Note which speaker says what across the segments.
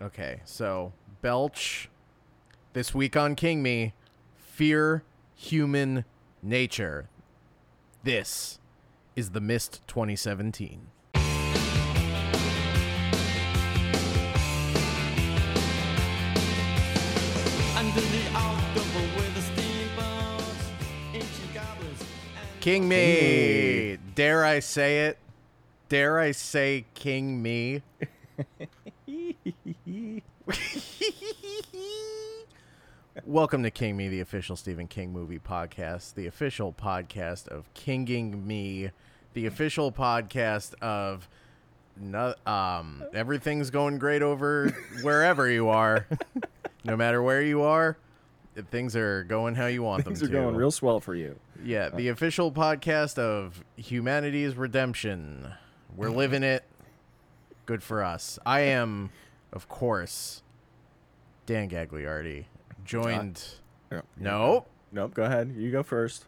Speaker 1: Okay, so Belch, this week on King Me, fear human nature. This is the Mist 2017.
Speaker 2: Under the outdoor with the steamboats, ancient goblins. and-
Speaker 1: King Me!
Speaker 3: Hey.
Speaker 1: Dare I say it? Dare I say King Me? Welcome to King Me, the official Stephen King movie podcast, the official podcast of Kinging Me, the official podcast of no, um, everything's going great over wherever you are. no matter where you are, things are going how you want
Speaker 3: Things are
Speaker 1: them to.
Speaker 3: going real swell for you.
Speaker 1: yeah, the official podcast of humanity's redemption. We're living it. Good for us. I am, of course, Dan Gagliardi, joined.
Speaker 3: No,
Speaker 1: No,
Speaker 3: nope. Go ahead. You go first.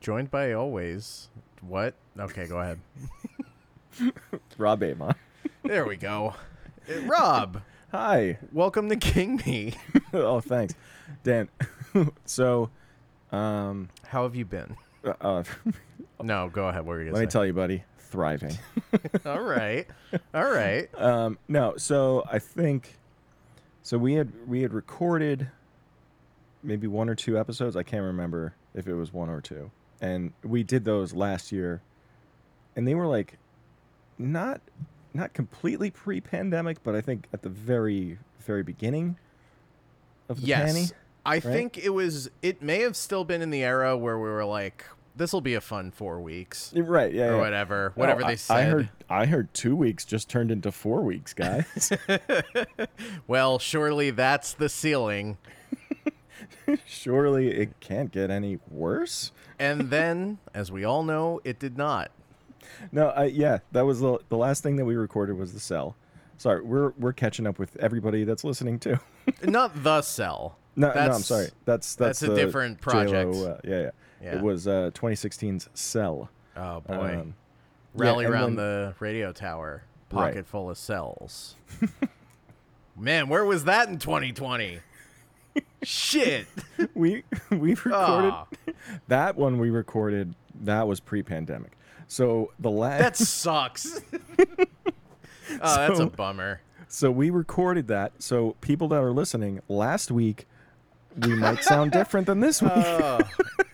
Speaker 1: joined by always. What? Okay, go ahead.
Speaker 3: Rob Amon.
Speaker 1: There we go. Uh, Rob,
Speaker 3: Hi.
Speaker 1: welcome to King Me.
Speaker 3: oh, thanks, Dan. so, um,
Speaker 1: How have you been?
Speaker 3: uh, uh,
Speaker 1: No, go ahead. What were you
Speaker 3: let me
Speaker 1: going to say?
Speaker 3: tell you, buddy, thriving.
Speaker 1: All right. All right.
Speaker 3: Um, no, so I think so we had we had recorded maybe one or two episodes. I can't remember if it was one or two. And we did those last year. And they were like not not completely pre-pandemic, but I think at the very very beginning of the
Speaker 1: yes.
Speaker 3: panty.
Speaker 1: I think it was, it may have still been in the era where we were like, this will be a fun four weeks
Speaker 3: You're Right, yeah.
Speaker 1: or
Speaker 3: yeah.
Speaker 1: whatever.
Speaker 3: No,
Speaker 1: Whatever
Speaker 3: I-
Speaker 1: they said.
Speaker 3: I heard I heard 2 weeks just turned into 4 weeks, guys.
Speaker 1: well, surely that's the ceiling.
Speaker 3: Surely it can't get any worse.
Speaker 1: And then, as we all know, it did not.
Speaker 3: No, I, yeah, that was the, the last thing that we recorded was the cell. Sorry, we're we're catching up with everybody that's listening too.
Speaker 1: Not the cell.
Speaker 3: No, no, I'm
Speaker 1: That's-
Speaker 3: sorry. That's
Speaker 1: that's
Speaker 3: that's,
Speaker 1: a
Speaker 3: the
Speaker 1: different project.
Speaker 3: JLo, uh, yeah, yeah,
Speaker 1: Yeah.
Speaker 3: It was uh, 2016's Cell.
Speaker 1: Oh, boy.
Speaker 3: Um, yeah,
Speaker 1: Rally
Speaker 3: and
Speaker 1: round
Speaker 3: then-
Speaker 1: the radio tower,
Speaker 3: Right.
Speaker 1: pocket full of cells. Man, where was that in 2020? Shit. Ah.
Speaker 3: we we recorded
Speaker 1: Aw,
Speaker 3: that one. We recorded that was pre-pandemic. So the last
Speaker 1: that sucks. oh, that's a
Speaker 3: So-
Speaker 1: bummer.
Speaker 3: so we recorded that. So people that are listening, last week we might sound different than this week.
Speaker 1: Oh,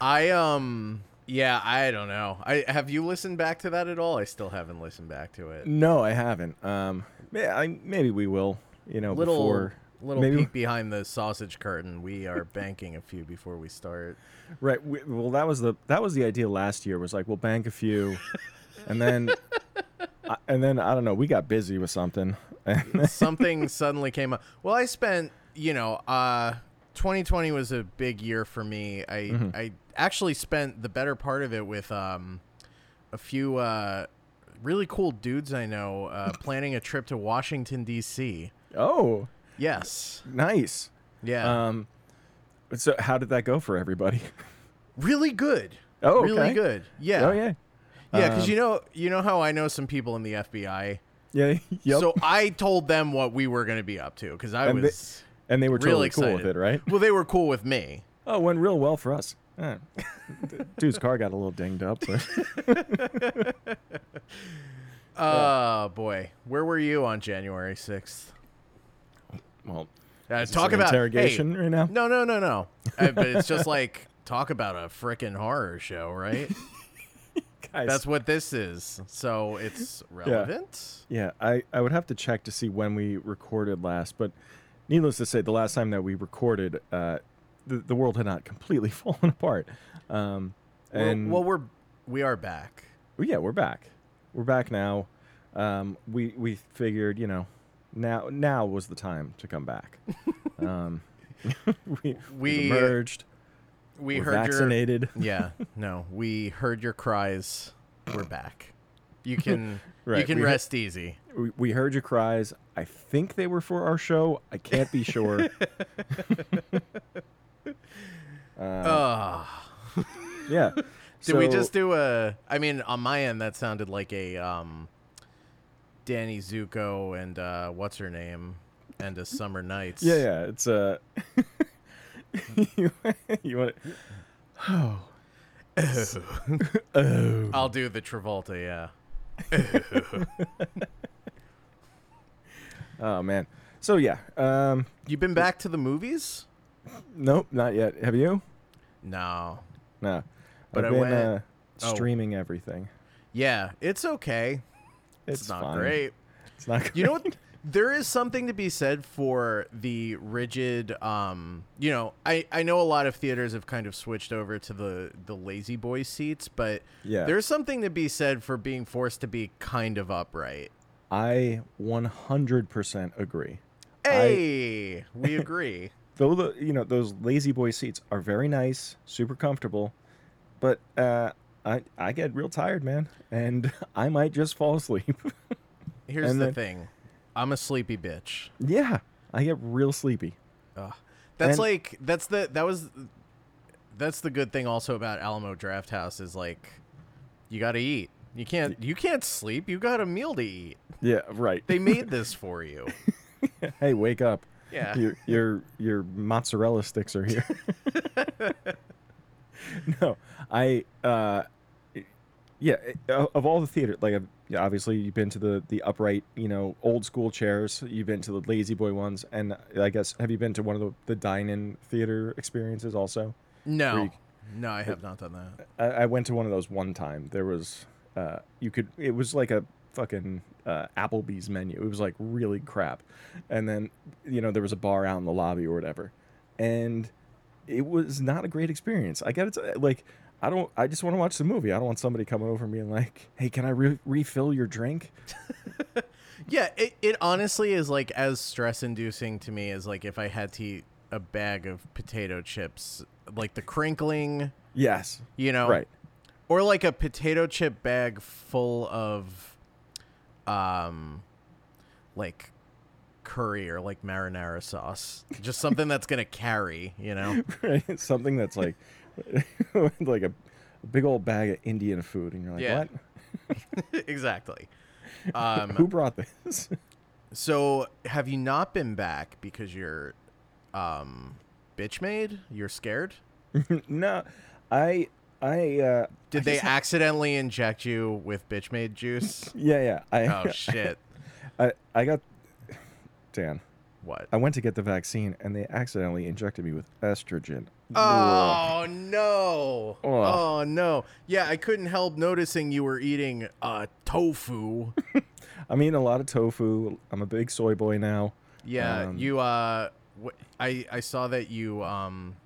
Speaker 1: I um yeah, I don't know. I have you listened back to that at all? I still haven't listened back to it.
Speaker 3: No, I haven't. Um, may- I, maybe we will. You know,
Speaker 1: little
Speaker 3: before
Speaker 1: little
Speaker 3: maybe,
Speaker 1: peek behind the sausage curtain. We are banking a few before we start.
Speaker 3: Right. We, well, that was the that was the idea last year. Was like we'll bank a few, and then, I- and then I don't know. We got busy with something.
Speaker 1: Something suddenly came up. Well, I spent, you know, uh 2020 was a big year for me. I
Speaker 3: Mm-hmm.
Speaker 1: I actually spent the better part of it with um a few uh really cool dudes I know uh planning a trip to Washington DC.
Speaker 3: oh,
Speaker 1: Yes.
Speaker 3: nice.
Speaker 1: Yeah.
Speaker 3: Um, so how did that go for everybody?
Speaker 1: really good.
Speaker 3: Oh,
Speaker 1: really
Speaker 3: okay.
Speaker 1: good. Yeah,
Speaker 3: Oh yeah.
Speaker 1: yeah. Because
Speaker 3: Um,
Speaker 1: you know, you know how I know some people in the FBI.
Speaker 3: Yeah. Yep.
Speaker 1: So I told them what we were going to be up to because I
Speaker 3: And they-
Speaker 1: was
Speaker 3: and they were
Speaker 1: really
Speaker 3: totally cool with
Speaker 1: excited.
Speaker 3: it, right?
Speaker 1: well, they were cool with me.
Speaker 3: Oh, went real well for us. Yeah. Dude's car got a little dinged up, but
Speaker 1: Oh boy, where were you on January sixth?
Speaker 3: well,
Speaker 1: Uh,
Speaker 3: is this
Speaker 1: talk
Speaker 3: an
Speaker 1: about hey,
Speaker 3: interrogation right now.
Speaker 1: no, no, no, no. Uh, but it's just like talk about a freaking horror show, right?
Speaker 3: Guys,
Speaker 1: That's what this is. So it's relevant.
Speaker 3: Yeah, I, I would have to check to see when we recorded last, but needless to say, the last time that we recorded, uh, the, the world had not completely fallen apart. Um,
Speaker 1: Well-
Speaker 3: and
Speaker 1: well, we're we are back.
Speaker 3: well, yeah, we're back. We're back now. Um, we we figured, you know, now now was the time to come back. um,
Speaker 1: We-
Speaker 3: we
Speaker 1: uh,
Speaker 3: we merged.
Speaker 1: We
Speaker 3: we're
Speaker 1: heard your
Speaker 3: vaccinated.
Speaker 1: Yeah, no, we heard your cries. We're back. You can you
Speaker 3: Right,
Speaker 1: can
Speaker 3: we-
Speaker 1: rest easy.
Speaker 3: We, we heard your cries. I think they were for our show. I can't be sure.
Speaker 1: Ugh.
Speaker 3: yeah. Did
Speaker 1: did we just do a? I mean, on my end, that sounded like a um, Danny Zuko and uh, what's her name and a Summer Nights.
Speaker 3: Yeah, yeah. It's uh you, you want it. Oh. Oh.
Speaker 1: I'll do the Travolta. Yeah.
Speaker 3: Oh man. So yeah. Um
Speaker 1: You been back to the movies?
Speaker 3: nope, not yet. Have you?
Speaker 1: No.
Speaker 3: No.
Speaker 1: But I
Speaker 3: I've been
Speaker 1: went-
Speaker 3: uh,
Speaker 1: oh.
Speaker 3: streaming everything.
Speaker 1: Yeah, it's okay. It's, not
Speaker 3: fine.
Speaker 1: great.
Speaker 3: It's not great.
Speaker 1: You know what? There is something to be said for the rigid. Um, you know, I I know a lot of theaters have kind of switched over to the the lazy boy seats, but
Speaker 3: Yeah.
Speaker 1: there's something to be said for being forced to be kind of upright.
Speaker 3: I 100% agree.
Speaker 1: Hey, we agree.
Speaker 3: Though the you know those lazy boy seats are very nice, super comfortable, but uh, I I get real tired, man, and I might just fall asleep.
Speaker 1: Here's
Speaker 3: And
Speaker 1: the
Speaker 3: then-
Speaker 1: thing, I'm a sleepy bitch.
Speaker 3: yeah, I get real sleepy.
Speaker 1: Ugh. That's
Speaker 3: And-
Speaker 1: like that's the that was that's the good thing also about Alamo Draft House is like you got to eat. You can't you can't sleep. You got a meal to eat.
Speaker 3: Yeah, right.
Speaker 1: They made this for you.
Speaker 3: hey, wake up!
Speaker 1: Yeah.
Speaker 3: Your your your mozzarella sticks are here. no, I uh, yeah. it- o- Of all the theater, like I've, yeah, obviously you've been to the the upright, you know, old school chairs. You've been to the lazy boy ones, and I guess have you been to one of the the dine-in theater experiences also?
Speaker 1: No.
Speaker 3: Freak.
Speaker 1: No, I have not done that.
Speaker 3: I, I went to one of those one time. There was uh, you could it was like a fucking uh, Applebee's menu. It was like really crap, and then you know there was a bar out in the lobby or whatever, and it was not a great experience. I got it like. I don't. I just want to watch the movie. I don't want somebody coming over me and like, "Hey, can I re- refill your drink?"
Speaker 1: Yeah, it, it honestly is like as stress inducing to me as like if I had to eat a bag of potato chips, like the crinkling,
Speaker 3: Yes,
Speaker 1: you know,
Speaker 3: right.
Speaker 1: or like a potato chip bag full of um like curry or like marinara sauce just something that's gonna carry you know
Speaker 3: right? It's something that's like, like a, a big old bag of Indian food, and you're like,
Speaker 1: Yeah.
Speaker 3: "What?
Speaker 1: exactly um
Speaker 3: Who brought this?"
Speaker 1: so have you not been back because you're um bitch made you're scared
Speaker 3: No, I, I, uh,
Speaker 1: did
Speaker 3: I
Speaker 1: they
Speaker 3: just ha-
Speaker 1: accidentally inject you with bitch made juice
Speaker 3: yeah, yeah. I,
Speaker 1: oh shit
Speaker 3: I, I got, Dan.
Speaker 1: what
Speaker 3: I went to get the vaccine, and they accidentally injected me with estrogen. Ugh.
Speaker 1: Oh no!
Speaker 3: Ugh.
Speaker 1: Oh no! Yeah, I couldn't help noticing you were eating uh tofu.
Speaker 3: I'm eating a lot of tofu. I'm a big soy boy now.
Speaker 1: Yeah,
Speaker 3: Um,
Speaker 1: you uh, wh- I I saw that you um,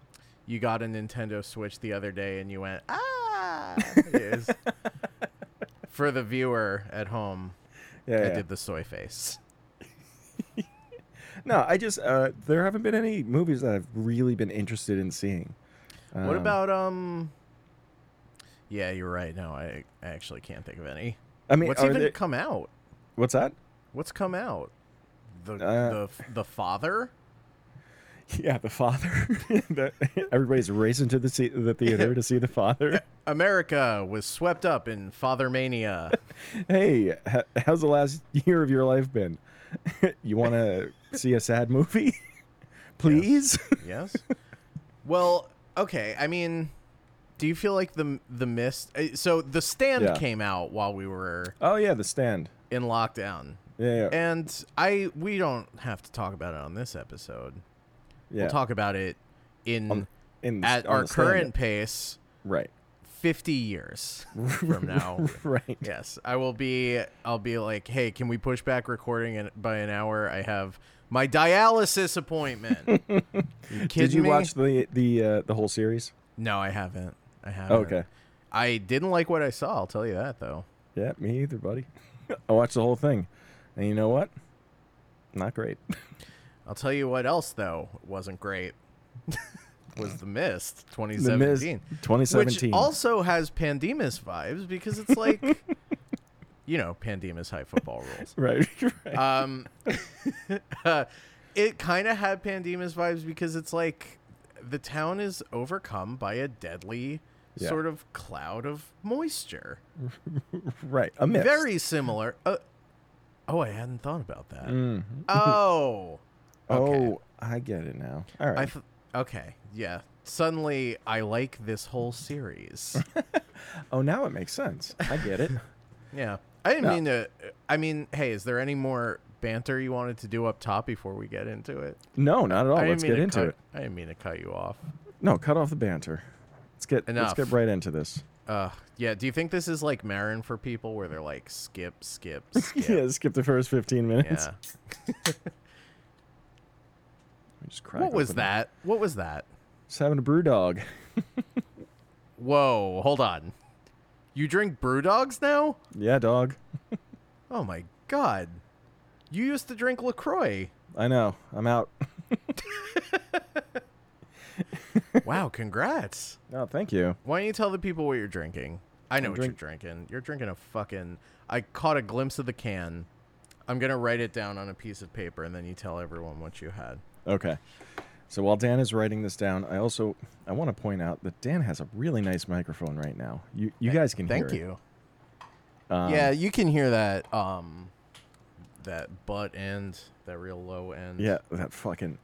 Speaker 1: you got a Nintendo Switch the other day, and you went ah. Yes. For the viewer at home,
Speaker 3: Yeah,
Speaker 1: I
Speaker 3: yeah.
Speaker 1: did the soy face.
Speaker 3: No, I just uh, there haven't been any movies that I've really been interested in seeing.
Speaker 1: what
Speaker 3: Um,
Speaker 1: about um? Yeah, you're right. No, I, I actually can't think of any.
Speaker 3: I mean,
Speaker 1: What's
Speaker 3: are
Speaker 1: even
Speaker 3: there-
Speaker 1: come out?
Speaker 3: what's that?
Speaker 1: What's come out? The
Speaker 3: Uh,
Speaker 1: the the father.
Speaker 3: Yeah, the father. The- everybody's racing to the se- the theater to see the father.
Speaker 1: America was swept up in father mania.
Speaker 3: Hey, h- how's the last year of your life been? you want to see a sad movie? Please?
Speaker 1: yes. Well, okay. I mean, do you feel like the the mist? uh, So the stand
Speaker 3: Yeah.
Speaker 1: came out while we were
Speaker 3: Oh yeah, The Stand.
Speaker 1: in lockdown,
Speaker 3: Yeah, yeah.
Speaker 1: and I we don't have to talk about it on this episode.
Speaker 3: yeah.
Speaker 1: We'll talk about it in
Speaker 3: in
Speaker 1: at
Speaker 3: on
Speaker 1: our
Speaker 3: The Stand.
Speaker 1: current pace,
Speaker 3: right.
Speaker 1: fifty years from now.
Speaker 3: right.
Speaker 1: Yes, I will be. I'll be like, hey, can we push back recording in, by an hour? I have my dialysis appointment. You
Speaker 3: Did
Speaker 1: kidding
Speaker 3: you
Speaker 1: me?
Speaker 3: watch the the uh, the whole series?
Speaker 1: No, I haven't. I haven't.
Speaker 3: Oh, Okay.
Speaker 1: I didn't like what I saw. I'll tell you that though.
Speaker 3: Yeah, me either, buddy. I watched the whole thing, and you know what? Not great.
Speaker 1: I'll tell you what else though wasn't great. was the mist
Speaker 3: The
Speaker 1: 2017,
Speaker 3: Miz, 2017.
Speaker 1: which also has Pandemus vibes because it's like, you know, Pandemus high football rules.
Speaker 3: right. right.
Speaker 1: um, uh, it kind of had Pandemus vibes because it's like the town is overcome by a deadly
Speaker 3: Yeah.
Speaker 1: sort of cloud of moisture.
Speaker 3: right. A mist. Mm-hmm.
Speaker 1: Very similar. Uh, oh, I hadn't thought about that. Oh, Okay.
Speaker 3: Oh, I get it now. All right.
Speaker 1: I th- okay, yeah. Suddenly, I like this whole series.
Speaker 3: oh, now it makes sense. I get it.
Speaker 1: yeah, I didn't
Speaker 3: No.
Speaker 1: mean to. I mean, hey, is there any more banter you wanted to do up top before we get into it?
Speaker 3: No, not at all.
Speaker 1: I didn't
Speaker 3: Oh, Let's
Speaker 1: mean
Speaker 3: get
Speaker 1: to
Speaker 3: into
Speaker 1: cut-
Speaker 3: it.
Speaker 1: I didn't mean to cut you off.
Speaker 3: No, cut off the banter. Let's get
Speaker 1: Enough.
Speaker 3: let's get right into this.
Speaker 1: Uh, yeah. Do you think this is like Marin for people, where they're like skip, skip, skip?
Speaker 3: Yeah, skip the first 15 minutes.
Speaker 1: Yeah.
Speaker 3: Let me Just crack
Speaker 1: What was
Speaker 3: open it.
Speaker 1: that? What was that?
Speaker 3: Just having a brew dog.
Speaker 1: Whoa, hold on. You drink brew dogs now?
Speaker 3: Yeah, dog.
Speaker 1: Oh my god. You used to drink LaCroix.
Speaker 3: I know. I'm out.
Speaker 1: Wow, congrats.
Speaker 3: Oh, thank you.
Speaker 1: Why don't you tell the people what you're drinking? I know
Speaker 3: I'm
Speaker 1: what
Speaker 3: drink-
Speaker 1: you're drinking. You're drinking a fucking. I caught a glimpse of the can. I'm going to write it down on a piece of paper and then you tell everyone what you had.
Speaker 3: Okay. So while Dan is writing this down, I also I want to point out that Dan has a really nice microphone right now. You you guys can
Speaker 1: Thank
Speaker 3: hear.
Speaker 1: you.
Speaker 3: It. Um,
Speaker 1: yeah, you can hear that um that butt end, that real low end.
Speaker 3: Yeah, that fucking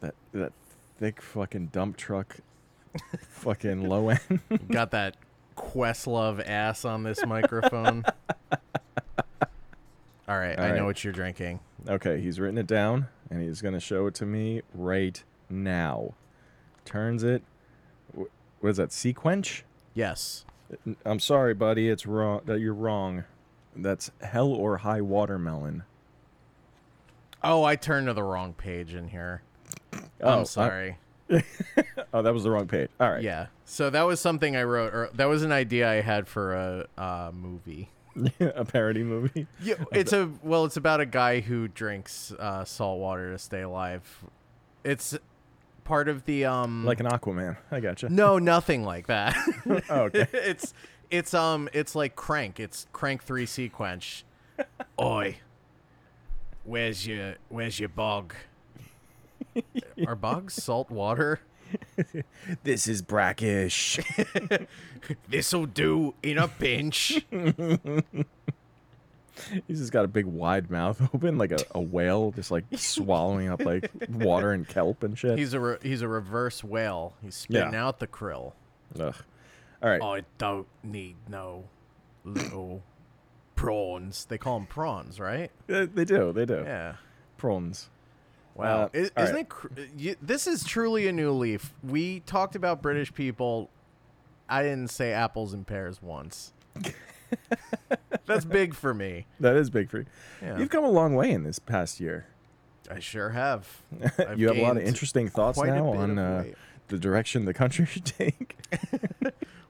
Speaker 3: that that thick fucking dump truck fucking low end.
Speaker 1: Got that Questlove ass on this microphone. All right, I
Speaker 3: All
Speaker 1: know
Speaker 3: right.
Speaker 1: what you're drinking.
Speaker 3: okay, he's written it down and he's going to show it to me right now. Turns it wh- What is that? Sequench?
Speaker 1: Yes.
Speaker 3: N- I'm sorry, buddy, it's wrong. That you're wrong. That's hell or high watermelon.
Speaker 1: Oh, I turned to the wrong page in here.
Speaker 3: Oh, I-
Speaker 1: I'm sorry.
Speaker 3: oh, that was the wrong page. All right.
Speaker 1: Yeah. So that was something I wrote, or that was an idea I had for a uh, movie.
Speaker 3: a parody movie.
Speaker 1: Yeah, it's a well, it's about a guy who drinks uh, salt water to stay alive. It's part of the um
Speaker 3: Like an Aquaman. I gotcha. Oh,
Speaker 1: No, nothing like that.
Speaker 3: okay.
Speaker 1: it's it's um it's like crank. It's crank three sequence. Oi. Where's your where's your bog? Are bogs salt water?
Speaker 3: This is brackish.
Speaker 1: This'll do in a pinch.
Speaker 3: He's just got a big wide mouth open, like a, a whale, just like swallowing up like water and kelp and shit.
Speaker 1: he's a re- he's a reverse whale. He's spitting
Speaker 3: Yeah.
Speaker 1: out the krill.
Speaker 3: Ugh. All right.
Speaker 1: I don't need no little prawns. They call them prawns, right?
Speaker 3: They, they do. They do.
Speaker 1: Yeah.
Speaker 3: Prawns.
Speaker 1: Wow,
Speaker 3: Uh,
Speaker 1: I- isn't
Speaker 3: all right.
Speaker 1: it? Cr- you, this is truly a new leaf. We talked about British people. I didn't say apples and pears once. That's big for me.
Speaker 3: That is big for you.
Speaker 1: Yeah.
Speaker 3: You've come a long way in this past year.
Speaker 1: I sure have. I've
Speaker 3: you have a lot of
Speaker 1: gained
Speaker 3: interesting thoughts
Speaker 1: quite a
Speaker 3: now
Speaker 1: bit
Speaker 3: on
Speaker 1: of
Speaker 3: uh,
Speaker 1: weight.
Speaker 3: the direction the country should take.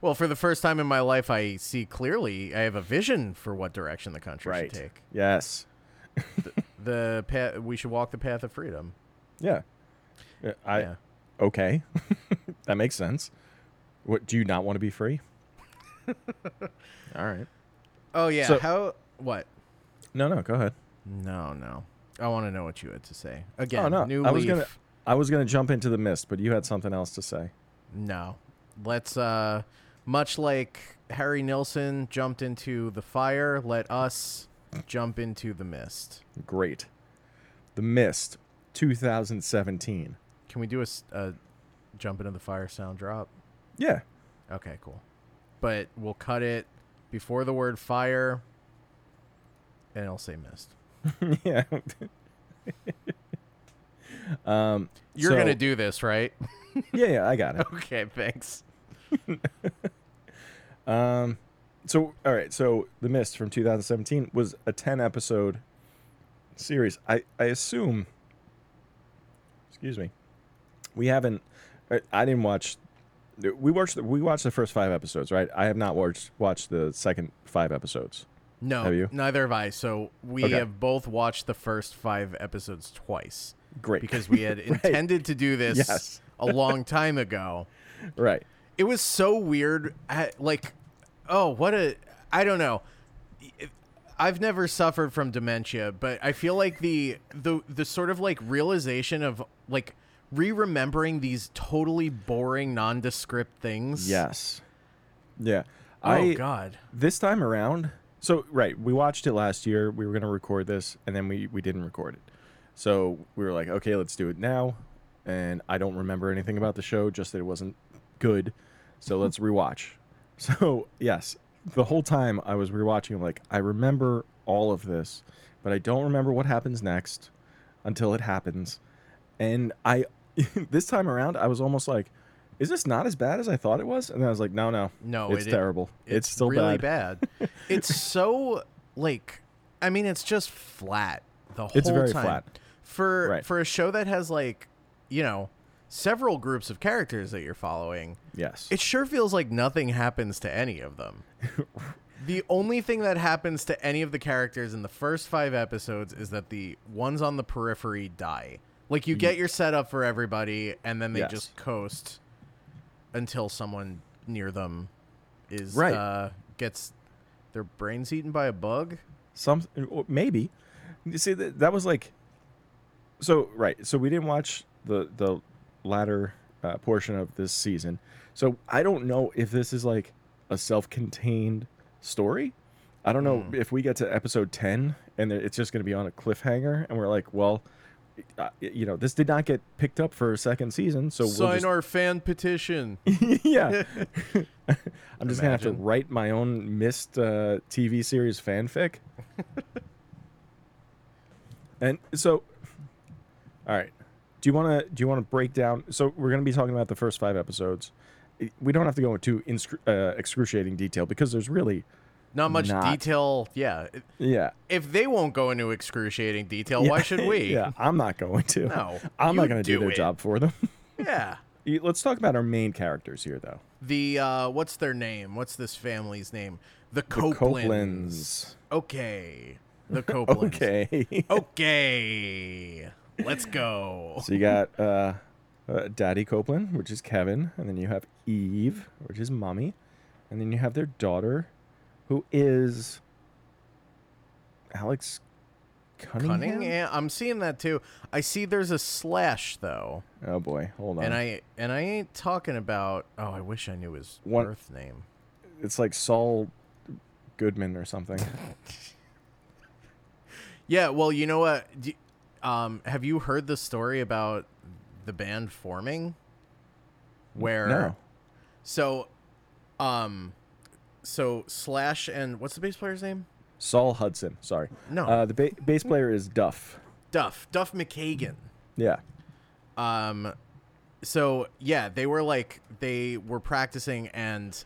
Speaker 1: Well, for the first time in my life, I see clearly. I have a vision for what direction the country should take.
Speaker 3: Yes.
Speaker 1: The path we should walk the path of freedom.
Speaker 3: Yeah. Yeah, I
Speaker 1: Yeah.
Speaker 3: okay. that makes sense. What do you not want to be free? All right.
Speaker 1: Oh yeah.
Speaker 3: So-
Speaker 1: How? What?
Speaker 3: No, no. Go ahead.
Speaker 1: No, no. I want to know what you had to say again.
Speaker 3: oh no.
Speaker 1: New
Speaker 3: I was
Speaker 1: leaf.
Speaker 3: gonna. I was gonna jump into the mist, but you had something else to say.
Speaker 1: No. Let's uh much like Harry Nilsson jumped into the fire, let us jump into the mist.
Speaker 3: Great. The Mist, 2017.
Speaker 1: Can we do a, s- a jump into the fire sound drop?
Speaker 3: Yeah.
Speaker 1: Okay, cool. But we'll cut it before the word fire and it'll say mist.
Speaker 3: yeah. um
Speaker 1: You're going to
Speaker 3: so-
Speaker 1: do this, right?
Speaker 3: Yeah, yeah, I got it.
Speaker 1: okay, thanks.
Speaker 3: Um, so all right, so The Mist from 2017 was a 10 episode series. I I assume. Excuse me. We haven't. I, I didn't watch. We watched. The, we watched the first five episodes, right? I have not watched watched the second five episodes.
Speaker 1: No,
Speaker 3: Have you?
Speaker 1: neither have I. So we
Speaker 3: Okay.
Speaker 1: have both watched the first 5 episodes twice
Speaker 3: Great.
Speaker 1: because we had intended to do this
Speaker 3: Yes.
Speaker 1: a long time ago.
Speaker 3: right.
Speaker 1: it was so weird I, like oh what a i don't know i've never suffered from dementia but i feel like the the the sort of like realization of like re-remembering these totally boring nondescript things
Speaker 3: Yes. Yeah.
Speaker 1: oh
Speaker 3: I,
Speaker 1: god
Speaker 3: this time around so right we watched it last year we were going to record this and then we we didn't record it So we were like, okay, let's do it now. And I don't remember anything about the show, just that it wasn't good. So let's rewatch. So yes, the whole time I was rewatching, like I remember all of this, but I don't remember what happens next until it happens. And I, this time around, I was almost like, is this not as bad as I thought it was? And then I was like, no, no,
Speaker 1: No,
Speaker 3: it's
Speaker 1: it- it-
Speaker 3: terrible. It's, still
Speaker 1: really
Speaker 3: bad.
Speaker 1: bad. it's so like, I mean, it's just flat the whole
Speaker 3: It's very
Speaker 1: time.
Speaker 3: flat.
Speaker 1: for
Speaker 3: Right.
Speaker 1: for a show that has like, you know, several groups of characters that you're following.
Speaker 3: Yes.
Speaker 1: It sure feels like nothing happens to any of them. the only thing that happens to any of the characters in the first five episodes is that the ones on the periphery die. Like you get your setup for everybody, and then they
Speaker 3: Yes.
Speaker 1: just coast until someone near them is
Speaker 3: Right.
Speaker 1: uh, gets their brains eaten by a bug.
Speaker 3: Some or maybe. You see that that was like so right. So we didn't watch the the latter uh, portion of this season. So I don't know if this is like a self-contained story. I don't know if we get to episode 10 and it's just going to be on a cliffhanger and we're like, well, uh, you know, this did not get picked up for a second season, so
Speaker 1: Sign
Speaker 3: we'll just
Speaker 1: our fan petition.
Speaker 3: yeah. I'm just gonna have to
Speaker 1: Imagine.
Speaker 3: write my own missed uh, TV series fanfic. and so, all right. Do you want to do you want to break down? So we're gonna be talking about the first five episodes. It- We don't have to go into inscru- uh, excruciating detail because there's really
Speaker 1: Not much
Speaker 3: Not-
Speaker 1: detail. Yeah.
Speaker 3: yeah.
Speaker 1: If they won't go into excruciating detail, why should we?
Speaker 3: yeah, I'm not going to.
Speaker 1: No,
Speaker 3: I'm
Speaker 1: you
Speaker 3: not gonna do,
Speaker 1: do
Speaker 3: their
Speaker 1: it.
Speaker 3: job for them.
Speaker 1: Yeah.
Speaker 3: You- Let's talk about our main characters here, though.
Speaker 1: The uh what's their name? What's this family's name? The
Speaker 3: The
Speaker 1: Copelands.
Speaker 3: Copelands.
Speaker 1: Okay. The Copelands.
Speaker 3: Okay.
Speaker 1: Okay. Let's go.
Speaker 3: So you got uh, uh, Daddy Copeland, which is Kevin, and then you have Eve, which is Mommy, and then you have their daughter, who is Alex Cunningham.
Speaker 1: Cunningham. I'm seeing that too. I see there's a slash though.
Speaker 3: Oh boy, hold on.
Speaker 1: And I and I ain't talking about oh, I wish I knew his
Speaker 3: One-
Speaker 1: birth name.
Speaker 3: It's like Saul Goodman or something.
Speaker 1: Yeah, well, you know what? Do, um have you heard the story about the band forming? Where
Speaker 3: no.
Speaker 1: So, um, so Slash and what's the bass player's name?
Speaker 3: Saul Hudson. Sorry.
Speaker 1: No.
Speaker 3: Uh, the ba- bass player is Duff.
Speaker 1: Duff, Duff McKagan.
Speaker 3: Yeah.
Speaker 1: Um, so yeah, they were like they were practicing and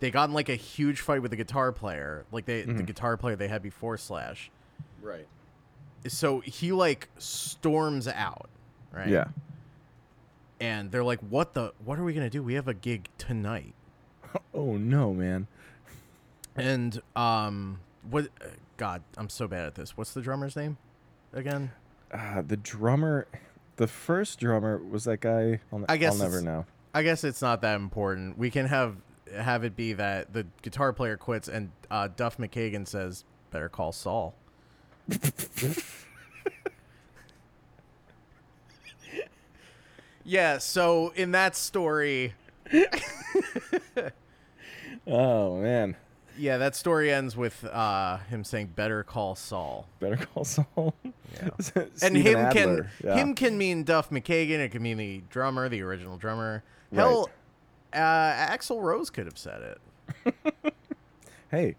Speaker 1: they got in like a huge fight with the guitar player, like they the guitar player they had before Slash.
Speaker 3: Right.
Speaker 1: So he like storms out, right?
Speaker 3: Yeah.
Speaker 1: And they're like, "What the? What are we gonna do? We have a gig tonight."
Speaker 3: Oh no, man.
Speaker 1: And um, what? God, I'm so bad at this. What's the drummer's name again?
Speaker 3: Uh, the drummer, the first drummer was that guy. I'll,
Speaker 1: I guess
Speaker 3: I'll never
Speaker 1: it's-
Speaker 3: know.
Speaker 1: I guess it's not that important. We can have have it be that the guitar player quits and uh, Duff McKagan says, "Better call Saul." yeah. So in that story,
Speaker 3: Oh man.
Speaker 1: yeah, that story ends with uh, him saying, "Better call Saul."
Speaker 3: Better Call Saul. and
Speaker 1: and him can him can mean Duff McKagan. It could mean the drummer, the original drummer.
Speaker 3: Right.
Speaker 1: Hell, uh, Axel Rose could have said it.
Speaker 3: Hey,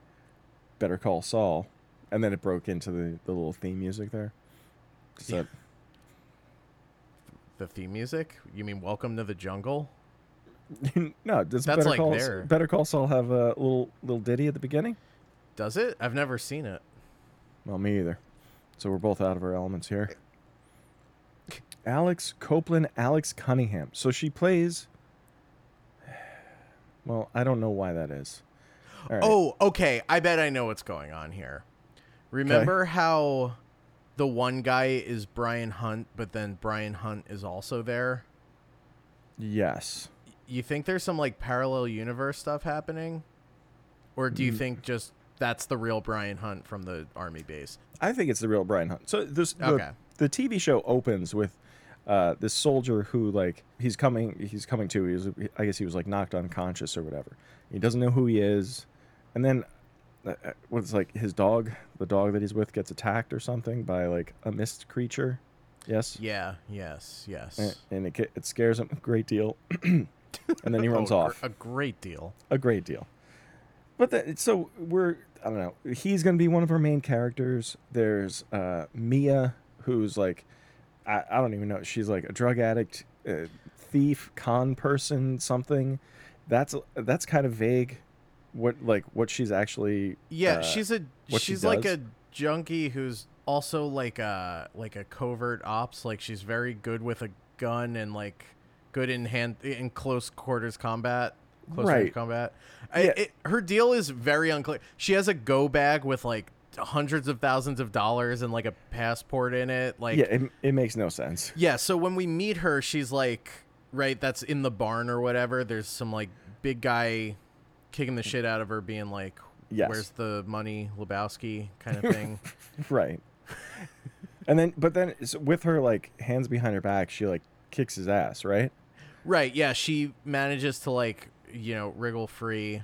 Speaker 3: Better Call Saul, and then it broke into the, the little theme music there. So,
Speaker 1: The theme music? You mean Welcome to the Jungle?
Speaker 3: no,
Speaker 1: That's
Speaker 3: does Better
Speaker 1: like
Speaker 3: Call
Speaker 1: their-
Speaker 3: Better Call Saul have a little little ditty at the beginning?
Speaker 1: Does it? I've never seen it.
Speaker 3: Well, me either. So we're both out of our elements here. Alex Copeland, Alex Cunningham. So she plays. Well, I don't know why that is. All right.
Speaker 1: Oh, okay. I bet I know what's going on here. Remember how the one guy is Brian Hunt, but then Brian Hunt is also there?
Speaker 3: yes.
Speaker 1: You think there's some like parallel universe stuff happening? Or do you think just that's the real Brian Hunt from the army base?
Speaker 3: I think it's the real Brian Hunt. So this the,
Speaker 1: Okay.
Speaker 3: the TV show opens with uh, this soldier who like he's coming he's coming to he was I guess he was like knocked unconscious or whatever. He doesn't know who he is, and then uh, uh, what's like his dog the dog that he's with gets attacked or something by like a mist creature Yes.
Speaker 1: Yeah. Yes. Yes.
Speaker 3: A- And it ca- it scares him a great deal, and then he runs
Speaker 1: Oh, a gr-
Speaker 3: off
Speaker 1: a great deal.
Speaker 3: a great deal. But that, so we're I don't know. He's going to be one of our main characters. There's uh, Mia, who's like I, I don't even know. She's like a drug addict, uh, thief, con person, something. That's that's kind of vague. What like what she's actually?
Speaker 1: Yeah,
Speaker 3: uh,
Speaker 1: she's a
Speaker 3: what
Speaker 1: she's
Speaker 3: she
Speaker 1: like
Speaker 3: does.
Speaker 1: a junkie who's also like a like a covert ops. Like she's very good with a gun and like good in hand in close quarters combat. Close range
Speaker 3: Right.
Speaker 1: combat. I,
Speaker 3: Yeah.
Speaker 1: it, her deal is very unclear. She has a go bag with like hundreds of thousands of dollars and like a passport in it. Like
Speaker 3: yeah. It, it makes no sense.
Speaker 1: yeah, so when we meet her, she's like, right, that's in the barn or whatever. There's some like big guy kicking the shit out of her, being like,
Speaker 3: Yes.
Speaker 1: where's the money, Lebowski kind of thing.
Speaker 3: Right. and then, but then s- with her like hands behind her back, she like kicks his ass, right?
Speaker 1: right, yeah, she manages to like, you know, wriggle free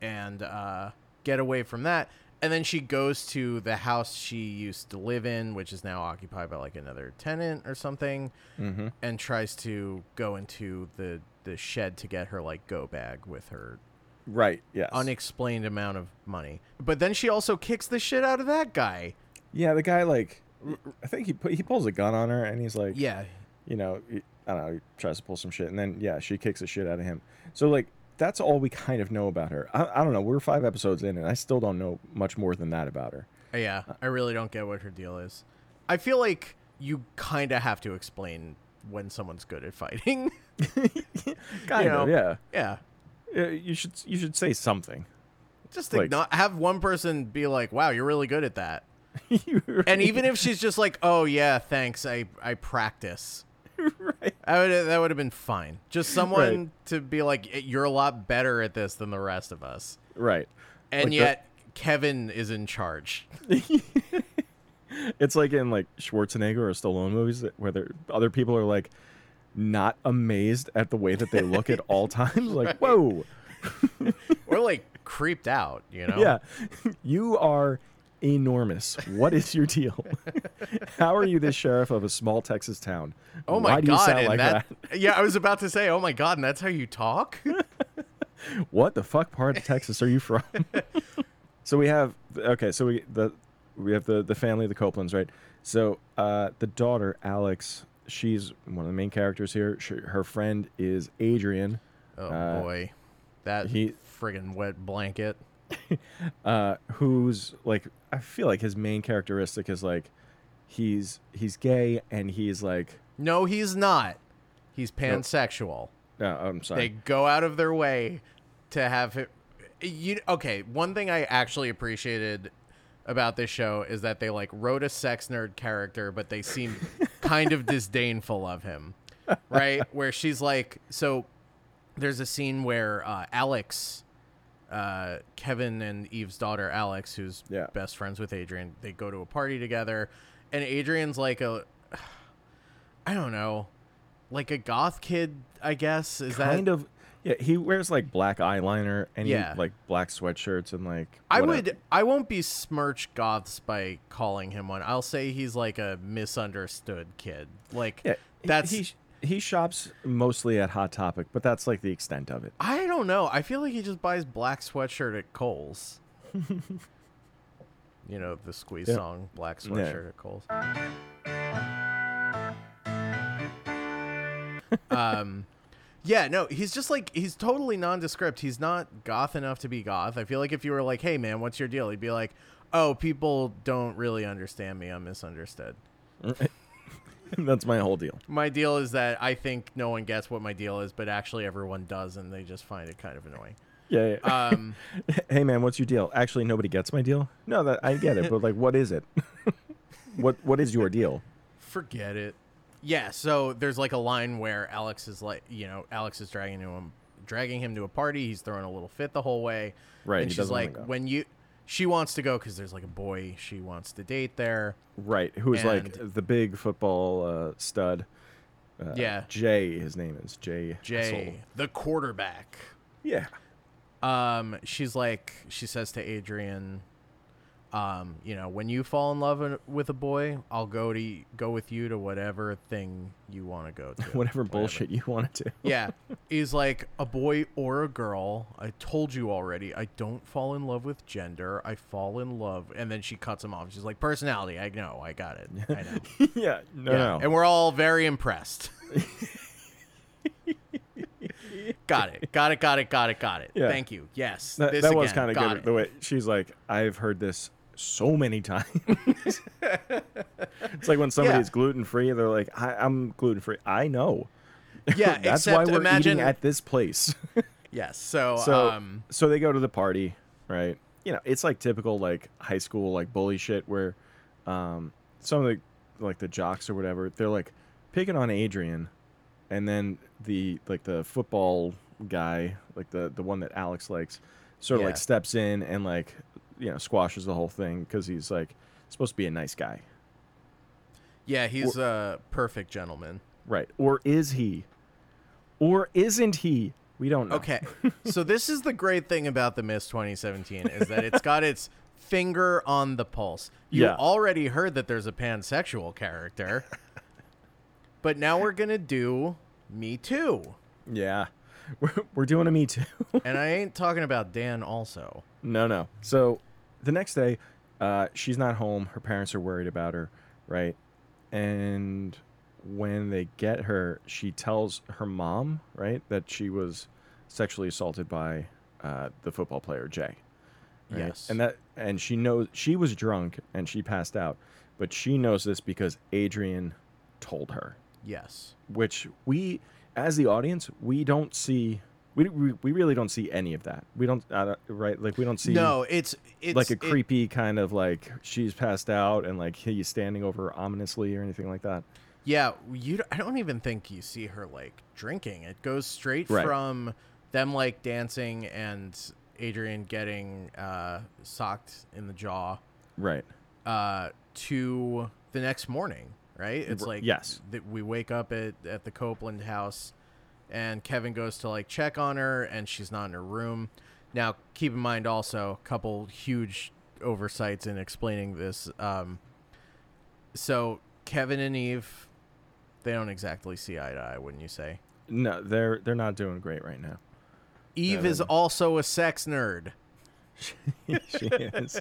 Speaker 1: and uh, get away from that. And then she goes to the house she used to live in, which is now occupied by like another tenant or something,
Speaker 3: Mm-hmm.
Speaker 1: and tries to go into the, the shed to get her like go bag with her
Speaker 3: Right. Yes.
Speaker 1: unexplained amount of money. But then she also kicks the shit out of that guy.
Speaker 3: yeah. The guy like, I think he pu- he pulls a gun on her, and he's like,
Speaker 1: Yeah.
Speaker 3: you know, he- I don't know, he tries to pull some shit, and then yeah, she kicks the shit out of him. So like, that's all we kind of know about her. I, I don't know. We're five episodes in, and I still don't know much more than that about her.
Speaker 1: Yeah. I really don't get what her deal is. I feel like you kind of have to explain when someone's good at fighting.
Speaker 3: Kind
Speaker 1: know.
Speaker 3: of. Yeah.
Speaker 1: yeah.
Speaker 3: Yeah, You should you should say something.
Speaker 1: Just
Speaker 3: Like-
Speaker 1: like, not have one person be like, "Wow, you're really good at that."
Speaker 3: You were-
Speaker 1: And even if she's just like, "Oh yeah, thanks. I I practice."
Speaker 3: right.
Speaker 1: I would that would have been fine. Just someone to be like, "You're a lot better at this than the rest of us."
Speaker 3: Right.
Speaker 1: And
Speaker 3: Like the-
Speaker 1: yet Kevin is in charge.
Speaker 3: It's like in like Schwarzenegger or Stallone movies that- where there- other people are like not amazed at the way that they look at all times. Like, whoa,
Speaker 1: We're like creeped out, you know?
Speaker 3: yeah, you are enormous. What is your deal? How are you the sheriff of a small Texas town?
Speaker 1: Oh my
Speaker 3: Why do
Speaker 1: god,
Speaker 3: you sound
Speaker 1: and
Speaker 3: like
Speaker 1: that, Yeah, I was about to say, oh my god, and that's how you talk?
Speaker 3: Uh, that? What the fuck part of Texas are you from? so we have okay, so we the we have the the family of the Copelands, right? So uh, the daughter Alex, she's one of the main characters here. She, her friend is Adrian.
Speaker 1: Oh
Speaker 3: Uh,
Speaker 1: boy. That
Speaker 3: he-
Speaker 1: friggin' wet blanket.
Speaker 3: uh, who's like I feel like his main characteristic is like he's he's gay and he's like
Speaker 1: No, he's not. He's pansexual.
Speaker 3: no, I'm
Speaker 1: They
Speaker 3: sorry.
Speaker 1: go out of their way to have him you okay, one thing I actually appreciated about this show is that they like wrote a sex nerd character, but they seem kind of disdainful of him. Right? Where she's like, so there's a scene where uh, Alex, uh, Kevin and Eve's daughter Alex, who's
Speaker 3: Yeah.
Speaker 1: best friends with Adrian, they go to a party together, and Adrian's like a, I don't know, like a goth kid, I guess. Is that
Speaker 3: kind of yeah, he wears like black eyeliner and he-
Speaker 1: Yeah.
Speaker 3: like black sweatshirts and like
Speaker 1: I
Speaker 3: whatever.
Speaker 1: would. I won't besmirch goths by calling him one. I'll say he's like a misunderstood kid. Like
Speaker 3: yeah, he-
Speaker 1: that's.
Speaker 3: he he shops mostly at Hot Topic, but that's like the extent of it.
Speaker 1: I don't know. I feel like he just buys black sweatshirt at Kohl's. you know the squeeze
Speaker 3: Yeah.
Speaker 1: song, black sweatshirt at Kohl's. um, yeah, no, he's just like he's totally nondescript. He's not goth enough to be goth. I feel like if you were like, "Hey, man, what's your deal?" He'd be like, "Oh, people don't really understand me. I'm misunderstood.
Speaker 3: that's my whole deal.
Speaker 1: My deal is that I think no one gets what my deal is, but actually everyone does, and they just find it kind of annoying."
Speaker 3: Yeah. yeah.
Speaker 1: Um.
Speaker 3: hey man, what's your deal? Actually, nobody gets my deal. No, that I get it, but like, what is it? what what is your deal?
Speaker 1: Forget it. Yeah, so there's like a line where Alex is like, you know, Alex is dragging to him, dragging him to a party. He's throwing a little fit the whole way.
Speaker 3: Right,
Speaker 1: and
Speaker 3: he
Speaker 1: she's
Speaker 3: doesn't wanna
Speaker 1: like,
Speaker 3: go.
Speaker 1: when you, she wants to go because there's like a boy she wants to date there.
Speaker 3: Right, who is
Speaker 1: And-
Speaker 3: like the big football uh, stud. Uh,
Speaker 1: Yeah.
Speaker 3: Jay, his name is Jay.
Speaker 1: Jay,
Speaker 3: Hassel.
Speaker 1: the quarterback.
Speaker 3: Yeah.
Speaker 1: Um, she's like, she says to Adrian, um, you know, when you fall in love in- with a boy, I'll go to y- go with you to whatever thing you want to go to.
Speaker 3: whatever bullshit you wanted to.
Speaker 1: yeah, is like a boy or a girl. I told you already. I don't fall in love with gender. I fall in love, and then she cuts him off. She's like, personality. I know. I got it. I know.
Speaker 3: yeah, no,
Speaker 1: Yeah,
Speaker 3: no.
Speaker 1: And we're all very impressed. got it. Got it. Got it. Got it. Got it.
Speaker 3: Yeah.
Speaker 1: Thank you. Yes.
Speaker 3: That,
Speaker 1: this
Speaker 3: that was
Speaker 1: again.
Speaker 3: kind of
Speaker 1: Got
Speaker 3: good.
Speaker 1: it.
Speaker 3: The way she's like, I've heard this so many times. it's like when somebody's gluten free, they're like, I, I'm gluten free. I know.
Speaker 1: Yeah.
Speaker 3: That's
Speaker 1: except
Speaker 3: why we're
Speaker 1: imagine.
Speaker 3: eating at this place.
Speaker 1: yes. So,
Speaker 3: so,
Speaker 1: um,
Speaker 3: so they go to the party, right? You know, it's like typical like high school like bully shit where um, some of the like the jocks or whatever they're like picking on Adrian, and then the like the football guy, like the the one that Alex likes, sort of
Speaker 1: Yeah.
Speaker 3: like steps in and like you know squashes the whole thing because he's like supposed to be a nice guy,
Speaker 1: yeah, he's a perfect gentleman.
Speaker 3: right? Or is he? Or isn't he? We don't know.
Speaker 1: Okay. so this is the great thing about the Miss 2017 is that it's got its finger on the pulse. You
Speaker 3: Yeah.
Speaker 1: already heard that there's a pansexual character. but now we're going to do Me Too.
Speaker 3: Yeah, we're, we're doing a me too.
Speaker 1: And I ain't talking about Dan also.
Speaker 3: No, no. So the next day, uh, she's not home. Her parents are worried about her, right? And when they get her, she tells her mom, right, that she was sexually assaulted by uh, the football player Jay. right?
Speaker 1: Yes.
Speaker 3: And that, and she knows she was drunk and she passed out, but she knows this because Adrian told her
Speaker 1: Yes.
Speaker 3: which we as the audience we don't see we, we, we really don't see any of that we don't uh, right like we don't see
Speaker 1: no, it's it's
Speaker 3: like a
Speaker 1: it-
Speaker 3: creepy kind of like she's passed out and like he's standing over her ominously or anything like that
Speaker 1: yeah, you. d- I don't even think you see her like drinking. It goes straight
Speaker 3: Right.
Speaker 1: from them like dancing and Adrian getting uh, socked in the jaw
Speaker 3: right
Speaker 1: uh, to the next morning, right? It's
Speaker 3: R-
Speaker 1: like
Speaker 3: yes.
Speaker 1: th- we wake up at at the Copeland house, and Kevin goes to like check on her, and she's not in her room. Now, keep in mind also a couple huge oversights in explaining this. Um, so Kevin and Eve, they don't exactly see eye to eye, wouldn't you say?
Speaker 3: no they're they're not doing great right now
Speaker 1: Eve
Speaker 3: they
Speaker 1: is
Speaker 3: don't.
Speaker 1: also a sex nerd.
Speaker 3: she is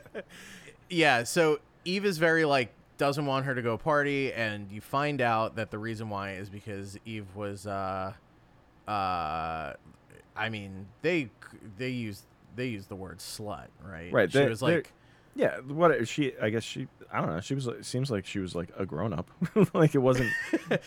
Speaker 1: Yeah, so Eve is very like doesn't want her to go party, and you find out that the reason why is because Eve was, uh, uh, I mean they they use they use the word slut, right?
Speaker 3: Right,
Speaker 1: She
Speaker 3: they-
Speaker 1: was
Speaker 3: they're-
Speaker 1: like,
Speaker 3: yeah what if she i guess she i don't know she was like seems like she was like a grown-up like it wasn't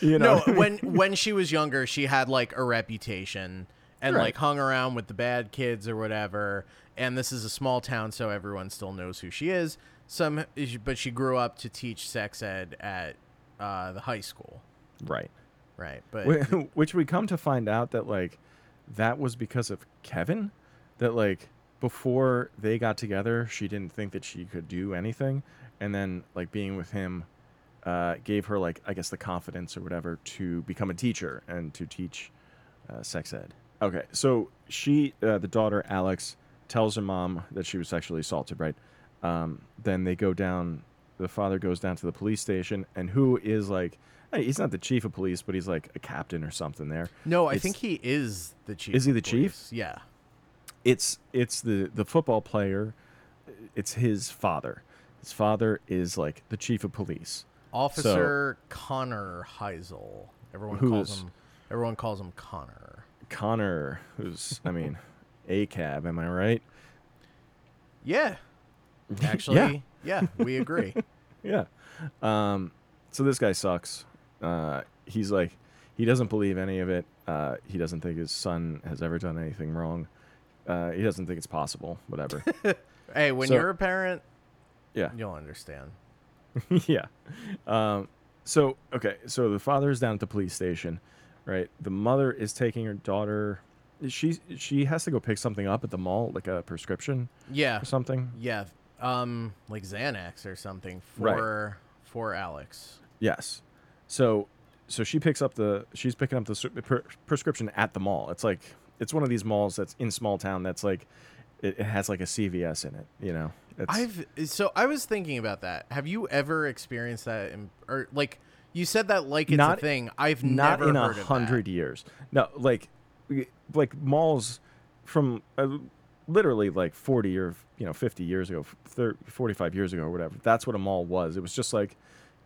Speaker 3: you know
Speaker 1: no, when when she was younger, she had like a reputation and
Speaker 3: Right.
Speaker 1: like hung around with the bad kids or whatever. And this is a small town, so everyone still knows who she is. Some, but she grew up to teach sex ed at uh, the high school.
Speaker 3: right
Speaker 1: Right, but
Speaker 3: Wh- which we come to find out that like that was because of Kevin that like before they got together she didn't think that she could do anything and then like being with him uh, gave her like I guess the confidence or whatever to become a teacher and to teach uh, sex ed okay so she uh, the daughter Alex tells her mom that she was sexually assaulted right um, then they go down the father goes down to the police station and who is like hey, he's not the chief of police but he's like a captain or something there
Speaker 1: no, I
Speaker 3: It's-
Speaker 1: think he is the chief.
Speaker 3: Is he
Speaker 1: of
Speaker 3: the chief?
Speaker 1: police. Yeah,
Speaker 3: it's it's the the football player it's his father his father is like the chief of police
Speaker 1: Officer Connor Heisel. Everyone
Speaker 3: Who
Speaker 1: calls
Speaker 3: is-
Speaker 1: him. Everyone calls him Connor.
Speaker 3: connor who's i mean a cab am i right
Speaker 1: Yeah, actually, yeah, we agree.
Speaker 3: yeah um so this guy sucks uh he's like he doesn't believe any of it uh he doesn't think his son has ever done anything wrong uh he doesn't think it's possible whatever
Speaker 1: hey, when
Speaker 3: So-
Speaker 1: you're a parent,
Speaker 3: yeah
Speaker 1: you'll understand.
Speaker 3: yeah. Um, so okay, so the father is down at the police station, right? The mother is taking her daughter. She she has to go pick something up at the mall, like a prescription
Speaker 1: Yeah,
Speaker 3: or something.
Speaker 1: yeah, um, like Xanax or something
Speaker 3: Right.
Speaker 1: for for Alex.
Speaker 3: Yes. So so she picks up the she's picking up the s- per, prescription at the mall. It's like it's one of these malls that's in small town that's like it, it has like a CVS in it, you know. That's,
Speaker 1: I've so I was thinking about that. Have you ever experienced that? In, or like you said that like it's
Speaker 3: Not-
Speaker 1: a thing. I've
Speaker 3: not
Speaker 1: never
Speaker 3: in a
Speaker 1: heard of that.
Speaker 3: hundred years. No, like y- like malls from uh, literally like forty or you know fifty years ago, f- thir- forty-five years ago or whatever. That's what a mall was. It was just like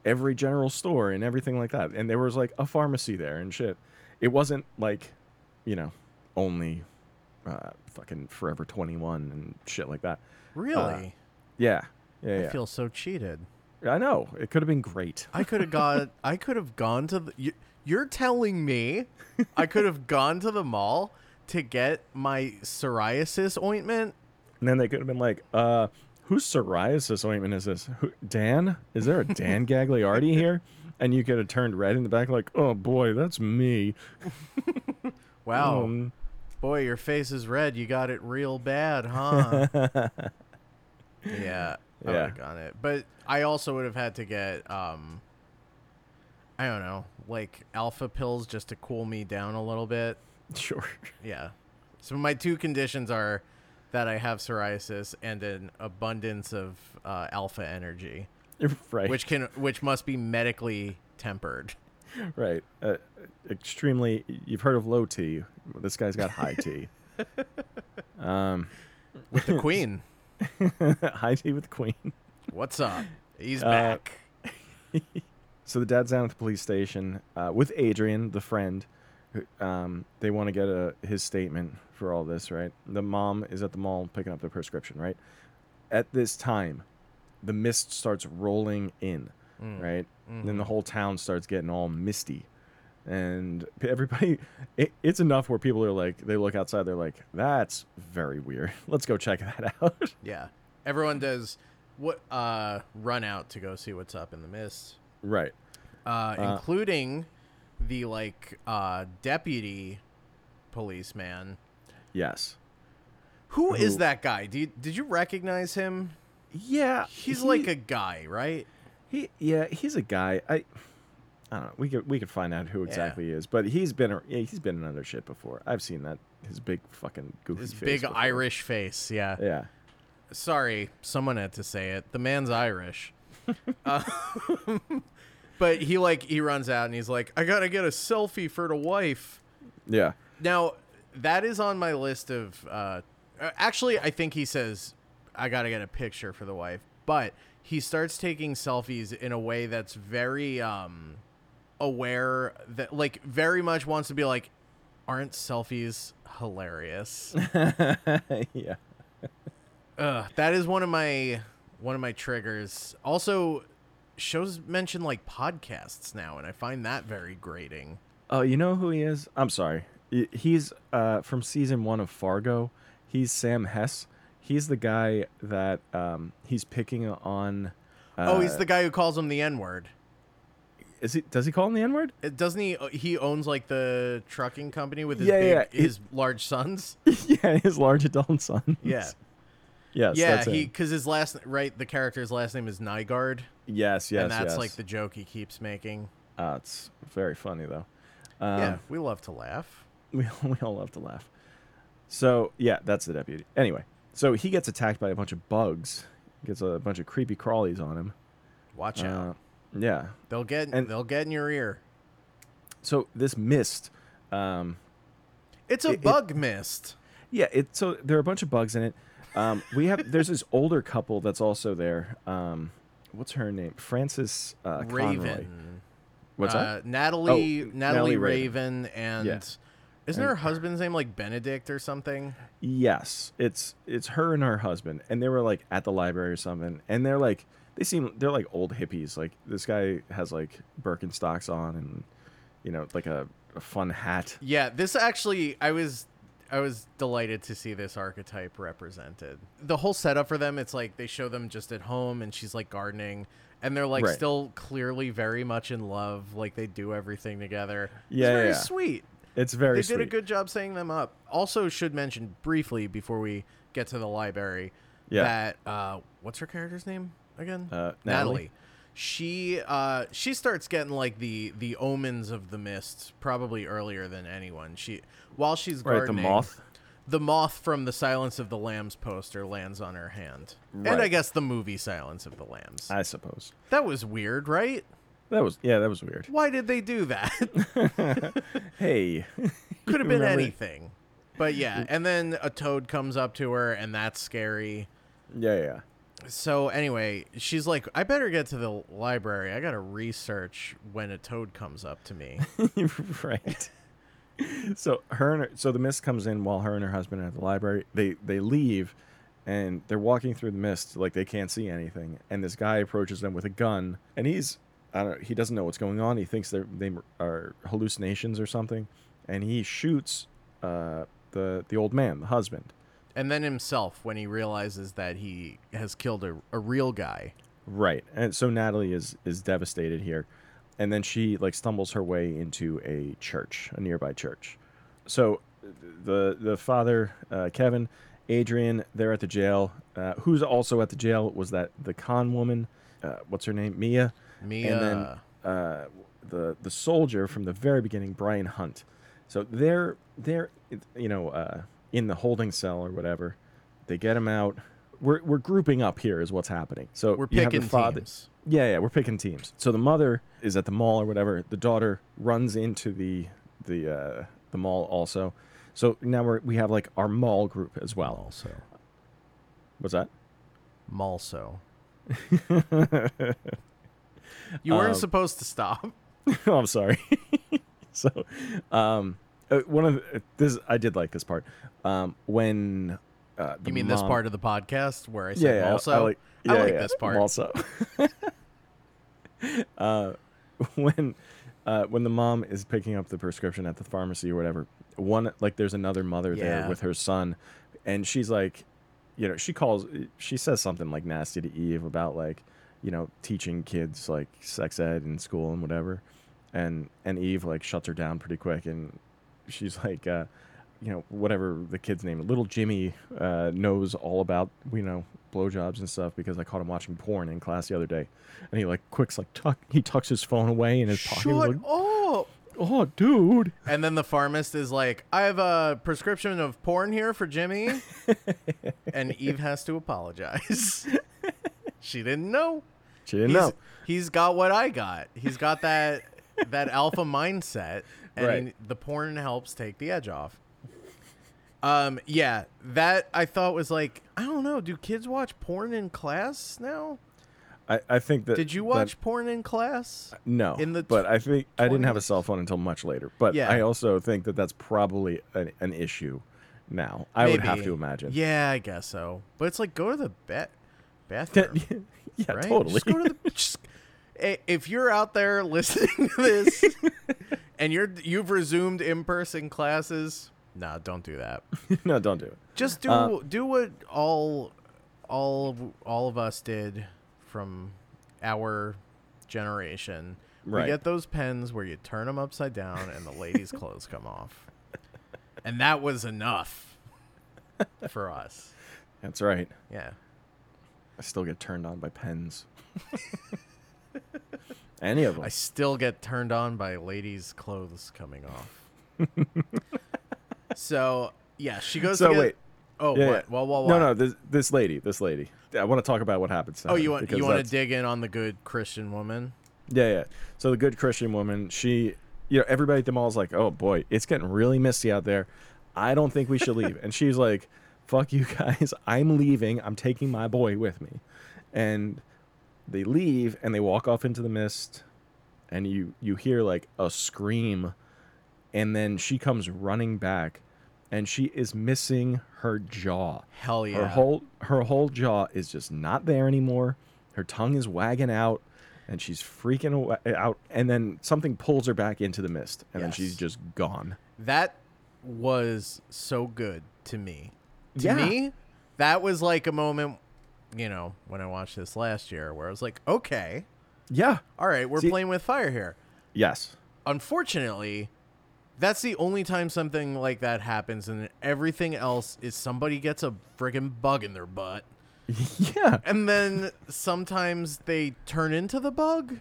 Speaker 3: every general store and everything like that, and there was like a pharmacy there and shit. It wasn't like you know only uh, fucking Forever Twenty One and shit like that.
Speaker 1: uh, Really,
Speaker 3: Yeah, yeah,
Speaker 1: I
Speaker 3: yeah.
Speaker 1: feel so cheated.
Speaker 3: I know it could have been great.
Speaker 1: I could have got. I could have gone to the. You, you're telling me, I could have gone to the mall to get my psoriasis ointment.
Speaker 3: And then they could have been like, uh, whose psoriasis ointment is this? Who, Dan? Is there a Dan Gagliardi here? And you could have turned red in the back, like, oh boy, that's me.
Speaker 1: Wow,
Speaker 3: Um,
Speaker 1: boy, your face is red. You got it real bad, huh? yeah, I would
Speaker 3: Yeah.
Speaker 1: have gone it, but I also would have had to get. um I don't know, like alpha pills just to cool me down a little bit.
Speaker 3: sure.
Speaker 1: Yeah. So my two conditions are that I have psoriasis and an abundance of uh, alpha energy,
Speaker 3: You're right.
Speaker 1: which can which must be medically tempered.
Speaker 3: right. Uh, extremely. You've heard of low T. This guy's got high T. um,
Speaker 1: With the queen,
Speaker 3: high T with the queen.
Speaker 1: what's up? He's
Speaker 3: Uh,
Speaker 1: back.
Speaker 3: So the dad's down at the police station uh, with Adrian, the friend. who- Um, they want to get a, his statement for all this, right? The mom is at the mall picking up the prescription, right? At this time, the mist starts rolling in,
Speaker 1: Mm.
Speaker 3: right? And
Speaker 1: Mm-hmm.
Speaker 3: then the whole town starts getting all misty. And p- everybody, it, it's enough where people are like, they look outside, they're like, that's very weird. Let's go check that out.
Speaker 1: Yeah. Everyone does what uh run out to go see what's up in the mist.
Speaker 3: right.
Speaker 1: Uh, including the like uh deputy policeman.
Speaker 3: Yes.
Speaker 1: Who is
Speaker 3: Who-
Speaker 1: that guy? Did you, did you recognize him?
Speaker 3: Yeah.
Speaker 1: He's like a guy, right?
Speaker 3: He yeah, he's a guy. I I don't know. We could we could find out who exactly he is, but he's been a- yeah, he's been in other shit before. I've seen that his big fucking goofy
Speaker 1: His
Speaker 3: face
Speaker 1: big
Speaker 3: before.
Speaker 1: Irish face, yeah.
Speaker 3: Yeah.
Speaker 1: Sorry, someone had to say it. The man's Irish. Uh, but he like he runs out and he's like, "I got to get a selfie for the wife."
Speaker 3: Yeah.
Speaker 1: Now, that is on my list of uh uh, actually I think he says I got to get a picture for the wife, but he starts taking selfies in a way that's very um aware that like very much wants to be like aren't selfies hilarious?
Speaker 3: yeah.
Speaker 1: Ugh, that is one of my one of my triggers. Also, shows mention like podcasts now, and I find that very grating.
Speaker 3: Oh, you know who he is? I'm sorry. Y- He's uh from season 1 of Fargo. He's Sam Hess. He's the guy that um he's picking on uh,
Speaker 1: oh, he's the guy who calls him the N word.
Speaker 3: Is he does he call him the N-word?
Speaker 1: Doesn't he? uh, He owns like the trucking company with his
Speaker 3: Yeah,
Speaker 1: big,
Speaker 3: yeah, yeah.
Speaker 1: his large sons.
Speaker 3: yeah, his large adult son.
Speaker 1: Yeah,
Speaker 3: Yes,
Speaker 1: yeah.
Speaker 3: that's him.
Speaker 1: He because his last right, the character's last name is Nygard,
Speaker 3: Yes, yes,
Speaker 1: and that's
Speaker 3: yes.
Speaker 1: like the joke he keeps making.
Speaker 3: Uh, it's very funny though. Um,
Speaker 1: yeah, we love to laugh.
Speaker 3: we, we all love to laugh. So yeah, that's the deputy. Anyway, so he gets attacked by a bunch of bugs. Gets a bunch of creepy crawlies on him.
Speaker 1: Watch
Speaker 3: Uh,
Speaker 1: out,
Speaker 3: yeah.
Speaker 1: they'll get
Speaker 3: and-
Speaker 1: they'll get in your ear.
Speaker 3: So this mist. Um,
Speaker 1: It's a
Speaker 3: It- it-
Speaker 1: bug mist.
Speaker 3: yeah. It. So there are a bunch of bugs in it. Um, we have. there's this older couple that's also there. Um, what's her name? Frances uh,
Speaker 1: Raven.
Speaker 3: Conroy. What's
Speaker 1: uh,
Speaker 3: that?
Speaker 1: Natalie,
Speaker 3: Oh,
Speaker 1: Natalie,
Speaker 3: Natalie
Speaker 1: Raven, and
Speaker 3: Yeah.
Speaker 1: isn't her husband's name like Benedict or something?
Speaker 3: Yes, it's it's her and her husband, and they were like at the library or something, and they're like they seem they're like old hippies. Like this guy has like Birkenstocks on, and you know like a, a fun hat.
Speaker 1: Yeah, this actually, I was, I was delighted to see this archetype represented. The whole setup for them, it's like they show them just at home, and she's like gardening, and they're like
Speaker 3: Right.
Speaker 1: still clearly very much in love, like they do everything together.
Speaker 3: Yeah,
Speaker 1: it's very
Speaker 3: yeah.
Speaker 1: sweet.
Speaker 3: It's very
Speaker 1: they
Speaker 3: sweet.
Speaker 1: did a good job setting them up. Also, should mention briefly before we get to the library
Speaker 3: Yeah.
Speaker 1: that uh, what's her character's name again?
Speaker 3: Uh, Natalie.
Speaker 1: She uh, she starts getting like the the omens of the mist probably earlier than anyone. She while she's
Speaker 3: Right, the
Speaker 1: gardening,
Speaker 3: moth?
Speaker 1: the moth from the Silence of the Lambs poster lands on her hand, and
Speaker 3: Right.
Speaker 1: I guess the movie Silence of the Lambs.
Speaker 3: I suppose
Speaker 1: that was weird, right?
Speaker 3: that was yeah, that was weird.
Speaker 1: Why did they do that?
Speaker 3: Hey,
Speaker 1: Could have been
Speaker 3: Remember- Mm.
Speaker 1: anything. But yeah, and then a toad comes up to her, and that's scary.
Speaker 3: yeah, yeah.
Speaker 1: So anyway, she's like, "I better get to the library. I gotta research when a toad comes up to me."
Speaker 3: right. So her and her, so the mist comes in while her and her husband are at the library. They they leave, and they're walking through the mist like they can't see anything. And this guy approaches them with a gun, and he's I don't he doesn't know what's going on. He thinks they're they are hallucinations or something, and he shoots uh, the the old man, the husband.
Speaker 1: and then himself when he realizes that he has killed a, a real guy.
Speaker 3: Right. And so Natalie is is devastated here. And then she like stumbles her way into a church, a nearby church. So the the father, uh, Kevin, Adrian, they're at the jail. Uh, who's also at the jail was that the con woman, uh, what's her name, Mia,
Speaker 1: Mia.
Speaker 3: and then uh, the the soldier from the very beginning, Brian Hunt. So they're they're you know uh, in the holding cell or whatever. They get him out. We're, we're grouping up here is what's happening. So
Speaker 1: We're
Speaker 3: you have the
Speaker 1: picking
Speaker 3: father-
Speaker 1: teams.
Speaker 3: yeah, yeah, we're picking teams. So the mother is at the mall or whatever. The daughter runs into the the uh, the mall also. So now we're we have like our mall group as well.
Speaker 1: Also.
Speaker 3: What's that?
Speaker 1: Malso. you weren't
Speaker 3: Um,
Speaker 1: supposed to stop.
Speaker 3: oh, I'm sorry. so, um, uh, one of the, this I did like this part. Um, when uh, the
Speaker 1: You mean this
Speaker 3: mom-
Speaker 1: part of the podcast where I said
Speaker 3: yeah, yeah,
Speaker 1: Malso?
Speaker 3: I like,
Speaker 1: I
Speaker 3: yeah,
Speaker 1: like
Speaker 3: yeah,
Speaker 1: this part.
Speaker 3: Also, uh, when uh, when the mom is picking up the prescription at the pharmacy or whatever, one like there's another mother
Speaker 1: Yeah.
Speaker 3: there with her son, and she's like, you know, she calls, she says something like nasty to Eve about like, you know, teaching kids like sex ed in school and whatever, and and Eve like shuts her down pretty quick, and she's like. Uh, you know, whatever the kid's name, little Jimmy uh, knows all about, you know, blowjobs and stuff because I caught him watching porn in class the other day. And he like quicks like tuck he tucks his phone away in his pocket. He was
Speaker 1: Shut
Speaker 3: like,
Speaker 1: up.
Speaker 3: oh dude.
Speaker 1: And then the pharmacist is like, I have a prescription of porn here for Jimmy. and Eve has to apologize. she didn't know.
Speaker 3: She didn't
Speaker 1: he's,
Speaker 3: know.
Speaker 1: He's got what I got. He's got that that alpha mindset, and
Speaker 3: Right.
Speaker 1: the porn helps take the edge off. Um, yeah, that I thought was like, I don't know. Do kids watch porn in class now?
Speaker 3: I, I think that
Speaker 1: Did you
Speaker 3: that-
Speaker 1: watch porn in class?
Speaker 3: no,
Speaker 1: in the
Speaker 3: but I think I didn't have a
Speaker 1: 20s?
Speaker 3: cell phone until much later. But
Speaker 1: Yeah.
Speaker 3: I also think that that's probably an, an issue now. I would have
Speaker 1: Maybe.
Speaker 3: to imagine.
Speaker 1: Yeah, I guess so. But it's like go to the ba- bathroom.
Speaker 3: yeah,
Speaker 1: right?
Speaker 3: totally.
Speaker 1: Just go to the. Just, i- if you're out there listening to this, and you're you've resumed in-person classes, nah, don't do that.
Speaker 3: no, don't do it.
Speaker 1: Just do
Speaker 3: Uh,
Speaker 1: do what all all of, all of us did from our generation.
Speaker 3: Right.
Speaker 1: We get those pens where you turn them upside down and the lady's clothes come off, and that was enough for us.
Speaker 3: That's right.
Speaker 1: Yeah.
Speaker 3: I still get turned on by pens. Any of them.
Speaker 1: I still get turned on by ladies' clothes coming off. so yeah, she goes.
Speaker 3: So
Speaker 1: to get-
Speaker 3: wait.
Speaker 1: Oh,
Speaker 3: Yeah, yeah.
Speaker 1: what? Well, well,
Speaker 3: no,
Speaker 1: what?
Speaker 3: no. This this lady, this lady. I want to talk about what happens. To
Speaker 1: Oh,
Speaker 3: her,
Speaker 1: you want
Speaker 3: because
Speaker 1: you want to
Speaker 3: that's-
Speaker 1: dig in on the good Christian woman?
Speaker 3: Yeah, yeah. So the good Christian woman, she, you know, everybody at the mall is like, "Oh boy, it's getting really misty out there. I don't think we should leave." and she's like, "Fuck you guys, I'm leaving. I'm taking my boy with me." And they leave and they walk off into the mist, and you you hear like a scream, and then she comes running back, and she is missing her jaw.
Speaker 1: Hell yeah!
Speaker 3: Her whole her whole jaw is just not there anymore. Her tongue is wagging out, and she's freaking awa- out. And then something pulls her back into the mist, and then she's
Speaker 1: Yes.
Speaker 3: just gone.
Speaker 1: that was so good to me. To
Speaker 3: Yeah.
Speaker 1: me, that was like a moment, you know, when I watched this last year, where I was like, okay,
Speaker 3: Yeah.
Speaker 1: all right, we're
Speaker 3: See-
Speaker 1: playing with fire here.
Speaker 3: Yes.
Speaker 1: unfortunately, that's the only time something like that happens, and everything else is somebody gets a friggin' bug in their butt,
Speaker 3: Yeah.
Speaker 1: and then sometimes they turn into the bug.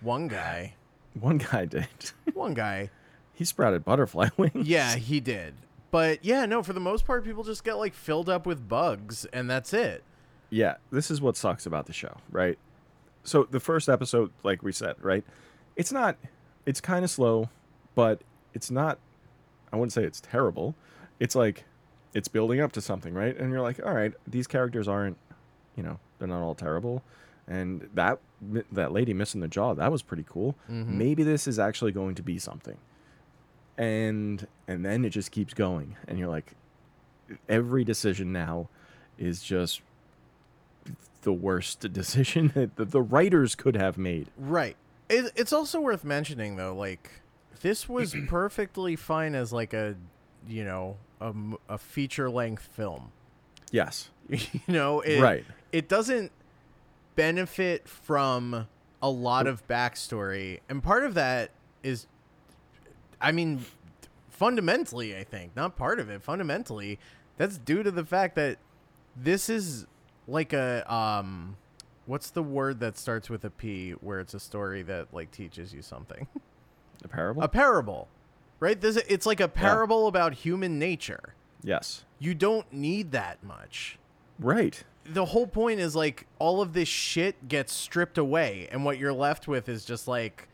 Speaker 1: One guy,
Speaker 3: One guy did.
Speaker 1: one guy,
Speaker 3: he sprouted butterfly wings.
Speaker 1: yeah, he did, But yeah, no, for the most part, people just get like filled up with bugs, and that's it.
Speaker 3: yeah, this is what sucks about the show, right? So the first episode, like we said, right? It's not it's kind of slow, but it's not I wouldn't say it's terrible. It's like it's building up to something, right? And you're like, "All right, these characters aren't, you know, they're not all terrible." And that that lady missing the jaw, that was pretty cool. Maybe this is actually going to be something. And and then it just keeps going and you're like every decision now is just the worst decision that the, the writers could have made.
Speaker 1: Right. It, it's also worth mentioning though, like this was perfectly fine as like a, you know, a, m- a feature length film.
Speaker 3: Yes.
Speaker 1: you know, it,
Speaker 3: Right.
Speaker 1: It doesn't benefit from a lot of backstory, and part of that is, I mean, fundamentally, I think not part of it. Fundamentally, that's due to the fact that this is like a um, what's the word that starts with a P, where it's a story that like teaches you something.
Speaker 3: The parable?
Speaker 1: a parable, right? This it's like a parable about human nature.
Speaker 3: yes.
Speaker 1: You don't need that much
Speaker 3: Right.
Speaker 1: the whole point is like all of this shit gets stripped away and what you're left with is just like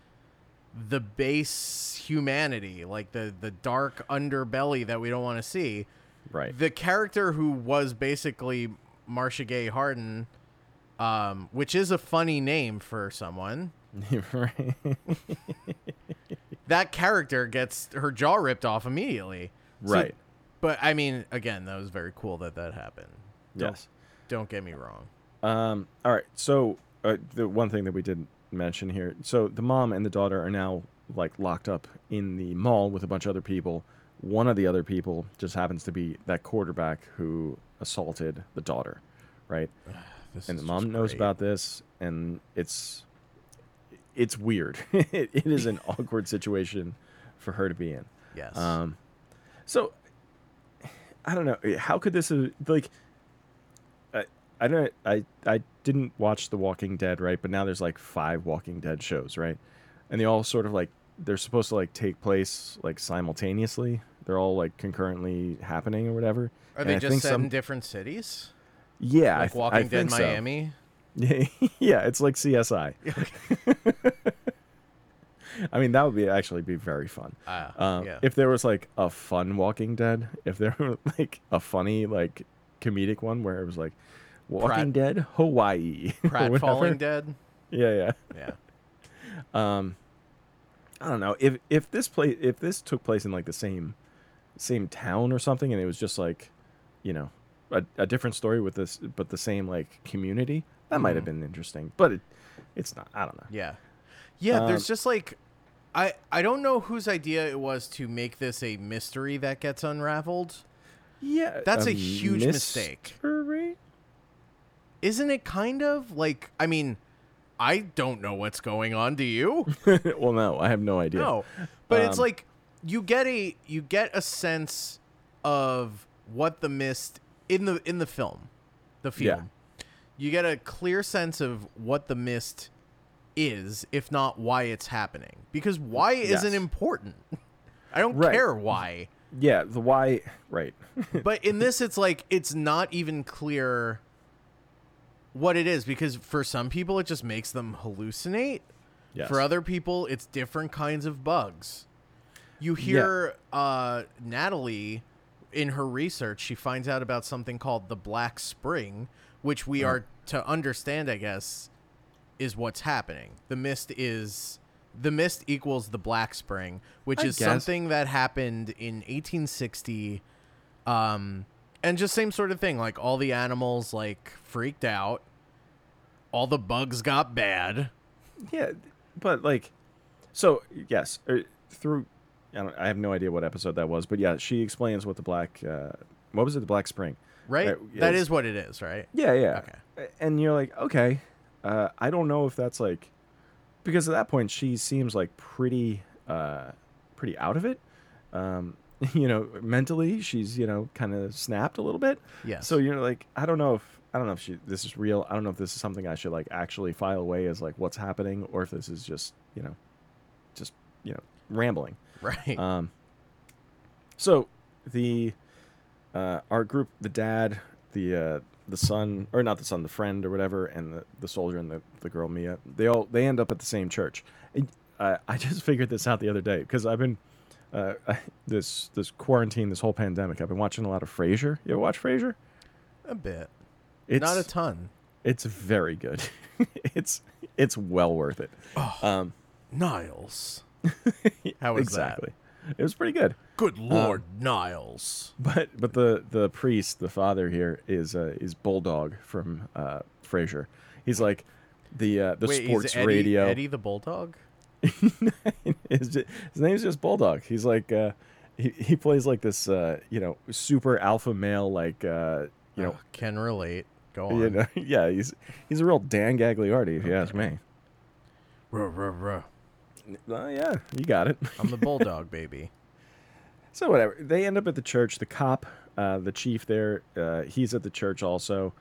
Speaker 1: the base humanity like the the dark underbelly that we don't want to see
Speaker 3: Right.
Speaker 1: the character who was basically Marcia Gay Harden um which is a funny name for someone
Speaker 3: right.
Speaker 1: that character gets her jaw ripped off immediately So-
Speaker 3: Right.
Speaker 1: but i mean again that was very cool that that happened
Speaker 3: yes.
Speaker 1: don't get me wrong
Speaker 3: Um, all right. So uh, the one thing that we didn't mention here. So the mom and the daughter are now like locked up in the mall with a bunch of other people. One of the other people just happens to be that quarterback who assaulted the daughter, right?
Speaker 1: This
Speaker 3: and the
Speaker 1: is
Speaker 3: mom
Speaker 1: just
Speaker 3: knows
Speaker 1: great.
Speaker 3: about this and it's it's weird it, it is an awkward situation for her to be in
Speaker 1: yes
Speaker 3: um so i don't know how could this have, like I, I don't i i didn't watch the walking dead right but now there's like five walking dead shows right and they all sort of like they're supposed to like take place like simultaneously they're all like concurrently happening or whatever
Speaker 1: Are
Speaker 3: And
Speaker 1: they
Speaker 3: I
Speaker 1: just
Speaker 3: think
Speaker 1: set
Speaker 3: some-
Speaker 1: in different cities?
Speaker 3: yeah I
Speaker 1: Like
Speaker 3: th- I
Speaker 1: Walking Dead
Speaker 3: think so.
Speaker 1: Miami?
Speaker 3: Yeah, yeah, it's like CSI. I mean, that would be actually be very fun.
Speaker 1: Ah,
Speaker 3: Um,
Speaker 1: yeah.
Speaker 3: If there was like a fun Walking Dead, if there were like a funny like comedic one where it was like Walking
Speaker 1: Pratt-
Speaker 3: Dead Hawaii, or
Speaker 1: Pratt
Speaker 3: whatever.
Speaker 1: Falling Dead? Um,
Speaker 3: Yeah, yeah.
Speaker 1: Yeah.
Speaker 3: I don't know if if this place if this took place in like the same same town or something, and it was just like you know a, a different story with this, but the same like community. That might
Speaker 1: Mm-hmm.
Speaker 3: have been interesting, but it it's not. I don't know.
Speaker 1: Yeah. Yeah,
Speaker 3: Um,
Speaker 1: there's just like I I don't know whose idea it was to make this a mystery that gets unraveled.
Speaker 3: Yeah,
Speaker 1: That's a huge mistake.
Speaker 3: mystery?
Speaker 1: Isn't it kind of like I mean, I don't know what's going on, do you?
Speaker 3: well, no, I have no idea.
Speaker 1: No. But it's
Speaker 3: Um,
Speaker 1: like you get a you get a sense of what the mist in the in the film. The
Speaker 3: Yeah.
Speaker 1: film. You get a clear sense of what the mist is, if not why it's happening. Because why
Speaker 3: Yes.
Speaker 1: isn't important. I don't
Speaker 3: Right.
Speaker 1: care why.
Speaker 3: yeah, the why, right?
Speaker 1: But in this it's like it's not even clear what it is because for some people it just makes them hallucinate.
Speaker 3: Yes.
Speaker 1: For other people, it's different kinds of bugs. You hear uh, Natalie in her research, she finds out about something called the Black Spring, which we
Speaker 3: Uh-huh.
Speaker 1: are to understand, I guess, is what's happening. The mist is the mist equals the Black Spring, which
Speaker 3: I
Speaker 1: is
Speaker 3: guess.
Speaker 1: something that happened in 1860. Um, and just same sort of thing. Like all the animals like freaked out. All the bugs got bad.
Speaker 3: yeah, but like, so yes, uh, through. I, don't, I have no idea what episode that was, but yeah, she explains what the black. Uh, what was it? The black spring,
Speaker 1: right?
Speaker 3: Uh,
Speaker 1: that
Speaker 3: it's-
Speaker 1: is what it is, right?
Speaker 3: Yeah, yeah.
Speaker 1: Okay.
Speaker 3: A- And you're like, okay, uh, I don't know if that's like, because at that point she seems like pretty, uh, pretty out of it. Um, you know, mentally she's you know kind of snapped a little bit.
Speaker 1: Yes.
Speaker 3: So you're like, I don't know if I don't know if she this is real. I don't know if this is something I should like actually file away as like what's happening, or if this is just you Uh, know, just you know rambling.
Speaker 1: Right.
Speaker 3: Um, so the uh, our group, the dad, the uh, the son, or not the son, the friend, or whatever, and the, the soldier and the, the girl Mia, they all they end up at the same church. And, uh, I just figured this out the other day because I've been uh, I, this this quarantine, this whole pandemic. I've been watching a lot of Frasier. You ever watch Frasier?
Speaker 1: A bit.
Speaker 3: It's
Speaker 1: Not a ton.
Speaker 3: it's very good. it's it's well worth it. Um,
Speaker 1: Niles. How was that?
Speaker 3: exactly. Um, It was pretty good.
Speaker 1: Good lord, Niles.
Speaker 3: But but the the priest, the father here is uh, is Bulldog from uh, Frasier. He's like the uh, the
Speaker 1: Wait,
Speaker 3: sports
Speaker 1: is Eddie,
Speaker 3: radio.
Speaker 1: Eddie the Bulldog?
Speaker 3: his, ju- his name's just Bulldog. He's like uh, he he plays like this uh, you know super alpha male like uh, you know
Speaker 1: Ugh, Ah, can relate. Go on.
Speaker 3: you know yeah he's he's a real Dan Gagliardi if you ask me.
Speaker 1: Ruh, ruh, ruh.
Speaker 3: Oh yeah, you got it.
Speaker 1: I'm the Bulldog, baby.
Speaker 3: So whatever. They end up at the church. The cop, uh, the chief there, uh, he's at the church also.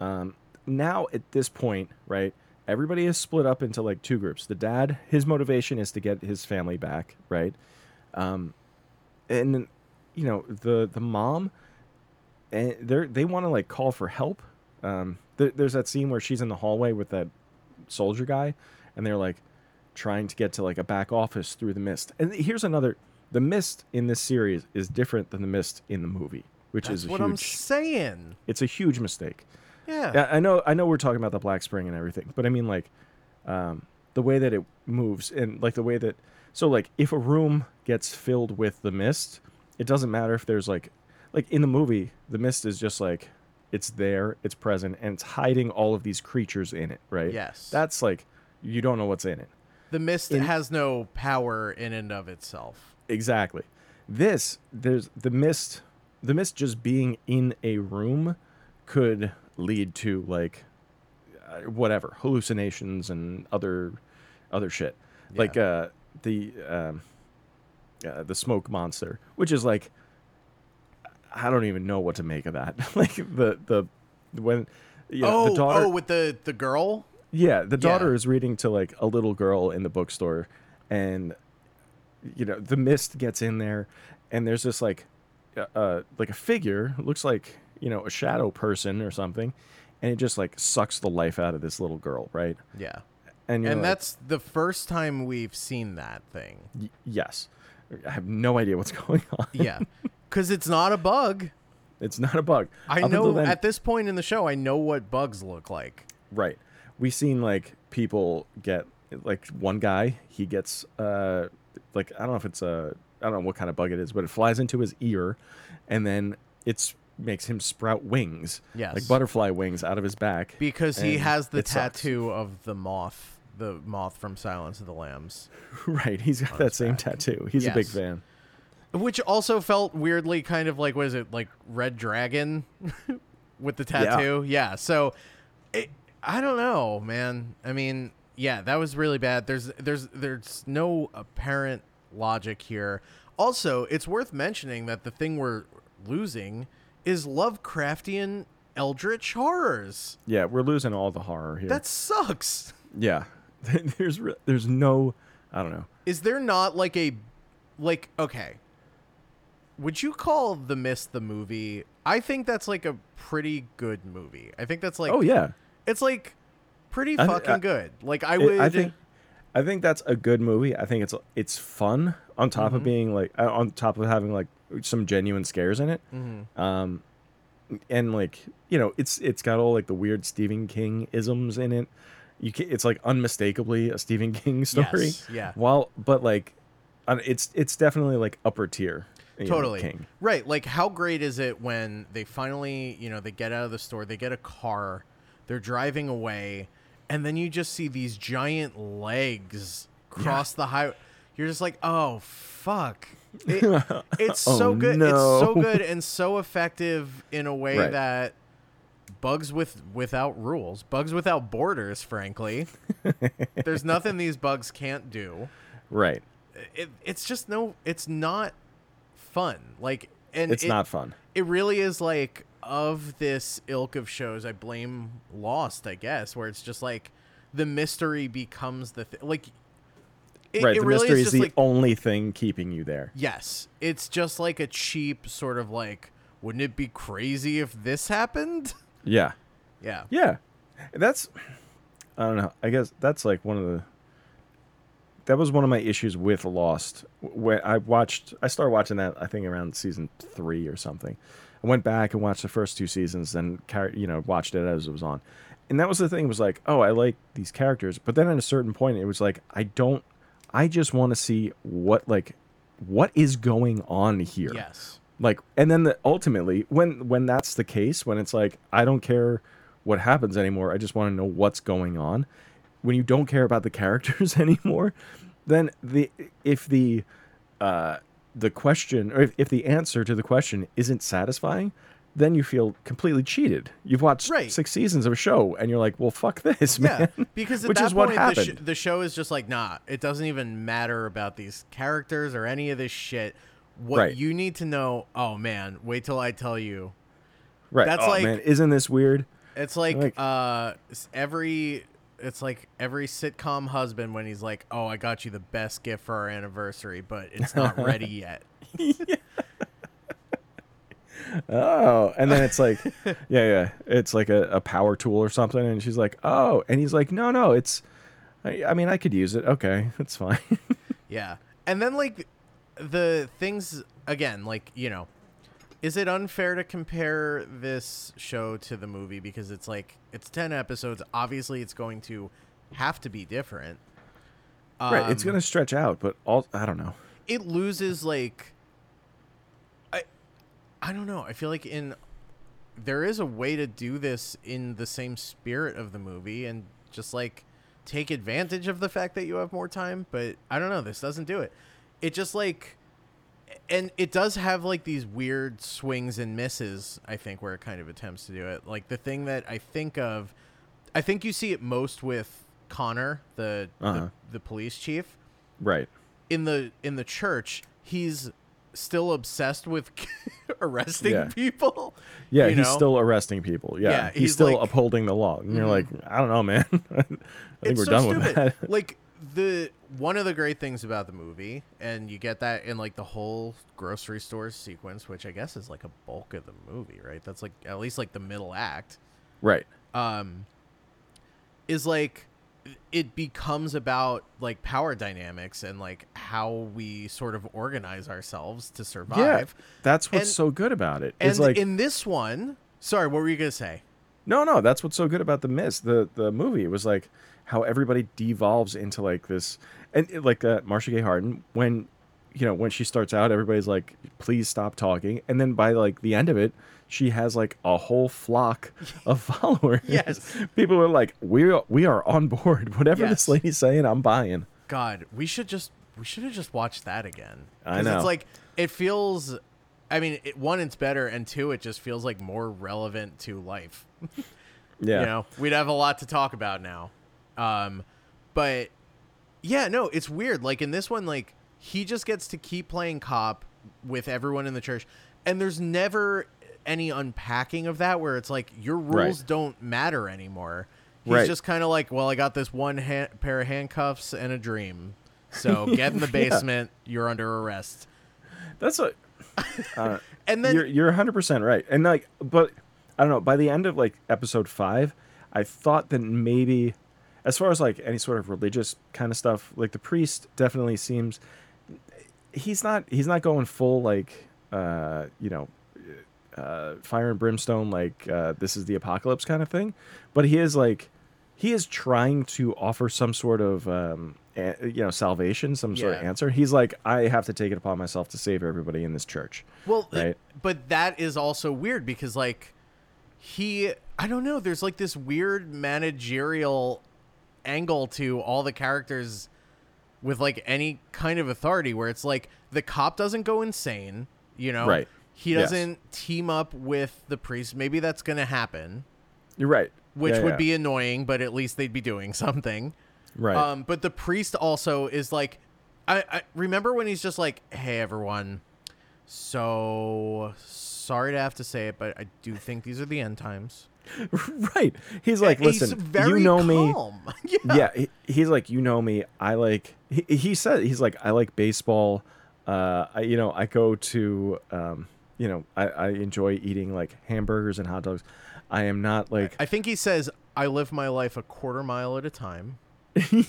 Speaker 3: Um, now at this point, right? Everybody is split up into like two groups. The dad, his motivation is to get his family back, right? Um, and then, you know the the mom, and they they want to like call for help. Um, there, there's that scene where she's in the hallway with that soldier guy, and they're like trying to get to like a back office through the mist. And here's another: the mist in this series is different than the mist in the movie, which
Speaker 1: That's
Speaker 3: is a
Speaker 1: what
Speaker 3: huge.
Speaker 1: I'm saying.
Speaker 3: it's a huge mistake.
Speaker 1: Yeah.
Speaker 3: Yeah, I know. I know we're talking about the Black Spring and everything, but I mean like um, the way that it moves and like the way that so like if a room gets filled with the mist, it doesn't matter if there's like like in the movie the mist is just like it's there, it's present, and it's hiding all of these creatures in it, right?
Speaker 1: Yes.
Speaker 3: That's like you don't know what's in it.
Speaker 1: The mist has no power in and of itself.
Speaker 3: Exactly. This there's the mist the mist just being in a room could lead to like uh, whatever hallucinations and other other shit. Like uh the um uh, the smoke monster, which is like I don't even know what to make of that. like the the when yeah,
Speaker 1: oh,
Speaker 3: the daughter
Speaker 1: oh, with the the girl.
Speaker 3: yeah, the daughter
Speaker 1: Yeah.
Speaker 3: is reading to like a little girl in the bookstore, and you know the mist gets in there, and there's this like, uh, uh, like a figure looks like you know a shadow person or something, and it just like sucks the life out of this little girl, right?
Speaker 1: Yeah.
Speaker 3: And you're
Speaker 1: And
Speaker 3: like,
Speaker 1: that's the first time we've seen that thing.
Speaker 3: "Y- yes, I have no idea what's going on.
Speaker 1: Yeah. Cuz it's not a bug.
Speaker 3: It's not a bug.
Speaker 1: I
Speaker 3: Up until
Speaker 1: know
Speaker 3: then-
Speaker 1: at this point in the show I know what bugs look like.
Speaker 3: Right. We've seen like people get like one guy, he gets uh like I don't know if it's a I don't know what kind of bug it is, but it flies into his ear and then it's makes him sprout wings.
Speaker 1: Yes.
Speaker 3: Like butterfly wings out of his back.
Speaker 1: Because he
Speaker 3: and
Speaker 1: has the
Speaker 3: it sucks.
Speaker 1: tattoo of the moth, the moth from Silence of the Lambs,
Speaker 3: Right. He's got that same tattoo. He's a big
Speaker 1: Yes.
Speaker 3: fan.
Speaker 1: which also felt weirdly kind of like what is it like Red Dragon with the
Speaker 3: Yeah.
Speaker 1: tattoo? Yeah. So it, I don't know, man. I mean, yeah, that was really bad. There's there's there's no apparent logic here. Also, it's worth mentioning that the thing we're losing is Lovecraftian eldritch horrors.
Speaker 3: Yeah, we're losing all the horror here.
Speaker 1: That sucks.
Speaker 3: yeah. there's re- there's no I don't know.
Speaker 1: Is there not like a like okay. Would you call The Mist the movie? I think that's like a pretty good movie. I think that's like
Speaker 3: oh yeah.
Speaker 1: it's like pretty
Speaker 3: I-
Speaker 1: fucking
Speaker 3: I-
Speaker 1: good. Like I
Speaker 3: It-
Speaker 1: would
Speaker 3: I think I think that's a good movie. I think it's it's fun on top
Speaker 1: Mm-hmm.
Speaker 3: of being like uh, on top of having like some genuine scares in it.
Speaker 1: Mm-hmm.
Speaker 3: Um and like, you know, it's it's got all like the weird Stephen King isms in it. You can, it's like unmistakably a Stephen King story.
Speaker 1: Yes, yeah.
Speaker 3: While but like uh, it's it's definitely like upper tier. you know,
Speaker 1: totally
Speaker 3: King.
Speaker 1: right like how great is it when they finally you know they get out of the store they get a car they're driving away and then you just see these giant legs cross the highway you're just like oh fuck It- it's
Speaker 3: Oh,
Speaker 1: so good
Speaker 3: no.
Speaker 1: it's so good and so effective in a way
Speaker 3: Right.
Speaker 1: that bugs with without rules bugs without borders frankly there's nothing these bugs can't do
Speaker 3: Right.
Speaker 1: it, it's just no it's not fun like and
Speaker 3: It's
Speaker 1: it,
Speaker 3: not fun.
Speaker 1: it really is like of this ilk of shows i blame lost i guess where it's just like the mystery becomes the thing like It,
Speaker 3: right,
Speaker 1: it
Speaker 3: the
Speaker 1: really
Speaker 3: mystery
Speaker 1: is
Speaker 3: is
Speaker 1: just
Speaker 3: the
Speaker 1: like
Speaker 3: only thing keeping you there.
Speaker 1: yes, it's just like a cheap sort of like. Wouldn't it be crazy if this happened?
Speaker 3: Yeah.
Speaker 1: Yeah.
Speaker 3: Yeah. That's I don't know. I guess that's like one of the that was one of my issues with Lost. When I watched I started watching that I think around season 3 or something. I went back and watched the first two seasons and char- you know, watched it as it was on. And that was the thing was like, "Oh, I like these characters." But then at a certain point it was like, "I don't I just want to see what like what is going on here."
Speaker 1: Yes.
Speaker 3: like and then the, ultimately when when that's the case when it's like i don't care what happens anymore i just want to know what's going on when you don't care about the characters anymore then the if the uh the question or if, if the answer to the question isn't satisfying then you feel completely cheated you've watched
Speaker 1: Right.
Speaker 3: six seasons of a show and you're like well fuck this
Speaker 1: Yeah,
Speaker 3: man
Speaker 1: because at
Speaker 3: which
Speaker 1: that
Speaker 3: is what
Speaker 1: point, the, sh-
Speaker 3: happened
Speaker 1: the show is just like, nah, it doesn't even matter about these characters or any of this shit. What
Speaker 3: Right.
Speaker 1: you need to know, oh man, wait till I tell you.
Speaker 3: right
Speaker 1: that's
Speaker 3: oh,
Speaker 1: like-
Speaker 3: man isn't this weird
Speaker 1: It's like,
Speaker 3: Like-
Speaker 1: uh, s- every, it's like every sitcom husband when he's like, oh, I got you the best gift for our anniversary, but it's not ready yet.
Speaker 3: oh and then it's like yeah yeah it's like a, a power tool or something and she's like oh and he's like no no it's i, I mean i could use it okay that's fine
Speaker 1: Yeah. And then like the things again, like, you know, is it unfair to compare this show to the movie because it's like it's 10 episodes, obviously it's going to have to be different.
Speaker 3: right it's
Speaker 1: Um,
Speaker 3: gonna stretch out but all i don't know
Speaker 1: it loses like I I don't know. I feel like in there is a way to do this in the same spirit of the movie and just like take advantage of the fact that you have more time, but I don't know, this doesn't do it. It just like and it does have like these weird swings and misses, I think, where it kind of attempts to do it. Like the thing that I think of I think you see it most with Connor, the
Speaker 3: Uh-huh.
Speaker 1: the, the police chief
Speaker 3: right
Speaker 1: in the in the church he's still obsessed with arresting
Speaker 3: Yeah.
Speaker 1: people
Speaker 3: yeah
Speaker 1: you
Speaker 3: he's
Speaker 1: know?
Speaker 3: still arresting people yeah,
Speaker 1: Yeah,
Speaker 3: he's,
Speaker 1: he's
Speaker 3: still
Speaker 1: like- Mm-hmm.
Speaker 3: upholding the law and you're like i don't know man i think
Speaker 1: it's
Speaker 3: we're
Speaker 1: so
Speaker 3: done with
Speaker 1: stupid
Speaker 3: that
Speaker 1: like the one of the great things about the movie and you get that in like the whole grocery store sequence which i guess is like a bulk of the movie right that's like at least like the middle act
Speaker 3: right
Speaker 1: um, is like it becomes about like power dynamics and like how we sort of organize ourselves to survive
Speaker 3: yeah that's what's
Speaker 1: And-
Speaker 3: so good about it
Speaker 1: and
Speaker 3: it's like
Speaker 1: in this one sorry what were you gonna say
Speaker 3: No, no, that's what's so good about the mist, the the movie. It was like how everybody devolves into like this, and it- like uh, Marsha Gay Harden when you know when she starts out, everybody's like, "Please stop talking," and then by like the end of it, she has like a whole flock of followers.
Speaker 1: Yes.
Speaker 3: people are like, "We are, we are on board. Whatever
Speaker 1: Yes.
Speaker 3: this lady's saying, I'm buying."
Speaker 1: God, we should just we should have just watched that again.
Speaker 3: I
Speaker 1: 'Cause
Speaker 3: know.
Speaker 1: It's like it feels. I mean, it, one, it's better, and two, it just feels like more relevant to life.
Speaker 3: Yeah,
Speaker 1: You know, we'd have a lot to talk about now. Um, but yeah, no, it's weird. Like in this one, like he just gets to keep playing cop with everyone in the church, and there's never any unpacking of that where it's like your
Speaker 3: Right.
Speaker 1: rules don't matter anymore. He's
Speaker 3: Right.
Speaker 1: just kind of like, well, I got this one ha- pair of handcuffs and a dream. So get in the basement. You're under arrest.
Speaker 3: that's what
Speaker 1: And then
Speaker 3: you're you're 100 percent right. And like, but I don't know. By the end of like episode five, I thought that maybe, as far as like any sort of religious kind of stuff, like the priest definitely seems he's not he's not going full like uh you know uh fire and brimstone like uh this is the apocalypse kind of thing but he is like he is trying to offer some sort of um a, you know salvation some sort of
Speaker 1: Yeah.
Speaker 3: answer he's like i have to take it upon myself to save everybody in this church
Speaker 1: Well, th-
Speaker 3: right?
Speaker 1: but that is also weird because like he I don't know, there's like this weird managerial angle to all the characters with like any kind of authority where it's like the cop doesn't go insane, you know?
Speaker 3: Right.
Speaker 1: He
Speaker 3: Yes.
Speaker 1: doesn't team up with the priest. Maybe that's going to happen,
Speaker 3: You're right.
Speaker 1: which
Speaker 3: Yeah,
Speaker 1: would
Speaker 3: yeah.
Speaker 1: be annoying, but at least they'd be doing something.
Speaker 3: right.
Speaker 1: Um, but the priest also is like, I, I remember when he's just like, "Hey everyone, so sorry to have to say it, but I do think these are the end times."
Speaker 3: right. He's like,
Speaker 1: He's
Speaker 3: listen,
Speaker 1: very
Speaker 3: you know me.
Speaker 1: calm. yeah.
Speaker 3: yeah he, he's like you know me i like he, he said he's like i like baseball uh I, you know i go to um you know I, I enjoy eating like hamburgers and hot dogs i am not like
Speaker 1: I think he says, "I live my life a quarter mile at a time."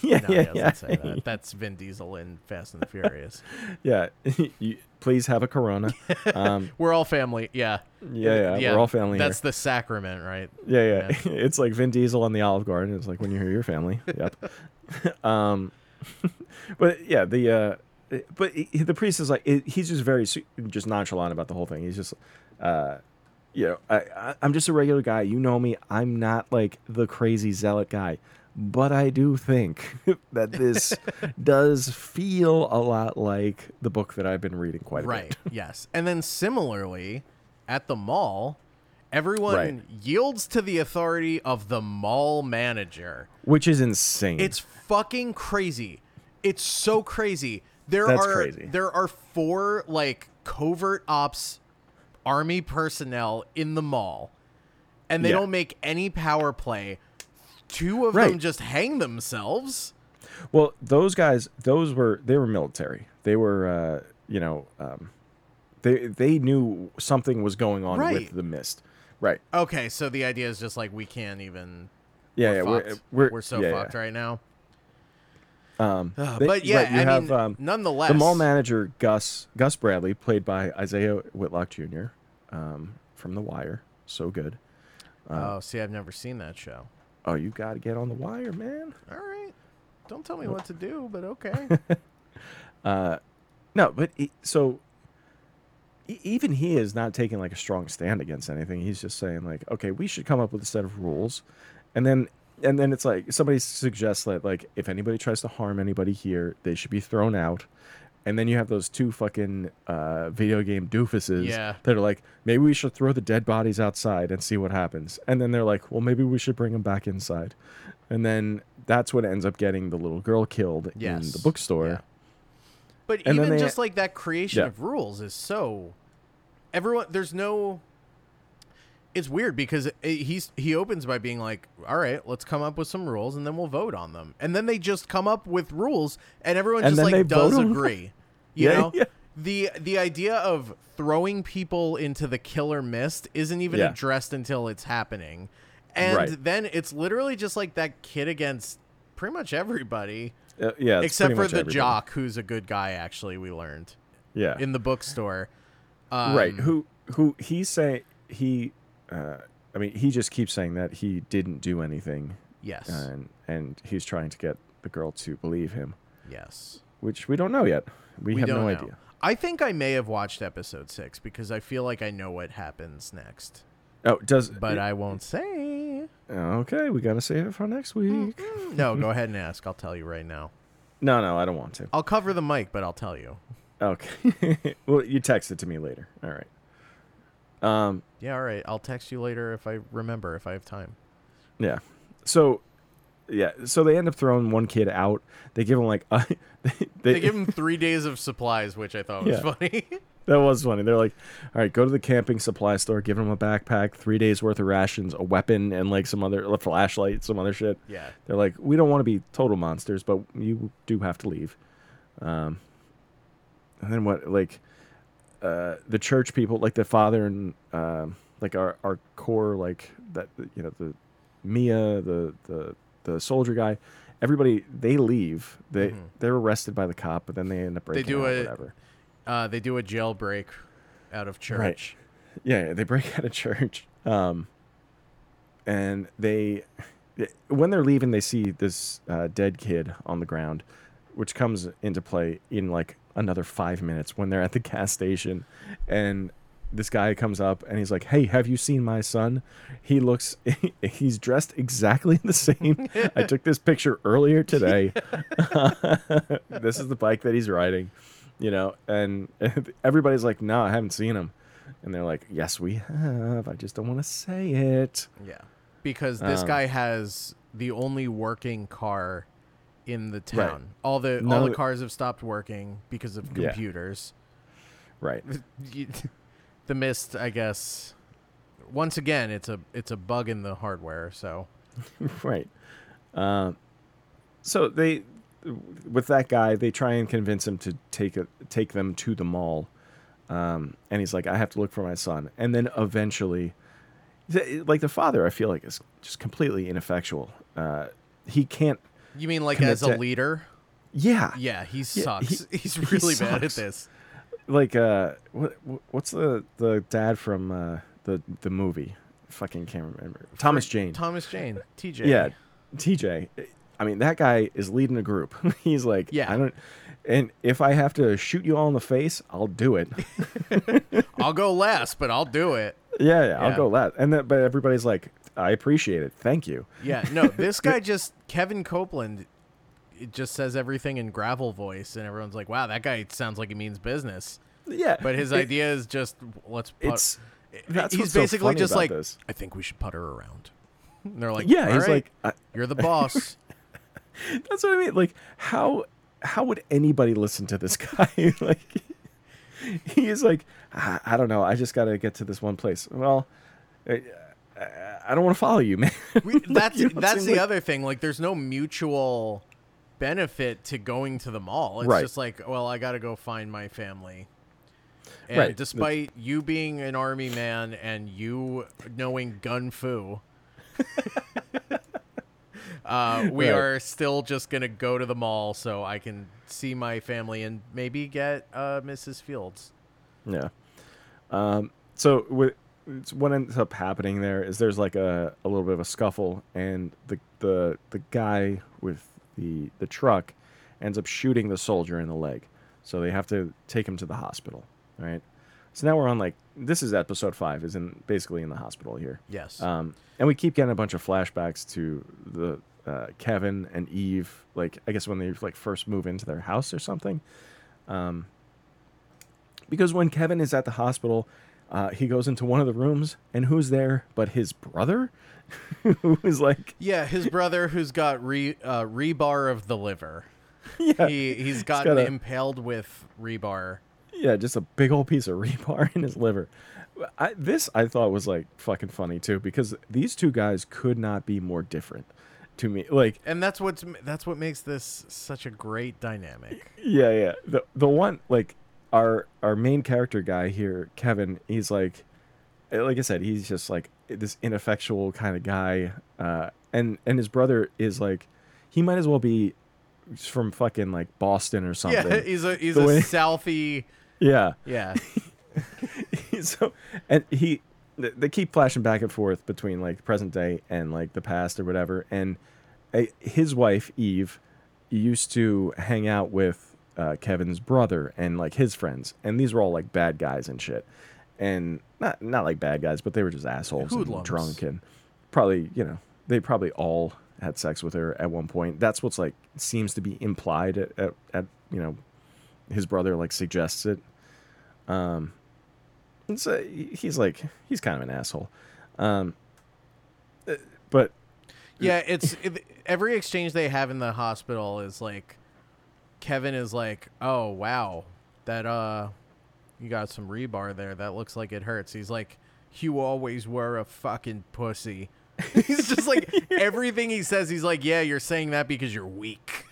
Speaker 3: yeah
Speaker 1: No,
Speaker 3: yeah
Speaker 1: he
Speaker 3: yeah,
Speaker 1: doesn't say that. That's Vin Diesel in Fast and the Furious.
Speaker 3: yeah. you, please have a corona um
Speaker 1: We're all family. Yeah.
Speaker 3: yeah yeah, we're all family
Speaker 1: That's the sacrament, right?
Speaker 3: here. yeah yeah it's like vin diesel on the olive garden it's like when you hear your family yep um but yeah the uh but he- the priest is like it, he's just very su- just nonchalant about the whole thing he's just uh you know I, I i'm just a regular guy you know me i'm not like the crazy zealot guy but i do think that this does feel a lot like the book that i've been reading quite a
Speaker 1: Right.
Speaker 3: bit
Speaker 1: yes. And then similarly, at the mall, everyone
Speaker 3: Right.
Speaker 1: yields to the authority of the mall manager.
Speaker 3: which is insane
Speaker 1: It's fucking crazy. It's so crazy. There
Speaker 3: That's
Speaker 1: are
Speaker 3: crazy.
Speaker 1: there are four like covert ops army personnel in the mall, and they
Speaker 3: Yeah.
Speaker 1: don't make any power play. Two of them
Speaker 3: Right.
Speaker 1: just hang themselves.
Speaker 3: Well, those guys, those were they were military. They were, uh, you know, um, they they knew something was going on
Speaker 1: Right.
Speaker 3: with the mist. Right.
Speaker 1: Okay, so the idea is just like we can't even.
Speaker 3: Yeah. yeah.
Speaker 1: we're
Speaker 3: We're,
Speaker 1: fucked.
Speaker 3: we're
Speaker 1: so
Speaker 3: yeah, yeah.
Speaker 1: fucked right now.
Speaker 3: Um,
Speaker 1: Ugh,
Speaker 3: they-
Speaker 1: but yeah,
Speaker 3: right, you
Speaker 1: I
Speaker 3: have
Speaker 1: mean,
Speaker 3: um,
Speaker 1: nonetheless,
Speaker 3: the mall manager Gus Gus Bradley, played by Isaiah Whitlock Jr. Um, from The Wire. So good. Uh,
Speaker 1: Oh, see, I've never seen that show.
Speaker 3: Oh, you got to get on The Wire, man.
Speaker 1: All right, don't tell me what to do, but okay.
Speaker 3: Uh, no, but he, so e- even he is not taking like a strong stand against anything. He's just saying like, okay, we should come up with a set of rules, and then and then it's like somebody suggests that like if anybody tries to harm anybody here, they should be thrown out. And then you have those two fucking uh, video game doofuses
Speaker 1: Yeah.
Speaker 3: that are like, maybe we should throw the dead bodies outside and see what happens. And then they're like, well, maybe we should bring them back inside. And then that's what ends up getting the little girl killed in
Speaker 1: Yes.
Speaker 3: the bookstore.
Speaker 1: Yeah. But
Speaker 3: And then
Speaker 1: even
Speaker 3: they-
Speaker 1: just like that creation
Speaker 3: Yeah.
Speaker 1: of rules is so everyone there's no it's weird because it, he's he opens by being like, "All right, let's come up with some rules and then we'll vote on them." And then they just come up with rules and everyone
Speaker 3: And
Speaker 1: just
Speaker 3: then they
Speaker 1: like does
Speaker 3: vote on-
Speaker 1: agree. You
Speaker 3: Yeah,
Speaker 1: know?
Speaker 3: yeah.
Speaker 1: The the idea of throwing people into the killer mist isn't even
Speaker 3: Yeah.
Speaker 1: addressed until it's happening. And
Speaker 3: Right.
Speaker 1: then it's literally just like that kid against pretty much everybody.
Speaker 3: Uh, yeah, it's
Speaker 1: except
Speaker 3: pretty
Speaker 1: for
Speaker 3: much
Speaker 1: the
Speaker 3: everybody.
Speaker 1: jock who's a good guy actually we learned
Speaker 3: Yeah,
Speaker 1: in the bookstore
Speaker 3: right.
Speaker 1: Um,
Speaker 3: Who who he say he? Uh, I mean, he just keeps saying that he didn't do anything,
Speaker 1: yes
Speaker 3: and and he's trying to get the girl to believe him,
Speaker 1: yes
Speaker 3: which we don't know yet. We,
Speaker 1: we
Speaker 3: have
Speaker 1: don't
Speaker 3: no
Speaker 1: know.
Speaker 3: idea.
Speaker 1: i think i may have watched episode six because i feel like i know what happens next
Speaker 3: Oh, does
Speaker 1: but uh, i won't say
Speaker 3: okay? We gotta save it for next week.
Speaker 1: no go ahead and ask i'll tell you right now
Speaker 3: No, no, I don't want to.
Speaker 1: i'll cover the mic but i'll tell you
Speaker 3: Okay. well, you text it to me later. All right. Um.
Speaker 1: yeah all right i'll text you later if i remember if i have time
Speaker 3: Yeah. So. Yeah, so they end up throwing one kid out. They give him like a, they,
Speaker 1: they give him three days of supplies which i thought was
Speaker 3: Yeah.
Speaker 1: funny
Speaker 3: That was funny. They're like, all right, go to the camping supply store, give him a backpack, three days worth of rations, a weapon, and like some other a flashlight, some other shit.
Speaker 1: yeah
Speaker 3: They're like, we don't want to be total monsters, but you do have to leave. Um, and then what? Like, uh, the church people, like the father and um, like our our core, like that you know the Mia, the the the soldier guy, everybody they leave. They they're arrested by the cop, but then they end up breaking
Speaker 1: Mm-hmm. do
Speaker 3: out,
Speaker 1: a-
Speaker 3: whatever.
Speaker 1: uh, they do a jailbreak out of church
Speaker 3: Yeah, yeah, they break out of church. Um, and they, when they're leaving, they see this uh, dead kid on the ground, which comes into play in like another five minutes when they're at the gas station. And this guy comes up and he's like, Hey, have you seen my son? He looks, he's dressed exactly the same. I took this picture earlier today. this is the bike that he's riding, you know, and everybody's like, no, I haven't seen him. And they're like, yes, we have. I just don't want to say it.
Speaker 1: Yeah. Because this
Speaker 3: Um,
Speaker 1: guy has the only working car in the town. All the all
Speaker 3: No-
Speaker 1: the cars have stopped working because of
Speaker 3: Yeah.
Speaker 1: computers.
Speaker 3: Right.
Speaker 1: You- the mist, I guess, once again, it's a it's a bug in the hardware. So
Speaker 3: right. Uh, so they, with that guy, they try and convince him to take a, take them to the mall, um, and he's like, "I have to look for my son." And then eventually, th- like the father, I feel like is just completely ineffectual. Uh, he can't.
Speaker 1: you mean like
Speaker 3: Commit
Speaker 1: as a
Speaker 3: to-
Speaker 1: leader?
Speaker 3: Yeah,
Speaker 1: Yeah, he
Speaker 3: he-
Speaker 1: sucks. He's
Speaker 3: he
Speaker 1: really bad at
Speaker 3: sucks.
Speaker 1: this.
Speaker 3: Like, uh, what what's the the dad from uh, the the movie? Fucking can't remember. Thomas Jane.
Speaker 1: Thomas Jane, TJ.
Speaker 3: Yeah, TJ. I mean, that guy is leading a group. He's like,
Speaker 1: Yeah.
Speaker 3: yeah, I don't. And if I have to shoot you all in the face, I'll do it.
Speaker 1: I'll go last, but I'll do it.
Speaker 3: yeah, yeah,
Speaker 1: Yeah.
Speaker 3: I'll go that. And that, but everybody's like, I appreciate it. Thank you.
Speaker 1: Yeah, no, this guy just Kevin Copeland. It just says everything in gravel voice, and everyone's like, "Wow, that guy sounds like he means business."
Speaker 3: Yeah,
Speaker 1: But his
Speaker 3: it-
Speaker 1: idea is just let's. Put,
Speaker 3: It's that's
Speaker 1: he's
Speaker 3: what's so
Speaker 1: basically
Speaker 3: funny
Speaker 1: just
Speaker 3: about
Speaker 1: like,
Speaker 3: this.
Speaker 1: "I think we should putter around." And they're like,
Speaker 3: yeah.
Speaker 1: "All
Speaker 3: He's
Speaker 1: right,
Speaker 3: like, I,
Speaker 1: you're the boss."
Speaker 3: that's what I mean. Like, how how would anybody listen to this guy? like, he's like, I, I don't know. I just got to get to this one place. Well, I, I- I don't want to follow you, man.
Speaker 1: We, that's
Speaker 3: you know what I'm
Speaker 1: that's the
Speaker 3: saying? Like-
Speaker 1: other thing. Like, there's no mutual benefit to going to the mall. It's
Speaker 3: Right.
Speaker 1: just like, well, I got to go find my family. And
Speaker 3: Right.
Speaker 1: despite you being an army man and you knowing gun fu, uh, we
Speaker 3: Right.
Speaker 1: are still just gonna go to the mall so I can see my family and maybe get uh, Mrs. Fields.
Speaker 3: Yeah. Um, so wi- it's what ends up happening there is there's like a, a little bit of a scuffle, and the the the guy with the the truck ends up shooting the soldier in the leg, so they have to take him to the hospital. All right. So now we're on like this is episode five is in basically in the hospital here.
Speaker 1: Yes.
Speaker 3: Um, and we keep getting a bunch of flashbacks to the uh, Kevin and Eve, like I guess when they like first move into their house or something. Um, because when Kevin is at the hospital, uh, he goes into one of the rooms, and who's there but his brother, who is like,
Speaker 1: yeah, his brother who's got re uh, rebar of the liver.
Speaker 3: yeah,
Speaker 1: he he's
Speaker 3: got
Speaker 1: gotten
Speaker 3: a-
Speaker 1: impaled with rebar.
Speaker 3: yeah, just a big old piece of rebar in his liver. I, this I thought was like fucking funny too, because these two guys could not be more different to me. Like
Speaker 1: And that's what's that's what makes this such a great dynamic.
Speaker 3: Yeah, yeah. The the one like our our main character guy here, Kevin, he's like eh, like I said, he's just like this ineffectual kind of guy. Uh and and his brother is like he might as well be from fucking like Boston or something.
Speaker 1: Yeah, he's a he's
Speaker 3: The
Speaker 1: a
Speaker 3: way-
Speaker 1: Southie.
Speaker 3: yeah.
Speaker 1: Yeah,
Speaker 3: so and he th- they keep flashing back and forth between like present day and like the past or whatever and uh, his wife eve used to hang out with uh, kevin's brother and like his friends and these were all like bad guys and shit and not not like bad guys but they were just assholes
Speaker 1: Hoodlums.
Speaker 3: and drunk and probably you know they probably all had sex with her at one point that's what's like seems to be implied at, at, at you know his brother like suggests it and so he- he's like he's kind of an asshole um uh, but
Speaker 1: yeah. It's it, every exchange they have in the hospital is like Kevin is like, "Oh wow, that uh, you got some rebar there. That looks like it hurts." He's like, "You always were a fucking pussy." he's just like everything he says. He's like, "Yeah, you're saying that because you're weak."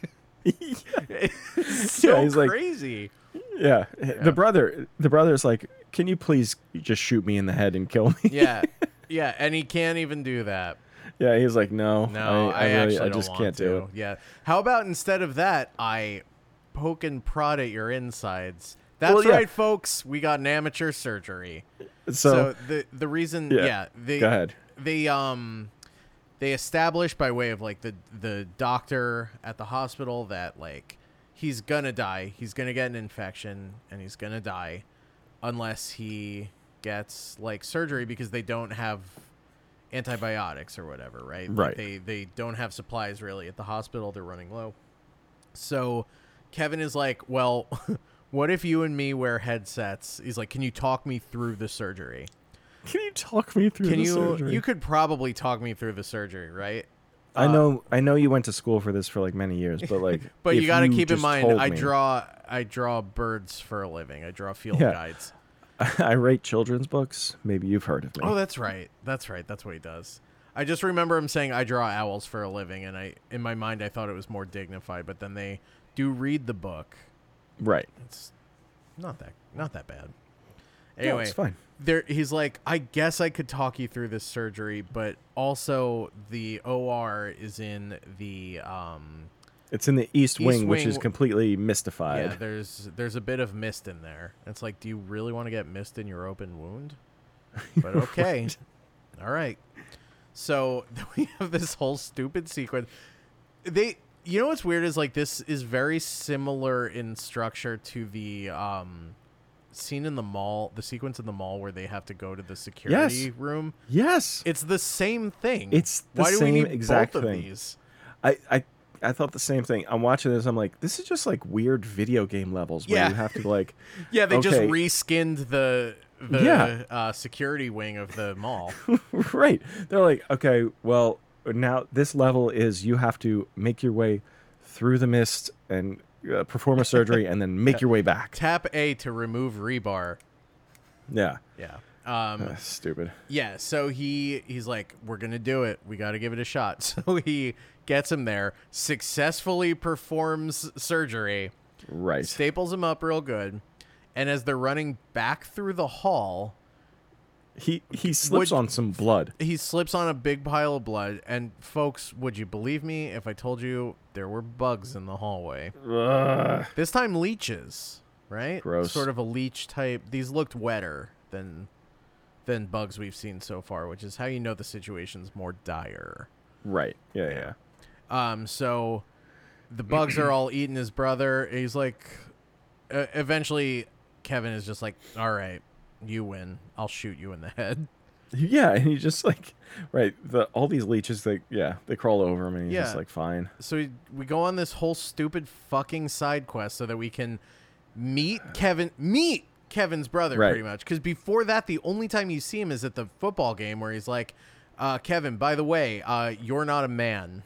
Speaker 1: It's so
Speaker 3: Yeah, he's like-
Speaker 1: crazy.
Speaker 3: yeah, the brother the brother's like can you please just shoot me in the head and kill me
Speaker 1: Yeah. Yeah, and he can't even do that.
Speaker 3: yeah he's like no
Speaker 1: No, I,
Speaker 3: really-
Speaker 1: actually
Speaker 3: I
Speaker 1: don't
Speaker 3: just
Speaker 1: want
Speaker 3: can't
Speaker 1: to.
Speaker 3: do it
Speaker 1: Yeah. How about instead of that, I poke and prod at your insides. That's
Speaker 3: Well, yeah.
Speaker 1: right, folks. We got an amateur surgery. So,
Speaker 3: so,
Speaker 1: the the reason, yeah,
Speaker 3: Yeah.
Speaker 1: they
Speaker 3: Go ahead.
Speaker 1: they um they established by way of like the the doctor at the hospital that like he's gonna die, he's gonna get an infection, and he's gonna die unless he gets like surgery because they don't have antibiotics or whatever, right? Like,
Speaker 3: Right.
Speaker 1: they they don't have supplies really at the hospital. They're running low. So Kevin is like, "Well, what if you and me wear headsets?" He's like, "Can you talk me through the surgery?"
Speaker 3: can you talk me through
Speaker 1: Can
Speaker 3: the
Speaker 1: you
Speaker 3: surgery?
Speaker 1: you could probably talk me through the surgery, right?
Speaker 3: i know i know you went to school for this for like many years but like
Speaker 1: uh, But
Speaker 3: if
Speaker 1: you got to keep in
Speaker 3: just
Speaker 1: mind
Speaker 3: told
Speaker 1: I
Speaker 3: me-
Speaker 1: draw I draw birds for a living. I draw field
Speaker 3: Yeah.
Speaker 1: guides.
Speaker 3: I rate children's books. Maybe you've heard of me.
Speaker 1: Oh, that's right. That's right. That's what he does. I just remember him saying, "I draw owls for a living," and I, in my mind, I thought it was more dignified. But then they do read the book.
Speaker 3: right.
Speaker 1: It's not that not that bad.
Speaker 3: No,
Speaker 1: Anyway,
Speaker 3: it's fine.
Speaker 1: there he's like, I guess I could talk you through this surgery, but also the OR is in the um
Speaker 3: It's in the East, Wing, which
Speaker 1: Wing
Speaker 3: is
Speaker 1: w-
Speaker 3: completely
Speaker 1: yeah,
Speaker 3: mystified.
Speaker 1: there's there's a bit of mist in there. It's like, do you really want to get mist in your open wound? But okay. All right. So we have this whole stupid sequence. They you know what's weird is like this is very similar in structure to the um scene in the mall, the sequence in the mall where they have to go to the security room.
Speaker 3: yes.
Speaker 1: It's the same thing.
Speaker 3: It's the
Speaker 1: Why do we
Speaker 3: same
Speaker 1: need
Speaker 3: exact
Speaker 1: both
Speaker 3: thing.
Speaker 1: of these?
Speaker 3: I, I I thought the same thing. I'm watching this. I'm like, this is just like weird video game levels where
Speaker 1: Yeah.
Speaker 3: you have to like,
Speaker 1: Yeah, they just
Speaker 3: Okay.
Speaker 1: reskinned the the
Speaker 3: Yeah.
Speaker 1: uh, security wing of the mall.
Speaker 3: right? They're like, okay, well, now this level is you have to make your way through the mist and uh, perform a surgery and then make your way back.
Speaker 1: Tap A to remove rebar.
Speaker 3: Yeah.
Speaker 1: Yeah. Um,
Speaker 3: Ugh, stupid.
Speaker 1: yeah. So he he's like, we're gonna do it. We got to give it a shot. So he gets him there, successfully performs surgery,
Speaker 3: Right.
Speaker 1: staples him up real good, and as they're running back through the hall,
Speaker 3: He he slips
Speaker 1: Would-
Speaker 3: on some blood.
Speaker 1: he slips on a big pile of blood. And folks, would you believe me if I told you there were bugs in the hallway?
Speaker 3: Ugh.
Speaker 1: This time leeches, right?
Speaker 3: Gross.
Speaker 1: Sort of a leech type. These looked wetter than than bugs we've seen so far, which is how you know the situation's more dire.
Speaker 3: Right. Yeah, yeah.
Speaker 1: Um, so the bugs are all eating his brother. He's like, uh, eventually, Kevin is just like, "All right, you win. I'll shoot you in the head."
Speaker 3: Yeah, and he just like right, the all these leeches they yeah, they crawl over him and he's just
Speaker 1: Yeah.
Speaker 3: like fine.
Speaker 1: so we, we go on this whole stupid fucking side quest so that we can meet Kevin, meet Kevin's brother
Speaker 3: Right.
Speaker 1: pretty much. Because before that, the only time you see him is at the football game where he's like, uh, "Kevin, by the way, uh, you're not a man.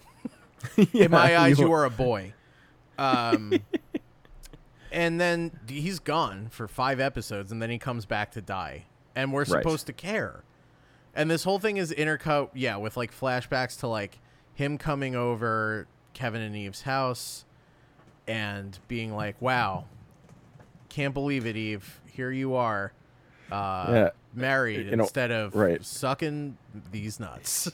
Speaker 1: In my
Speaker 3: Yeah,
Speaker 1: eyes, you are a boy." Um, and then he's gone for five episodes, and then he comes back to die, and we're
Speaker 3: Right.
Speaker 1: supposed to care. And this whole thing is intercut, yeah, with like flashbacks to like him coming over Kevin and Eve's house and being like, "Wow, can't believe it, Eve. Here you are, uh,
Speaker 3: Yeah.
Speaker 1: married
Speaker 3: You know,
Speaker 1: instead of
Speaker 3: right.
Speaker 1: sucking these nuts."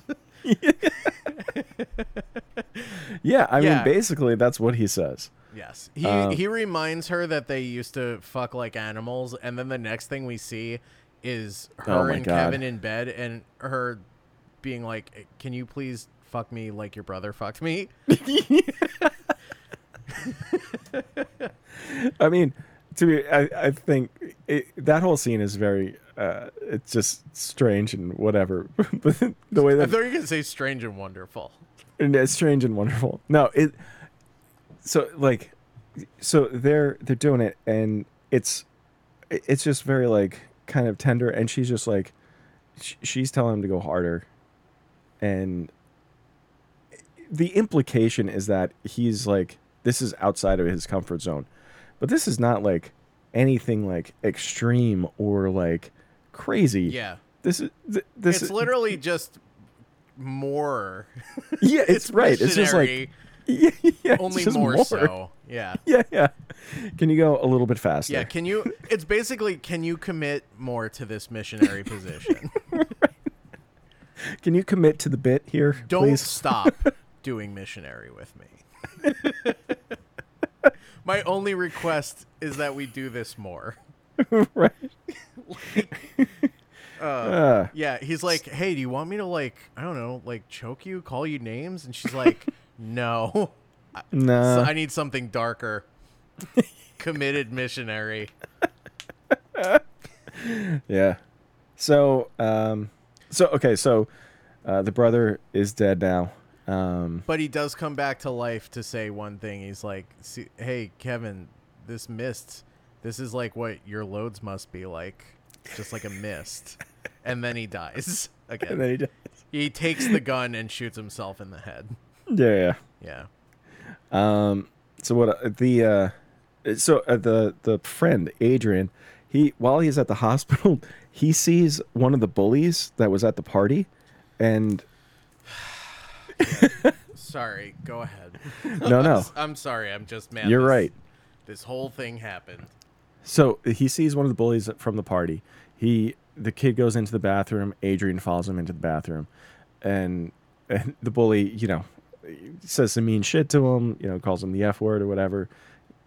Speaker 3: Yeah,
Speaker 1: Yeah.
Speaker 3: I mean basically that's what he says.
Speaker 1: yes, he
Speaker 3: Um,
Speaker 1: he reminds her that they used to fuck like animals, and then the next thing we see is her
Speaker 3: Oh my
Speaker 1: and
Speaker 3: God.
Speaker 1: Kevin in bed, and her being like, "Eh, "Can you please fuck me like your brother fucked me?"
Speaker 3: I mean, to me I, I think it, that whole scene is very uh it's just strange and whatever. but the way
Speaker 1: I
Speaker 3: that
Speaker 1: thought you were gonna say strange and wonderful.
Speaker 3: and it's strange and wonderful. No, it. So like, so they're they're doing it, and it's it- it's just very like kind of tender, and she's just like, sh- she's telling him to go harder, and the implication is that he's like this is outside of his comfort zone, but this is not like anything like extreme or like crazy.
Speaker 1: Yeah,
Speaker 3: This is th- this
Speaker 1: it's
Speaker 3: is
Speaker 1: literally just more.
Speaker 3: yeah. It's, right. It's just like
Speaker 1: missionary,
Speaker 3: yeah, yeah, it's
Speaker 1: only
Speaker 3: just
Speaker 1: more, so. Yeah.
Speaker 3: yeah, yeah. Can you go a little bit faster?
Speaker 1: Yeah, can you it's basically can you commit more to this missionary position?
Speaker 3: Can you commit to the bit here?
Speaker 1: Don't
Speaker 3: please?
Speaker 1: stop doing missionary with me. My only request is that we do this more.
Speaker 3: right. Uh,
Speaker 1: Yeah, he's like, "Hey, do you want me to like, I don't know, like choke you, call you names?" And she's like, "No. So
Speaker 3: nah.
Speaker 1: I need something darker." Committed missionary.
Speaker 3: yeah. So, um, so okay, so uh, the brother is dead now. Um,
Speaker 1: But he does come back to life to say one thing. He's like, See, "Hey, Kevin, this mist, this is like what your loads must be like, just like a mist." And then he dies
Speaker 3: and
Speaker 1: again.
Speaker 3: then he died.
Speaker 1: He takes the gun and shoots himself in the head.
Speaker 3: Yeah,
Speaker 1: Yeah.
Speaker 3: yeah. Um, so what uh, the uh, so uh, the the friend Adrian, he while he's at the hospital, he sees one of the bullies that was at the party, and
Speaker 1: Sorry, go ahead.
Speaker 3: Oh, no,
Speaker 1: I'm
Speaker 3: no.
Speaker 1: s- I'm sorry. I'm just mad.
Speaker 3: You're
Speaker 1: this-
Speaker 3: right.
Speaker 1: This whole thing happened.
Speaker 3: So he sees one of the bullies from the party. He the kid goes into the bathroom. Adrian follows him into the bathroom, and, and the bully, you know, says some mean shit to him. You know, calls him the f word or whatever.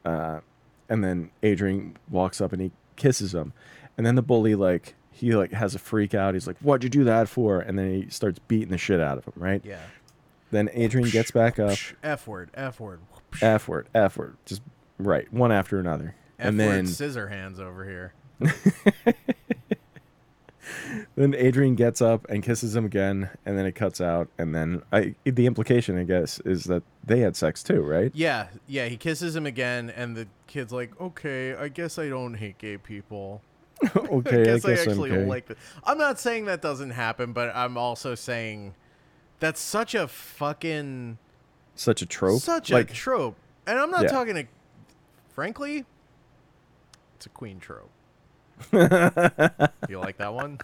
Speaker 3: Uh, and then Adrian walks up and he kisses him, and then the bully like he like has a freak out. He's like, "What'd you do that for?" And then he starts beating the shit out of him. Right.
Speaker 1: Yeah.
Speaker 3: Then Adrian gets back up.
Speaker 1: F word. F word. F
Speaker 3: F word. F word. Just right, one after another. and
Speaker 1: word.
Speaker 3: then
Speaker 1: scissor hands over here.
Speaker 3: Then Adrian gets up and kisses him again, and then it cuts out. And then I, the implication, I guess, is that they had sex too, right?
Speaker 1: Yeah, yeah. He kisses him again, and the kid's like, "Okay, I guess I don't hate gay people.
Speaker 3: okay,
Speaker 1: I guess I,
Speaker 3: I'm
Speaker 1: actually
Speaker 3: gay.
Speaker 1: like this." I'm not saying that doesn't happen, but I'm also saying that's such a fucking
Speaker 3: such a trope.
Speaker 1: such
Speaker 3: like,
Speaker 1: a trope, and I'm not
Speaker 3: Yeah.
Speaker 1: talking to. Frankly, it's a queen trope. you like that one?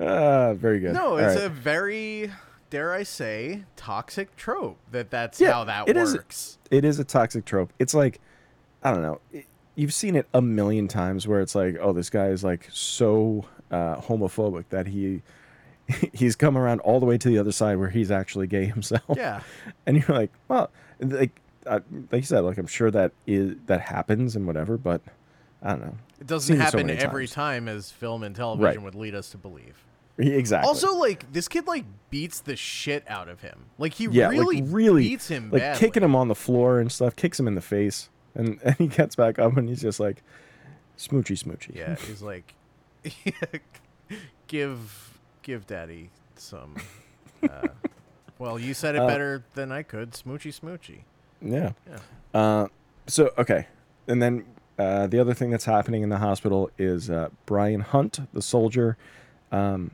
Speaker 3: ah, very good.
Speaker 1: No,
Speaker 3: All
Speaker 1: it's
Speaker 3: right.
Speaker 1: a very, dare I say, toxic trope that that's
Speaker 3: Yeah,
Speaker 1: how that
Speaker 3: it is-
Speaker 1: works.
Speaker 3: it is a toxic trope. It's like, I don't know. It, you've seen it a million times where it's like, oh, this guy is like so uh, homophobic that he he's come around all the way to the other side where he's actually gay himself.
Speaker 1: Yeah.
Speaker 3: and you're like, well, like uh, like you said, like I'm sure that is that happens and whatever, but I don't know.
Speaker 1: It doesn't
Speaker 3: Seen it so
Speaker 1: happen
Speaker 3: many
Speaker 1: every
Speaker 3: times.
Speaker 1: time as film and television
Speaker 3: Right.
Speaker 1: would lead us to believe.
Speaker 3: E, Exactly.
Speaker 1: Also, like this kid like beats the shit out of him. Like he
Speaker 3: yeah,
Speaker 1: really,
Speaker 3: like really
Speaker 1: beats him
Speaker 3: like
Speaker 1: badly.
Speaker 3: kicking him on the floor and stuff, kicks him in the face, and and he gets back up and he's just like, smoochy, smoochy.
Speaker 1: Yeah, he's like, give give daddy some. Uh, well, you said it
Speaker 3: Uh,
Speaker 1: better than I could. Smoochy, smoochy.
Speaker 3: Yeah.
Speaker 1: Yeah.
Speaker 3: Uh, so okay, and then uh, the other thing that's happening in the hospital is uh, Brian Hunt, the soldier. Um,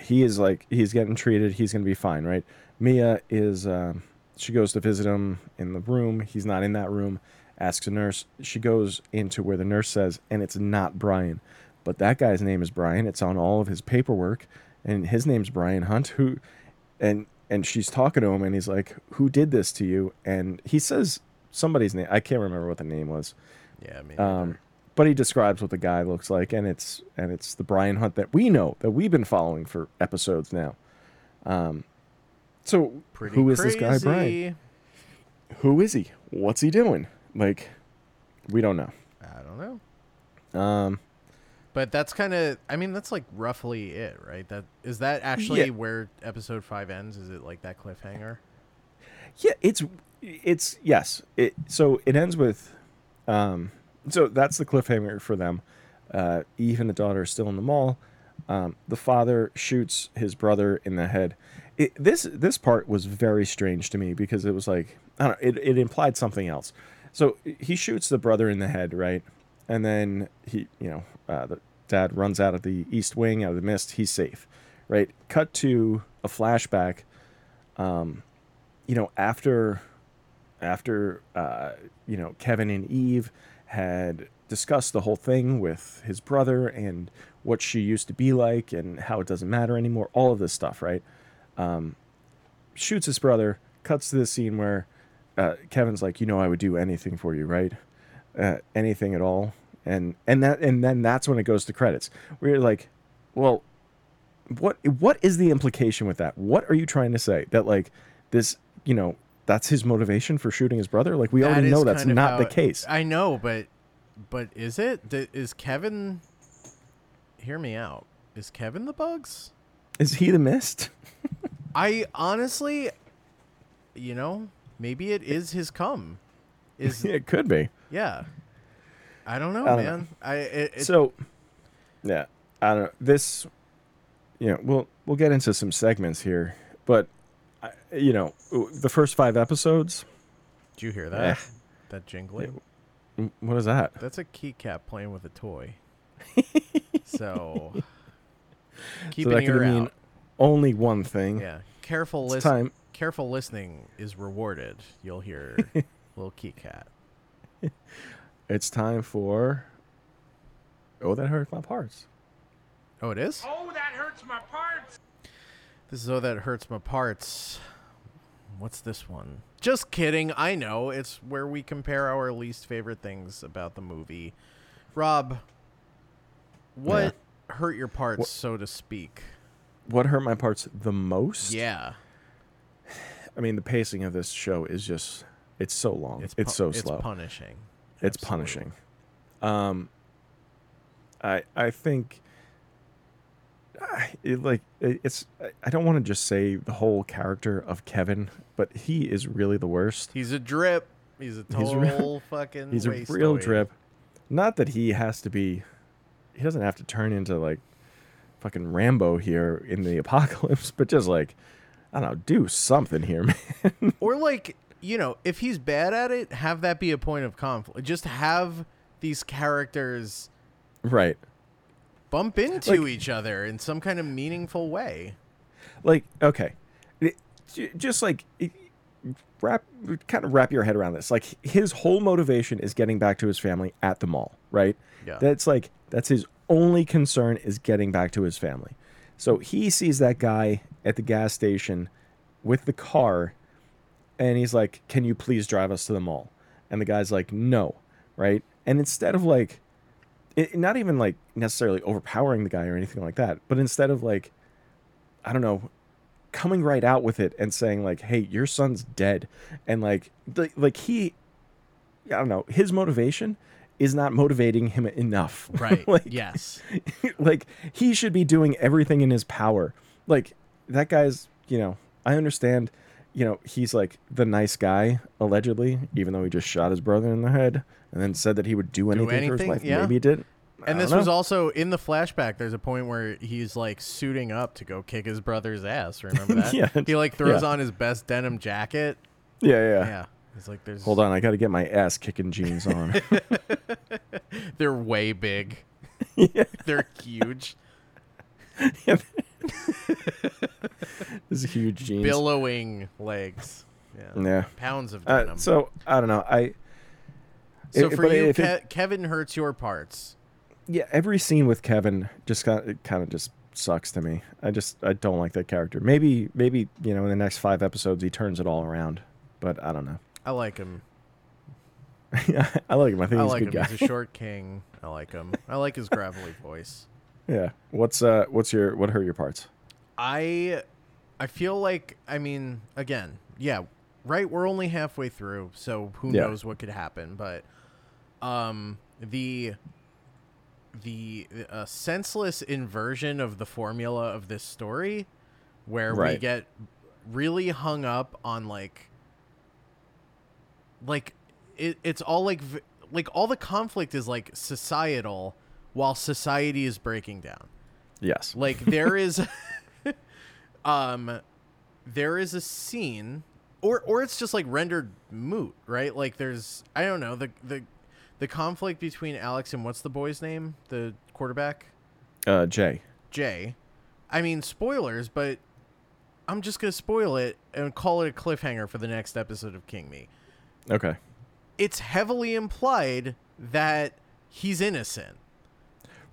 Speaker 3: he is like he's getting treated. He's gonna be fine, right? Mia is. Um, she goes to visit him in the room. He's not in that room. Asks a nurse. She goes into where the nurse says, and it's not Brian, but that guy's name is Brian. It's on all of his paperwork, and his name's Brian Hunt. Who, and and she's talking to him, and he's like, "Who did this to you?" And he says somebody's name. I can't remember what the name was.
Speaker 1: Yeah, I mean,
Speaker 3: Um, but he describes what the guy looks like, and it's and it's the Brian Hunt that we know that we've been following for episodes now. Um, so
Speaker 1: pretty
Speaker 3: who is
Speaker 1: crazy.
Speaker 3: this guy, Brian? Who is he? What's he doing? Like, we don't know.
Speaker 1: I don't know.
Speaker 3: Um,
Speaker 1: But that's kind of, I mean, that's like roughly it, right? That is that actually
Speaker 3: Yeah.
Speaker 1: where episode five ends? Is it like that cliffhanger?
Speaker 3: yeah, it's it's yes. It so it ends with, um, so that's the cliffhanger for them. Uh, Eve and the daughter are still in the mall. Um, the father shoots his brother in the head. It, this this part was very strange to me because it was like I don't know, it it implied something else. So he shoots the brother in the head, right? And then he, you know, uh, the dad runs out of the east wing, out of the mist. He's safe, right? Cut to a flashback. Um, you know, after after uh, you know Kevin and Eve had discussed the whole thing with his brother and what she used to be like and how it doesn't matter anymore, all of this stuff, right? Um, shoots his brother, cuts to the scene where uh, Kevin's like, you know, I would do anything for you, right? Uh, anything at all, and and that and then that's when it goes to credits. We're like, well, what what is the implication with that? What are you trying to say that like this, you know, that's his motivation for shooting his brother? Like we
Speaker 1: That
Speaker 3: already
Speaker 1: is
Speaker 3: know that's
Speaker 1: kind of
Speaker 3: not
Speaker 1: how
Speaker 3: the
Speaker 1: it-
Speaker 3: case.
Speaker 1: I know, but but is it? D- Is Kevin? Hear me out. Is Kevin the bugs?
Speaker 3: Is he the mist?
Speaker 1: I honestly, you know, maybe it is his cum. Is
Speaker 3: it could be.
Speaker 1: yeah. I don't know,
Speaker 3: don't know.
Speaker 1: man. I it, it,
Speaker 3: so yeah, I don't know. This you know, we'll we'll get into some segments here, but I, you know, the first 5 episodes,
Speaker 1: did you hear that?
Speaker 3: Eh.
Speaker 1: that jingling.
Speaker 3: what is that?
Speaker 1: That's a keycap playing with a toy. so keep
Speaker 3: so
Speaker 1: an
Speaker 3: that could
Speaker 1: ear out.
Speaker 3: mean only one thing.
Speaker 1: yeah, careful
Speaker 3: It's
Speaker 1: listening.
Speaker 3: time.
Speaker 1: Careful listening is rewarded. You'll hear little keycat.
Speaker 3: It's time for Oh, that hurts my parts.
Speaker 1: Oh, it is?
Speaker 4: Oh, that hurts my parts.
Speaker 1: This is Oh That Hurts My Parts. What's this one? Just kidding. I know. It's where we compare our least favorite things about the movie. Rob, what hurt your parts, so to speak?
Speaker 3: What hurt my parts the most?
Speaker 1: Yeah.
Speaker 3: I mean, the pacing of this show is just it's so long. It's,
Speaker 1: pu-
Speaker 3: so slow.
Speaker 1: It's punishing.
Speaker 3: it's
Speaker 1: Absolutely.
Speaker 3: punishing. Um, I I think I- it like it, it's I- I don't want to just say the whole character of Kevin, but he is really the worst.
Speaker 1: He's a drip. He's a
Speaker 3: He's
Speaker 1: total
Speaker 3: re-
Speaker 1: fucking
Speaker 3: He's a
Speaker 1: waste
Speaker 3: real
Speaker 1: oid.
Speaker 3: drip. Not that he has to be. He doesn't have to turn into like fucking Rambo here in the apocalypse, but just like I don't know, do something here, man.
Speaker 1: Or like, you know, if he's bad at it, have that be a point of conflict. Just have these characters
Speaker 3: right.
Speaker 1: bump into
Speaker 3: Like-
Speaker 1: each other in some kind of meaningful way.
Speaker 3: like okay It- j- just like it- wrap kind of wrap your head around this like his whole motivation is getting back to his family at the mall right
Speaker 1: Yeah.
Speaker 3: that's like that's his only concern is getting back to his family so he sees that guy at the gas station with the car and he's like can you please drive us to the mall and the guy's like no right and instead of like it, not even like necessarily overpowering the guy or anything like that but instead of like I don't know, coming right out with it and saying like, "Hey, your son's dead," and like, the, like he, I don't know, his motivation is not motivating him enough.
Speaker 1: Right.
Speaker 3: like,
Speaker 1: yes.
Speaker 3: like he should be doing everything in his power. Like that guy's, you know, I understand, you know, he's like the nice guy allegedly, even though he just shot his brother in the head and then said that he would do anything, for
Speaker 1: anything,
Speaker 3: his life.
Speaker 1: yeah.
Speaker 3: Maybe he did.
Speaker 1: And this was also in the flashback. There's a point where he's like suiting up to go kick his brother's ass. Remember that?
Speaker 3: Yeah.
Speaker 1: He like throws
Speaker 3: Yeah.
Speaker 1: on his best denim jacket.
Speaker 3: yeah, yeah.
Speaker 1: Yeah. He's like, there's.
Speaker 3: Hold on, I got to get my ass kicking jeans on.
Speaker 1: They're way big. They're huge,
Speaker 3: This is huge jeans.
Speaker 1: billowing legs. Yeah.
Speaker 3: yeah.
Speaker 1: Pounds of
Speaker 3: Uh,
Speaker 1: denim. so
Speaker 3: so I don't know. I it-
Speaker 1: for
Speaker 3: but
Speaker 1: you,
Speaker 3: if
Speaker 1: Ke-
Speaker 3: it-
Speaker 1: Kevin hurts your parts.
Speaker 3: yeah, every scene with Kevin just kind it kind of just sucks to me. I just I don't like that character. Maybe maybe you know in the next five episodes he turns it all around, but I don't know.
Speaker 1: I like him.
Speaker 3: I like him. I think
Speaker 1: I
Speaker 3: he's
Speaker 1: like
Speaker 3: a
Speaker 1: him.
Speaker 3: good guy.
Speaker 1: He's a short king. I like him. I like his gravelly voice.
Speaker 3: yeah. What's uh What's your What hurt your parts?
Speaker 1: I I feel like I mean again, yeah, right, we're only halfway through, so who
Speaker 3: Yeah.
Speaker 1: knows what could happen, but um the the uh, senseless inversion of the formula of this story where we
Speaker 3: Right.
Speaker 1: get really hung up on like like it, it's all like v- like all the conflict is like societal while society is breaking down
Speaker 3: Yes.
Speaker 1: like there is um there is a scene or or it's just like rendered moot, right? Like there's I don't know, the the the conflict between Alex and what's the boy's name? The quarterback?
Speaker 3: Uh, Jay.
Speaker 1: Jay. I mean spoilers, but I'm just gonna spoil it and call it a cliffhanger for the next episode of King Me.
Speaker 3: Okay.
Speaker 1: It's heavily implied that he's innocent.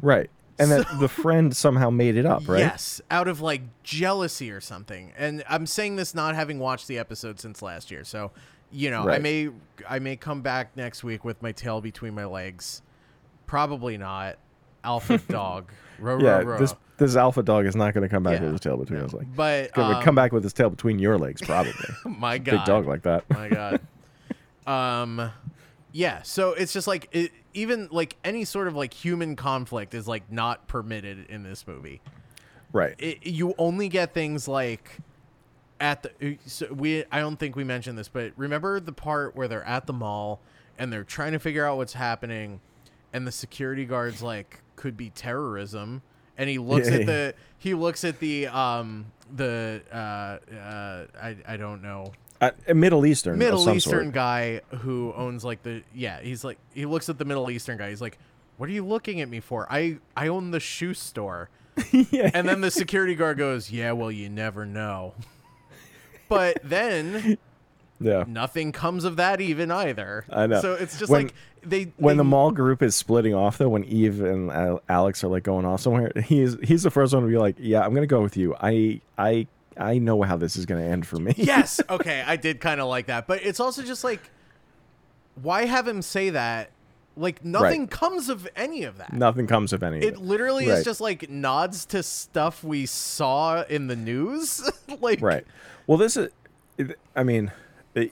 Speaker 3: Right. And that the friend somehow made it up, right?
Speaker 1: Yes, out of like jealousy or something. And I'm saying this not having watched the episode since last year. So, you know, I
Speaker 3: Right.
Speaker 1: may I may come back next week with my tail between my legs. Probably not. Alpha dog. Row,
Speaker 3: Yeah.
Speaker 1: row, row.
Speaker 3: This This alpha dog is not going to come back
Speaker 1: Yeah.
Speaker 3: with his tail between his legs.
Speaker 1: but
Speaker 3: Gonna
Speaker 1: um,
Speaker 3: come back with his tail between your legs, probably.
Speaker 1: my god.
Speaker 3: Big dog like that.
Speaker 1: my god um yeah so it's just like it, even like any sort of like human conflict is like not permitted in this movie
Speaker 3: Right.
Speaker 1: it, you only get things like at the so we I don't think we mentioned this, but remember the part where they're at the mall and they're trying to figure out what's happening, and the security guard's like could be terrorism, and he looks
Speaker 3: Yeah.
Speaker 1: at the he looks at the um the uh uh I I don't know
Speaker 3: Uh, a Middle Eastern. of
Speaker 1: Middle
Speaker 3: some
Speaker 1: Eastern
Speaker 3: sort.
Speaker 1: guy who owns like the yeah, he's like he looks at the Middle Eastern guy. He's like, "What are you looking at me for? I I own the shoe store." And then the security guard goes, "Yeah, well, you never know." But then
Speaker 3: Yeah.
Speaker 1: Nothing comes of that even either.
Speaker 3: I know.
Speaker 1: So it's just
Speaker 3: When-
Speaker 1: like they
Speaker 3: When
Speaker 1: they-
Speaker 3: the mall group is splitting off, though, when Eve and Al- Alex are like going off somewhere, he's he's the first one to be like, "Yeah, I'm gonna go with you. I I I know how this is gonna end for me."
Speaker 1: yes okay i did kind of like that but it's also just like why have him say that like nothing comes of any of that
Speaker 3: Nothing comes of any. of
Speaker 1: it literally is
Speaker 3: Right.
Speaker 1: just like nods to stuff we saw in the news like
Speaker 3: right well this is it- i mean it,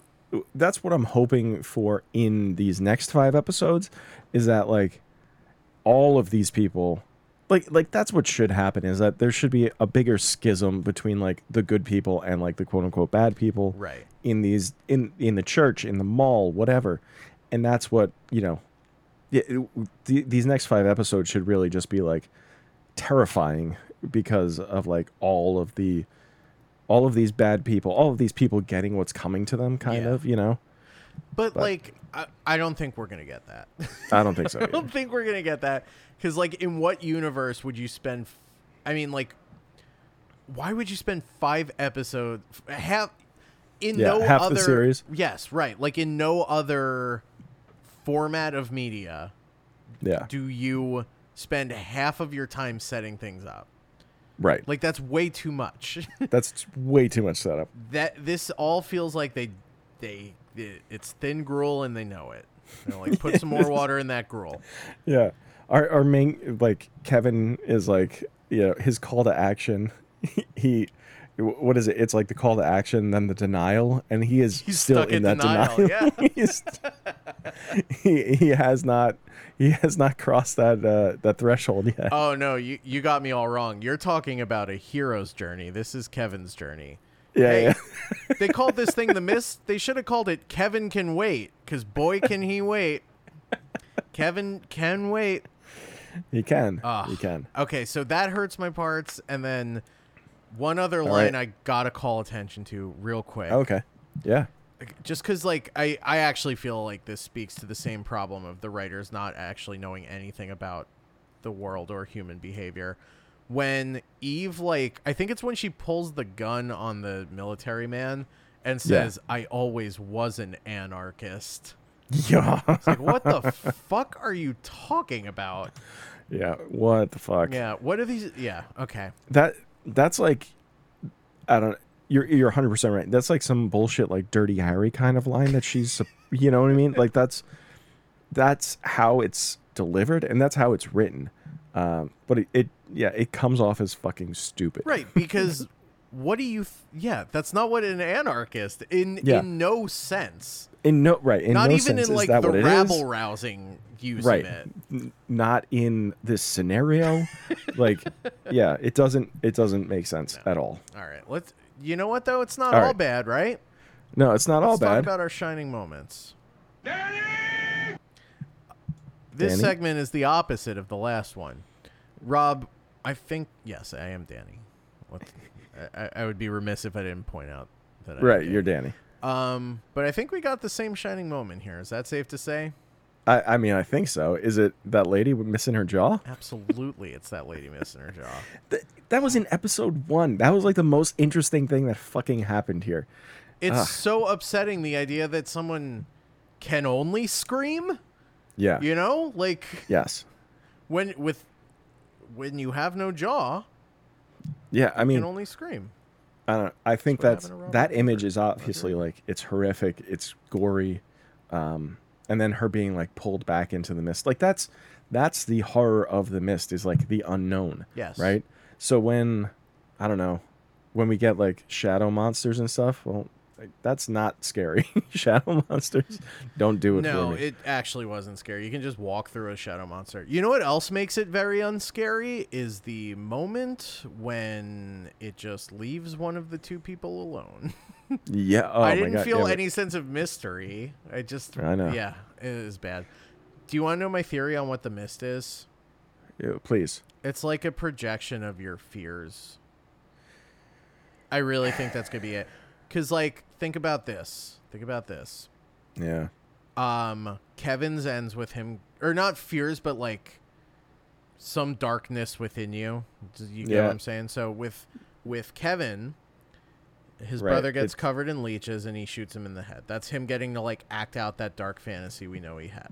Speaker 3: that's what i'm hoping for in these next five episodes is that like all of these people like like that's what should happen is that there should be a bigger schism between like the good people and like the quote unquote bad people
Speaker 1: right
Speaker 3: in these in in the church in the mall whatever and that's what you know yeah, it- th- these next five episodes should really just be like terrifying because of like all of the all of these bad people all of these people getting what's coming to them kind
Speaker 1: Yeah.
Speaker 3: of you know
Speaker 1: but, like I, I don't think we're gonna get that
Speaker 3: i don't think so
Speaker 1: I don't think we're gonna get that because, like, in what universe would you spend? F- I mean, like, why would you spend five episodes? Half in
Speaker 3: Yeah,
Speaker 1: no
Speaker 3: half the
Speaker 1: other
Speaker 3: series.
Speaker 1: Yes, right. Like in no other format of media
Speaker 3: yeah
Speaker 1: do you spend half of your time setting things up.
Speaker 3: right
Speaker 1: Like that's way too much.
Speaker 3: that's way too much setup
Speaker 1: that this all feels like they they it, it's thin gruel and they know it. They're like, put some more water in that gruel.
Speaker 3: yeah our, our main like kevin is like you know his call to action he what is it it's like the call to action then the denial and he is
Speaker 1: He's
Speaker 3: still
Speaker 1: stuck
Speaker 3: in
Speaker 1: in
Speaker 3: that
Speaker 1: denial,
Speaker 3: denial,
Speaker 1: yeah.
Speaker 3: He's- he, he has not he has not crossed that uh that threshold yet
Speaker 1: Oh no, you you got me all wrong. You're talking about a hero's journey. This is Kevin's journey.
Speaker 3: yeah,
Speaker 1: hey.
Speaker 3: yeah
Speaker 1: They called this thing the mist. They should have called it Kevin can wait, cause boy can he wait. Kevin can wait.
Speaker 3: he can
Speaker 1: Ah.
Speaker 3: he can
Speaker 1: Okay, so that hurts my parts. And then one other
Speaker 3: All
Speaker 1: line
Speaker 3: right. Oh,
Speaker 1: I gotta call attention to real quick.
Speaker 3: okay yeah
Speaker 1: just because like I, I actually feel like this speaks to the same problem of the writers not actually knowing anything about the world or human behavior when eve like i think it's when she pulls the gun on the military man and says i always was an anarchist
Speaker 3: yeah
Speaker 1: like what the fuck are you talking about
Speaker 3: yeah what the fuck
Speaker 1: yeah what are these yeah okay
Speaker 3: that that's like I don't you're you're 100% right. That's like some bullshit like dirty Harry kind of line that she's you know what I mean? Like that's that's how it's delivered and that's how it's written. Um but it, it yeah, it comes off as fucking stupid.
Speaker 1: right because what do you th- yeah that's not what an anarchist in
Speaker 3: Yeah.
Speaker 1: in no sense
Speaker 3: In no right, in
Speaker 1: not
Speaker 3: no
Speaker 1: even
Speaker 3: sense
Speaker 1: in
Speaker 3: is
Speaker 1: like
Speaker 3: that
Speaker 1: the
Speaker 3: what it is.
Speaker 1: rabble rousing use
Speaker 3: Right.
Speaker 1: of it.
Speaker 3: N- Not in this scenario. like yeah, it doesn't it doesn't make sense at all.
Speaker 1: All right, let's. You know what though? It's not all,
Speaker 3: All right.
Speaker 1: bad, right?
Speaker 3: No, it's not all
Speaker 1: let's talk
Speaker 3: bad.
Speaker 1: about our shining moments.
Speaker 4: Danny!
Speaker 1: This
Speaker 3: Danny?
Speaker 1: segment is the opposite of the last one. Rob, I think yes, I am Danny. What, I, I- I would be remiss if I didn't point out that. I am
Speaker 3: right,
Speaker 1: Danny.
Speaker 3: you're Danny.
Speaker 1: Um, but I think we got the same shining moment here. Is that safe to say?
Speaker 3: I, I mean, I think so. Is it that lady with missing her jaw?
Speaker 1: Absolutely, it's that lady missing her jaw.
Speaker 3: Th- that was in episode one. That was like the most interesting thing that fucking happened here.
Speaker 1: It's
Speaker 3: Ugh.
Speaker 1: so upsetting the idea that someone can only scream.
Speaker 3: Yeah.
Speaker 1: You know, like.
Speaker 3: Yes.
Speaker 1: when with when you have no jaw,
Speaker 3: Yeah. I
Speaker 1: you
Speaker 3: mean,
Speaker 1: can only scream.
Speaker 3: I don't. I think
Speaker 1: what happened
Speaker 3: that's
Speaker 1: to Robert
Speaker 3: that image is obviously like it's horrific. It's gory, um, and then her being like pulled back into the mist. Like that's that's the horror of the mist is like the unknown.
Speaker 1: Yes.
Speaker 3: Right. So when I don't know when we get like shadow monsters and stuff. Well, like, that's not scary. shadow monsters don't do it
Speaker 1: No,
Speaker 3: for me.
Speaker 1: it actually wasn't scary. You can just walk through a shadow monster. You know what else makes it very unscary is the moment when it just leaves one of the two people alone.
Speaker 3: yeah. Oh
Speaker 1: I
Speaker 3: my
Speaker 1: didn't
Speaker 3: God,
Speaker 1: feel
Speaker 3: damn it.
Speaker 1: any sense of mystery. I just
Speaker 3: I know.
Speaker 1: Yeah, it is bad. Do you want to know my theory on what the mist is?
Speaker 3: Yeah, Please.
Speaker 1: It's like a projection of your fears. I really think that's going to be it. Cuz like think about this. Think about this.
Speaker 3: Yeah.
Speaker 1: um kevin's ends with him or not fears but like some darkness within you Do you get
Speaker 3: Yeah.
Speaker 1: what i'm saying so with with kevin His
Speaker 3: Right,
Speaker 1: brother gets
Speaker 3: it's-
Speaker 1: covered in leeches and he shoots him in the head. That's him getting to like act out that dark fantasy we know he had.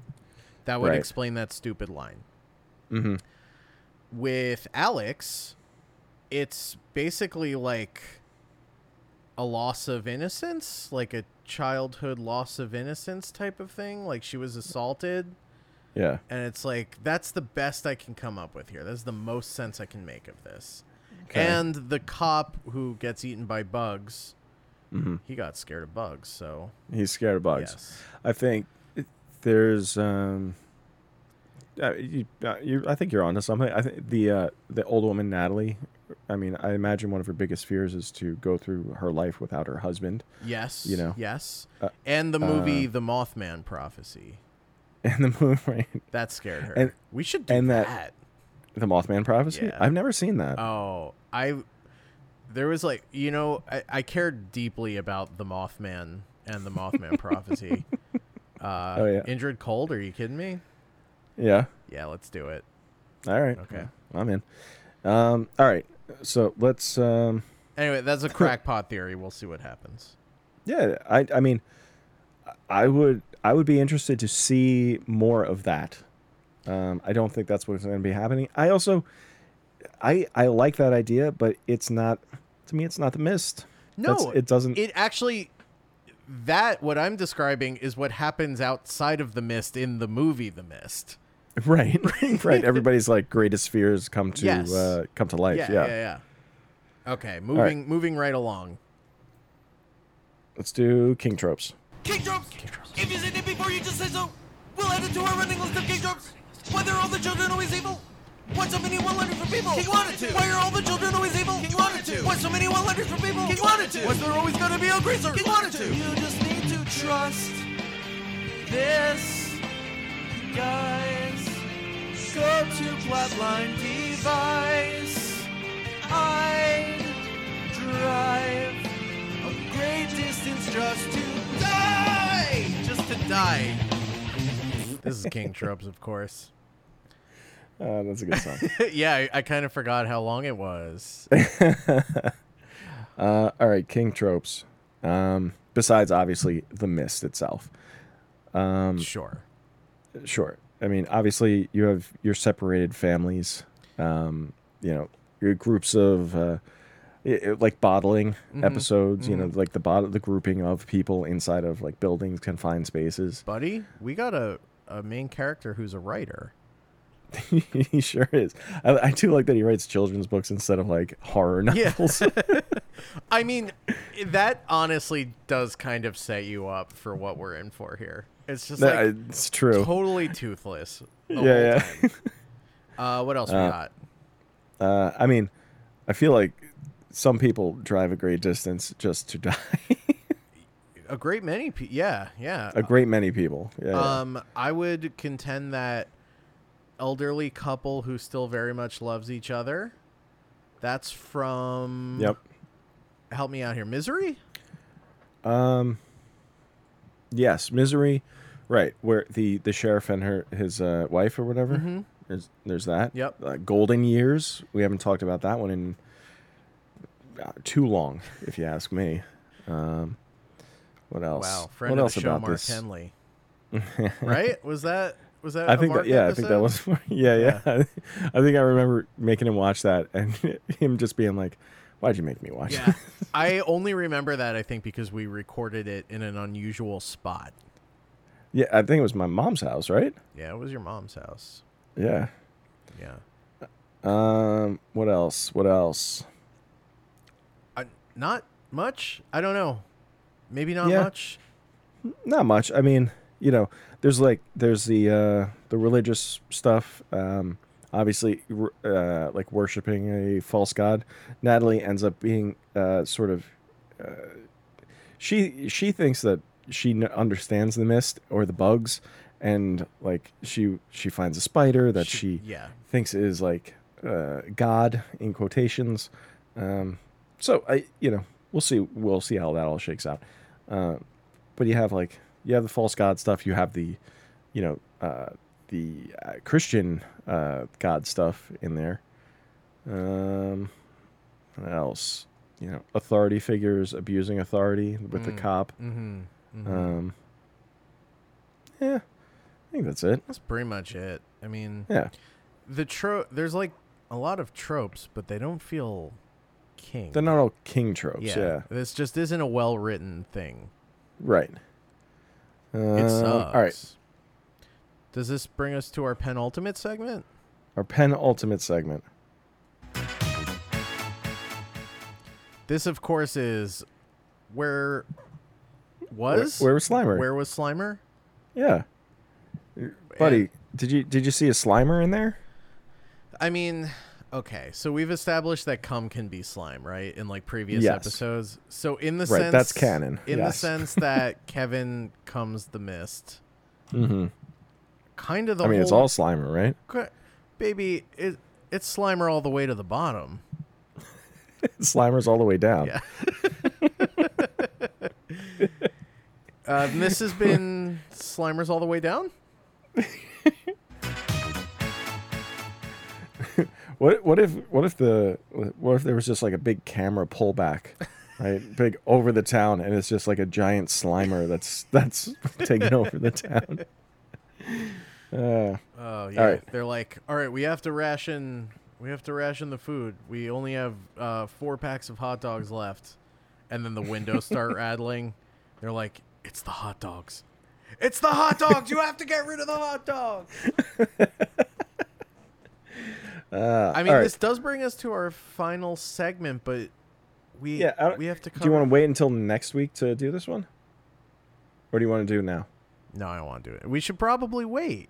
Speaker 1: That would
Speaker 3: Right.
Speaker 1: explain that stupid line.
Speaker 3: Mhm.
Speaker 1: With Alex, it's basically like a loss of innocence, like a childhood loss of innocence type of thing. Like she was assaulted.
Speaker 3: Yeah.
Speaker 1: And it's like, that's the best I can come up with here. That's the most sense I can make of this.
Speaker 3: Okay.
Speaker 1: And the cop who gets eaten by bugs,
Speaker 3: Mhm.
Speaker 1: he got scared of bugs. So,
Speaker 3: He's scared of bugs.
Speaker 1: yes.
Speaker 3: I think it- there's um uh, you, uh, you, I think you're onto something. I think the uh, the old woman Natalie. I mean, I imagine one of her biggest fears is to go through her life without her husband.
Speaker 1: Yes.
Speaker 3: You know,
Speaker 1: Yes.
Speaker 3: uh,
Speaker 1: and the movie The Mothman Prophecy.
Speaker 3: And the movie,
Speaker 1: That scared her.
Speaker 3: and-
Speaker 1: we should do
Speaker 3: and that-
Speaker 1: that.
Speaker 3: the Mothman Prophecy.
Speaker 1: Yeah.
Speaker 3: I've never seen that.
Speaker 1: Oh, I. There was like, you know, I, I cared deeply about The Mothman and The Mothman Prophecy. Uh,
Speaker 3: Oh, yeah.
Speaker 1: Injured Cold, are you kidding me?
Speaker 3: yeah.
Speaker 1: Yeah, let's do it.
Speaker 3: All right.
Speaker 1: Okay.
Speaker 3: I'm in. Um, all right. So let's. Um,
Speaker 1: Anyway, that's a crackpot theory. We'll see what happens.
Speaker 3: yeah. I. I mean, I would. I would be interested to see more of that. Um, I don't think that's what's going to be happening. I also, I I like that idea, but it's not. To me, it's not the mist.
Speaker 1: No,
Speaker 3: That's- it doesn't.
Speaker 1: It actually, that what I'm describing is what happens outside of the mist in the movie The Mist.
Speaker 3: right. right. Everybody's like greatest fears come to
Speaker 1: Yes.
Speaker 3: uh, come to life.
Speaker 1: Yeah,
Speaker 3: Yeah,
Speaker 1: yeah, yeah. Okay, moving moving right along.
Speaker 3: Let's do king tropes.
Speaker 2: King Drops! If you said it before, you just say so. We'll add it to our running list of King Drops. Whether all the children always evil? What's so many one letters for people? King wanted to. Why are all the children always evil? King wanted to. What's so many one letters for people? King wanted to. What's there always gonna be a greaser? King wanted to. You just need to trust this, guys. Go to flatline device. I drive a great distance just to die. Just to die.
Speaker 1: This is King Tropes, of course.
Speaker 3: Uh, that's a good song.
Speaker 1: yeah, I, I kind of forgot how long it was.
Speaker 3: Uh, all right, king tropes. Um, besides, obviously, the mist itself.
Speaker 1: sure.
Speaker 3: Sure. I mean, obviously, you have your separated families. Um, you know, your groups of uh, i- i- like bottling
Speaker 1: Mm-hmm.
Speaker 3: episodes. You know, like the bot- the grouping of people inside of like buildings, confined spaces.
Speaker 1: Buddy, we got a, a main character who's a writer.
Speaker 3: he sure is. I, I do like that he writes children's books instead of like horror
Speaker 1: Yeah.
Speaker 3: novels.
Speaker 1: I mean, that honestly does kind of set you up for what we're in for here. It's just
Speaker 3: No,
Speaker 1: like
Speaker 3: it's true.
Speaker 1: totally toothless. the whole
Speaker 3: yeah,
Speaker 1: time.
Speaker 3: yeah.
Speaker 1: Uh, what else we got?
Speaker 3: Uh, I mean, I feel like some people drive a great distance just to die.
Speaker 1: A great many. Pe- yeah, yeah.
Speaker 3: a great many people. Yeah. yeah.
Speaker 1: Um, I would contend that elderly couple who still very much loves each other. That's from.
Speaker 3: yep.
Speaker 1: Help me out here. Misery.
Speaker 3: Um. Yes, misery. Right, where the the sheriff and her his uh, wife or whatever. There's there's that.
Speaker 1: Mm-hmm. Yep.
Speaker 3: Uh, Golden years. We haven't talked about that one in uh, too long, if you ask me. Um. What else?
Speaker 1: Wow, friend
Speaker 3: what
Speaker 1: of
Speaker 3: else
Speaker 1: the show,
Speaker 3: about
Speaker 1: Mark
Speaker 3: this?
Speaker 1: Henley. right? Was that was that?
Speaker 3: I
Speaker 1: a
Speaker 3: think
Speaker 1: Mark
Speaker 3: that, yeah, I think that
Speaker 1: episode?
Speaker 3: was yeah, yeah. I think I remember making him watch that and him just being like, "Why'd you make me watch?"
Speaker 1: Yeah,
Speaker 3: that?"
Speaker 1: I only remember that I think because we recorded it in an unusual spot.
Speaker 3: yeah, I think it was my mom's house, right?
Speaker 1: Yeah, it was your mom's house.
Speaker 3: Yeah.
Speaker 1: Yeah.
Speaker 3: Um. What else? What else?
Speaker 1: I, not much. I don't know. Maybe not
Speaker 3: Yeah.
Speaker 1: much.
Speaker 3: Not much. I mean, you know, there's like there's the uh, the religious stuff. Um, obviously, r- uh, like worshiping a false god. Natalie ends up being uh, sort of. Uh, she she thinks that she kn- understands the mist or the bugs, and like she she finds a spider that she,
Speaker 1: yeah.
Speaker 3: thinks is like uh, God in quotations. Um, so I, you know, we'll see. We'll see how that all shakes out. Uh, but you have like you have the false god stuff. You have the, you know, uh, the uh, Christian uh, god stuff in there. Um, what else? you know authority figures abusing authority with the cop.
Speaker 1: Mm-hmm.
Speaker 3: Um, yeah, I think that's it.
Speaker 1: That's pretty much it. I mean,
Speaker 3: Yeah,
Speaker 1: the trope. There's like a lot of tropes, but they don't feel king.
Speaker 3: they're not all king tropes. Yeah,
Speaker 1: yeah. This just isn't a well written thing.
Speaker 3: right. Um,
Speaker 1: It sucks.
Speaker 3: All right,
Speaker 1: Does this bring us to our penultimate segment?
Speaker 3: our penultimate segment.
Speaker 1: This, of course, is where was
Speaker 3: Where, where was Slimer?
Speaker 1: Where was Slimer?
Speaker 3: Yeah, buddy, did you did you see a Slimer in there?
Speaker 1: I mean, okay, so we've established that cum can be slime, right? In like previous
Speaker 3: Yes.
Speaker 1: episodes. So in the
Speaker 3: Right,
Speaker 1: sense
Speaker 3: that's canon,
Speaker 1: In the
Speaker 3: yes.
Speaker 1: sense that Kevin comes the mist.
Speaker 3: Mm-hmm.
Speaker 1: Kind of the
Speaker 3: I mean, it's
Speaker 1: whole-
Speaker 3: all Slimer, right?
Speaker 1: Qu- baby, it it's Slimer all the way to the bottom.
Speaker 3: Slimer's all the way down.
Speaker 1: Yeah. Uh, and this has been Slimer's all the way down.
Speaker 3: What what if what if the what if there was just like a big camera pullback, right? big over the town, and it's just like a giant Slimer that's that's taking over the town. Uh,
Speaker 1: Oh yeah,
Speaker 3: right.
Speaker 1: they're like, all right, we have to ration. We have to ration the food. We only have uh, four packs of hot dogs left, and then the windows start rattling. They're like, it's the hot dogs. It's the hot dogs. You have to get rid of the hot dogs. I mean,
Speaker 3: Uh, all right.
Speaker 1: this does bring us to our final segment, but we
Speaker 3: yeah, I don't-
Speaker 1: we have to. Cover...
Speaker 3: Do you want to wait until next week to do this one, or do you want to do it now?
Speaker 1: No, I don't want to do it. We should probably wait.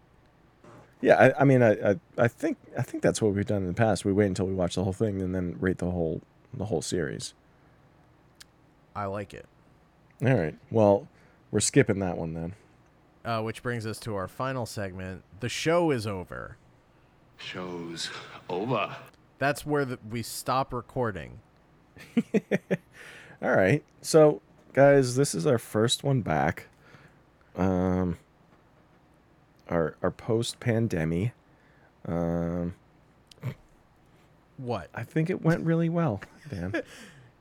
Speaker 3: Yeah, I, I mean, I, I I think I think that's what we've done in the past. We wait until we watch the whole thing and then rate the whole the whole series.
Speaker 1: I like it.
Speaker 3: All right. Well, we're skipping that one then.
Speaker 1: Uh, which brings us to our final segment. The show is over.
Speaker 5: Show's over.
Speaker 1: That's where the, we stop recording.
Speaker 3: All right. So, guys, this is our first one back. Um our our post-pandemic. Um
Speaker 1: What?
Speaker 3: I think it went really well, Dan.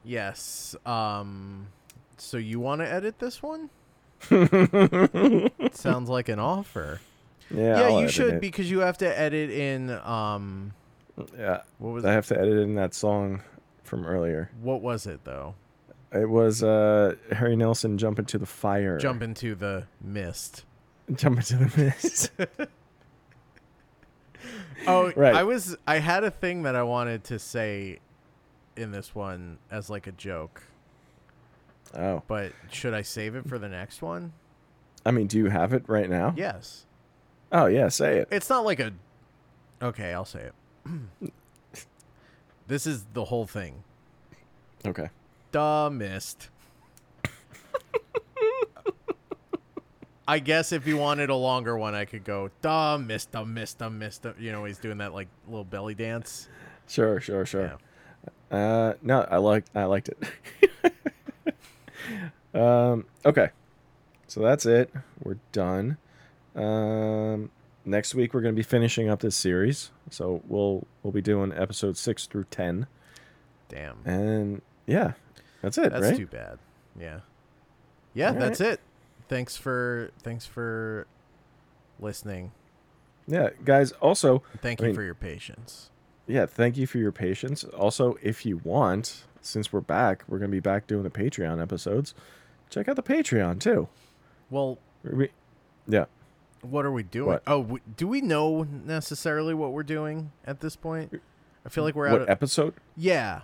Speaker 1: Yes. Um so you want to edit this one? It sounds like an offer.
Speaker 3: Yeah,
Speaker 1: Yeah,
Speaker 3: I'll
Speaker 1: you
Speaker 3: edit
Speaker 1: should
Speaker 3: it.
Speaker 1: because you have to edit in um
Speaker 3: Yeah.
Speaker 1: what was
Speaker 3: I have to edit in that song from earlier.
Speaker 1: what was it though?
Speaker 3: It was uh Harry Nelson jump into the fire.
Speaker 1: Jump into the mist.
Speaker 3: jump into the mist.
Speaker 1: Oh,
Speaker 3: Right.
Speaker 1: I was I had a thing that I wanted to say in this one as like a joke,
Speaker 3: oh.
Speaker 1: but should I save it for the next one?
Speaker 3: I mean, do you have it right now?
Speaker 1: Yes.
Speaker 3: Oh, yeah, say it.
Speaker 1: It's not like a. Okay, I'll say it. this is the whole thing.
Speaker 3: Okay.
Speaker 1: Duh, missed. I guess if you wanted a longer one, I could go duh, missed, duh, missed, duh, missed. duh." You know, he's doing that like little belly dance.
Speaker 3: Sure, sure, sure.
Speaker 1: Yeah.
Speaker 3: Uh, no, I liked I liked it. um, okay, so that's it. We're done. Um, next week we're going to be finishing up this series, so we'll we'll be doing episode six through ten,
Speaker 1: Damn,
Speaker 3: and yeah, that's it,
Speaker 1: that's
Speaker 3: right?
Speaker 1: too bad. Yeah, yeah,
Speaker 3: All
Speaker 1: that's it. Thanks for thanks for listening.
Speaker 3: yeah, guys. Also,
Speaker 1: Thank you
Speaker 3: I mean-
Speaker 1: for your patience.
Speaker 3: yeah, thank you for your patience. Also, if you want, since we're back, we're going to be back doing the Patreon episodes. Check out the Patreon too.
Speaker 1: Well,
Speaker 3: We- yeah.
Speaker 1: What are we doing?
Speaker 3: What?
Speaker 1: Oh, w- do we know necessarily what we're doing at this point? I feel like we're out.
Speaker 3: What
Speaker 1: Of,
Speaker 3: episode?
Speaker 1: yeah,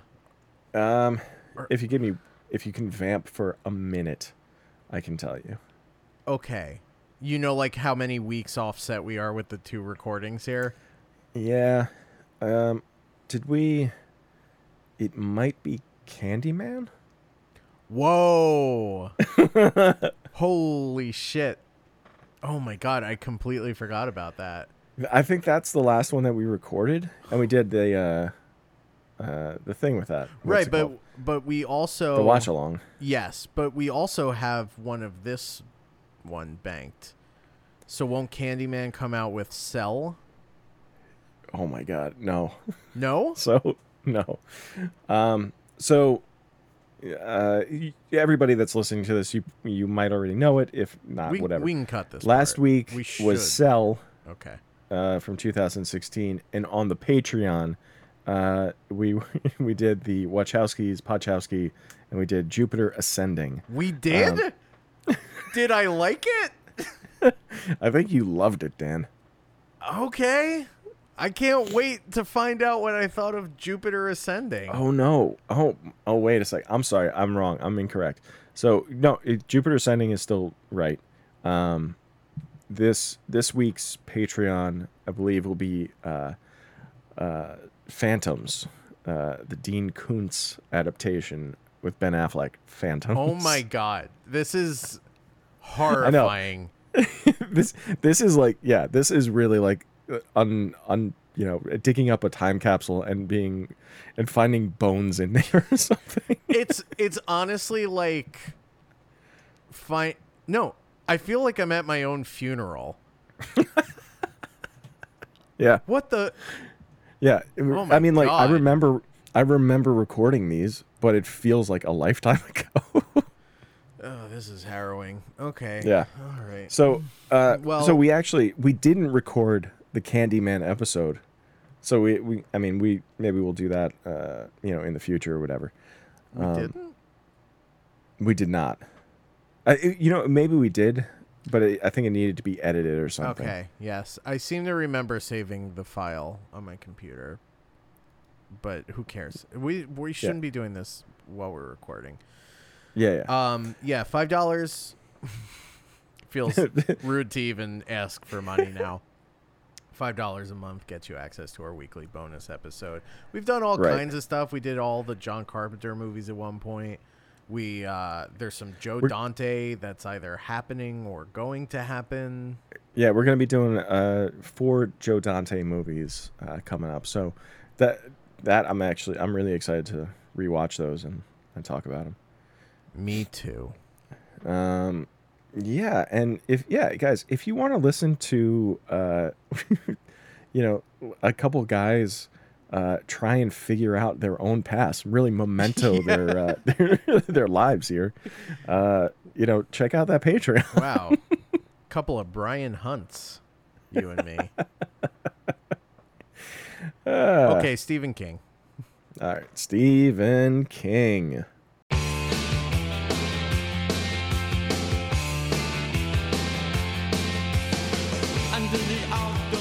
Speaker 3: Um,
Speaker 1: Or-
Speaker 3: if you give me, if you can vamp for a minute, I can tell you.
Speaker 1: okay. You know, like how many weeks offset we are with the two recordings here.
Speaker 3: Yeah. Um, did we? It might be Candyman.
Speaker 1: Whoa! Holy shit! Oh my god, I completely forgot about that.
Speaker 3: I think that's the last one that we recorded, and we did the uh, uh, the thing with that. What's
Speaker 1: right,
Speaker 3: it
Speaker 1: but oh.
Speaker 3: called?
Speaker 1: but we also
Speaker 3: the watch along.
Speaker 1: Yes, but we also have one of this one banked. So won't Candyman come out with Cell?
Speaker 3: Oh my god, no.
Speaker 1: No.
Speaker 3: So no. Um, so uh, y- everybody that's listening to this, you you might already know it. If not,
Speaker 1: we,
Speaker 3: whatever.
Speaker 1: we can cut this.
Speaker 3: Last
Speaker 1: part.
Speaker 3: week
Speaker 1: we should.
Speaker 3: was Cell
Speaker 1: Okay.
Speaker 3: uh, from 2016, and on the Patreon, uh, we we did the Wachowskis, Podchowski, and we did Jupiter Ascending.
Speaker 1: We did.
Speaker 3: Um,
Speaker 1: did I like it?
Speaker 3: I think you loved it, Dan.
Speaker 1: Okay. I can't wait to find out what I thought of Jupiter ascending.
Speaker 3: Oh no! Oh oh wait a sec. I'm sorry. I'm wrong. I'm incorrect. So no, it, Jupiter Ascending is still right. Um, this this week's Patreon, I believe, will be uh, uh, Phantoms, uh, the Dean Koontz adaptation with Ben Affleck. Phantoms.
Speaker 1: Oh my god. This is
Speaker 3: know.
Speaker 1: horrifying.
Speaker 3: this this is like yeah. This is really like uh, un un you know digging up a time capsule and being and finding bones in there or something.
Speaker 1: It's it's honestly like fine No, I feel like I'm at my own funeral.
Speaker 3: Yeah.
Speaker 1: What the
Speaker 3: Yeah, it-
Speaker 1: Oh my
Speaker 3: I mean, like
Speaker 1: God.
Speaker 3: I remember, I remember recording these, but it feels like a lifetime ago.
Speaker 1: Oh, this is harrowing. Okay.
Speaker 3: Yeah.
Speaker 1: All right.
Speaker 3: so, uh,
Speaker 1: Well-
Speaker 3: so we actually we didn't record the Candyman episode, so we, we I mean we maybe we'll do that, uh, you know, in the future or whatever.
Speaker 1: We
Speaker 3: Um,
Speaker 1: didn't?
Speaker 3: We did not. I, it- you know, maybe we did, but it, I think it needed to be edited or something.
Speaker 1: Okay. Yes. I seem to remember saving the file on my computer. But who cares? We we shouldn't be doing this while we're recording.
Speaker 3: Yeah, yeah.
Speaker 1: Um yeah, five dollars feels rude to even ask for money now. Five dollars a month gets you access to our weekly bonus episode. We've done all
Speaker 3: Right.
Speaker 1: kinds of stuff. We did all the John Carpenter movies at one point. We uh there's some Joe Dante that's either happening or going to happen.
Speaker 3: Yeah, we're gonna be doing uh four Joe Dante movies uh, coming up. So that that I'm actually I'm really excited to rewatch those and and talk about them.
Speaker 1: Me too.
Speaker 3: Um, yeah, and if yeah, guys, if you want to listen to uh, you know, a couple guys. Uh, try and figure out their own past. Really memento their, uh, their their lives here. Uh, you know, check out that Patreon.
Speaker 1: Wow. Couple of Brian Hunts, you and me. okay, Stephen King.
Speaker 3: All right, Stephen King.
Speaker 2: Underneath all the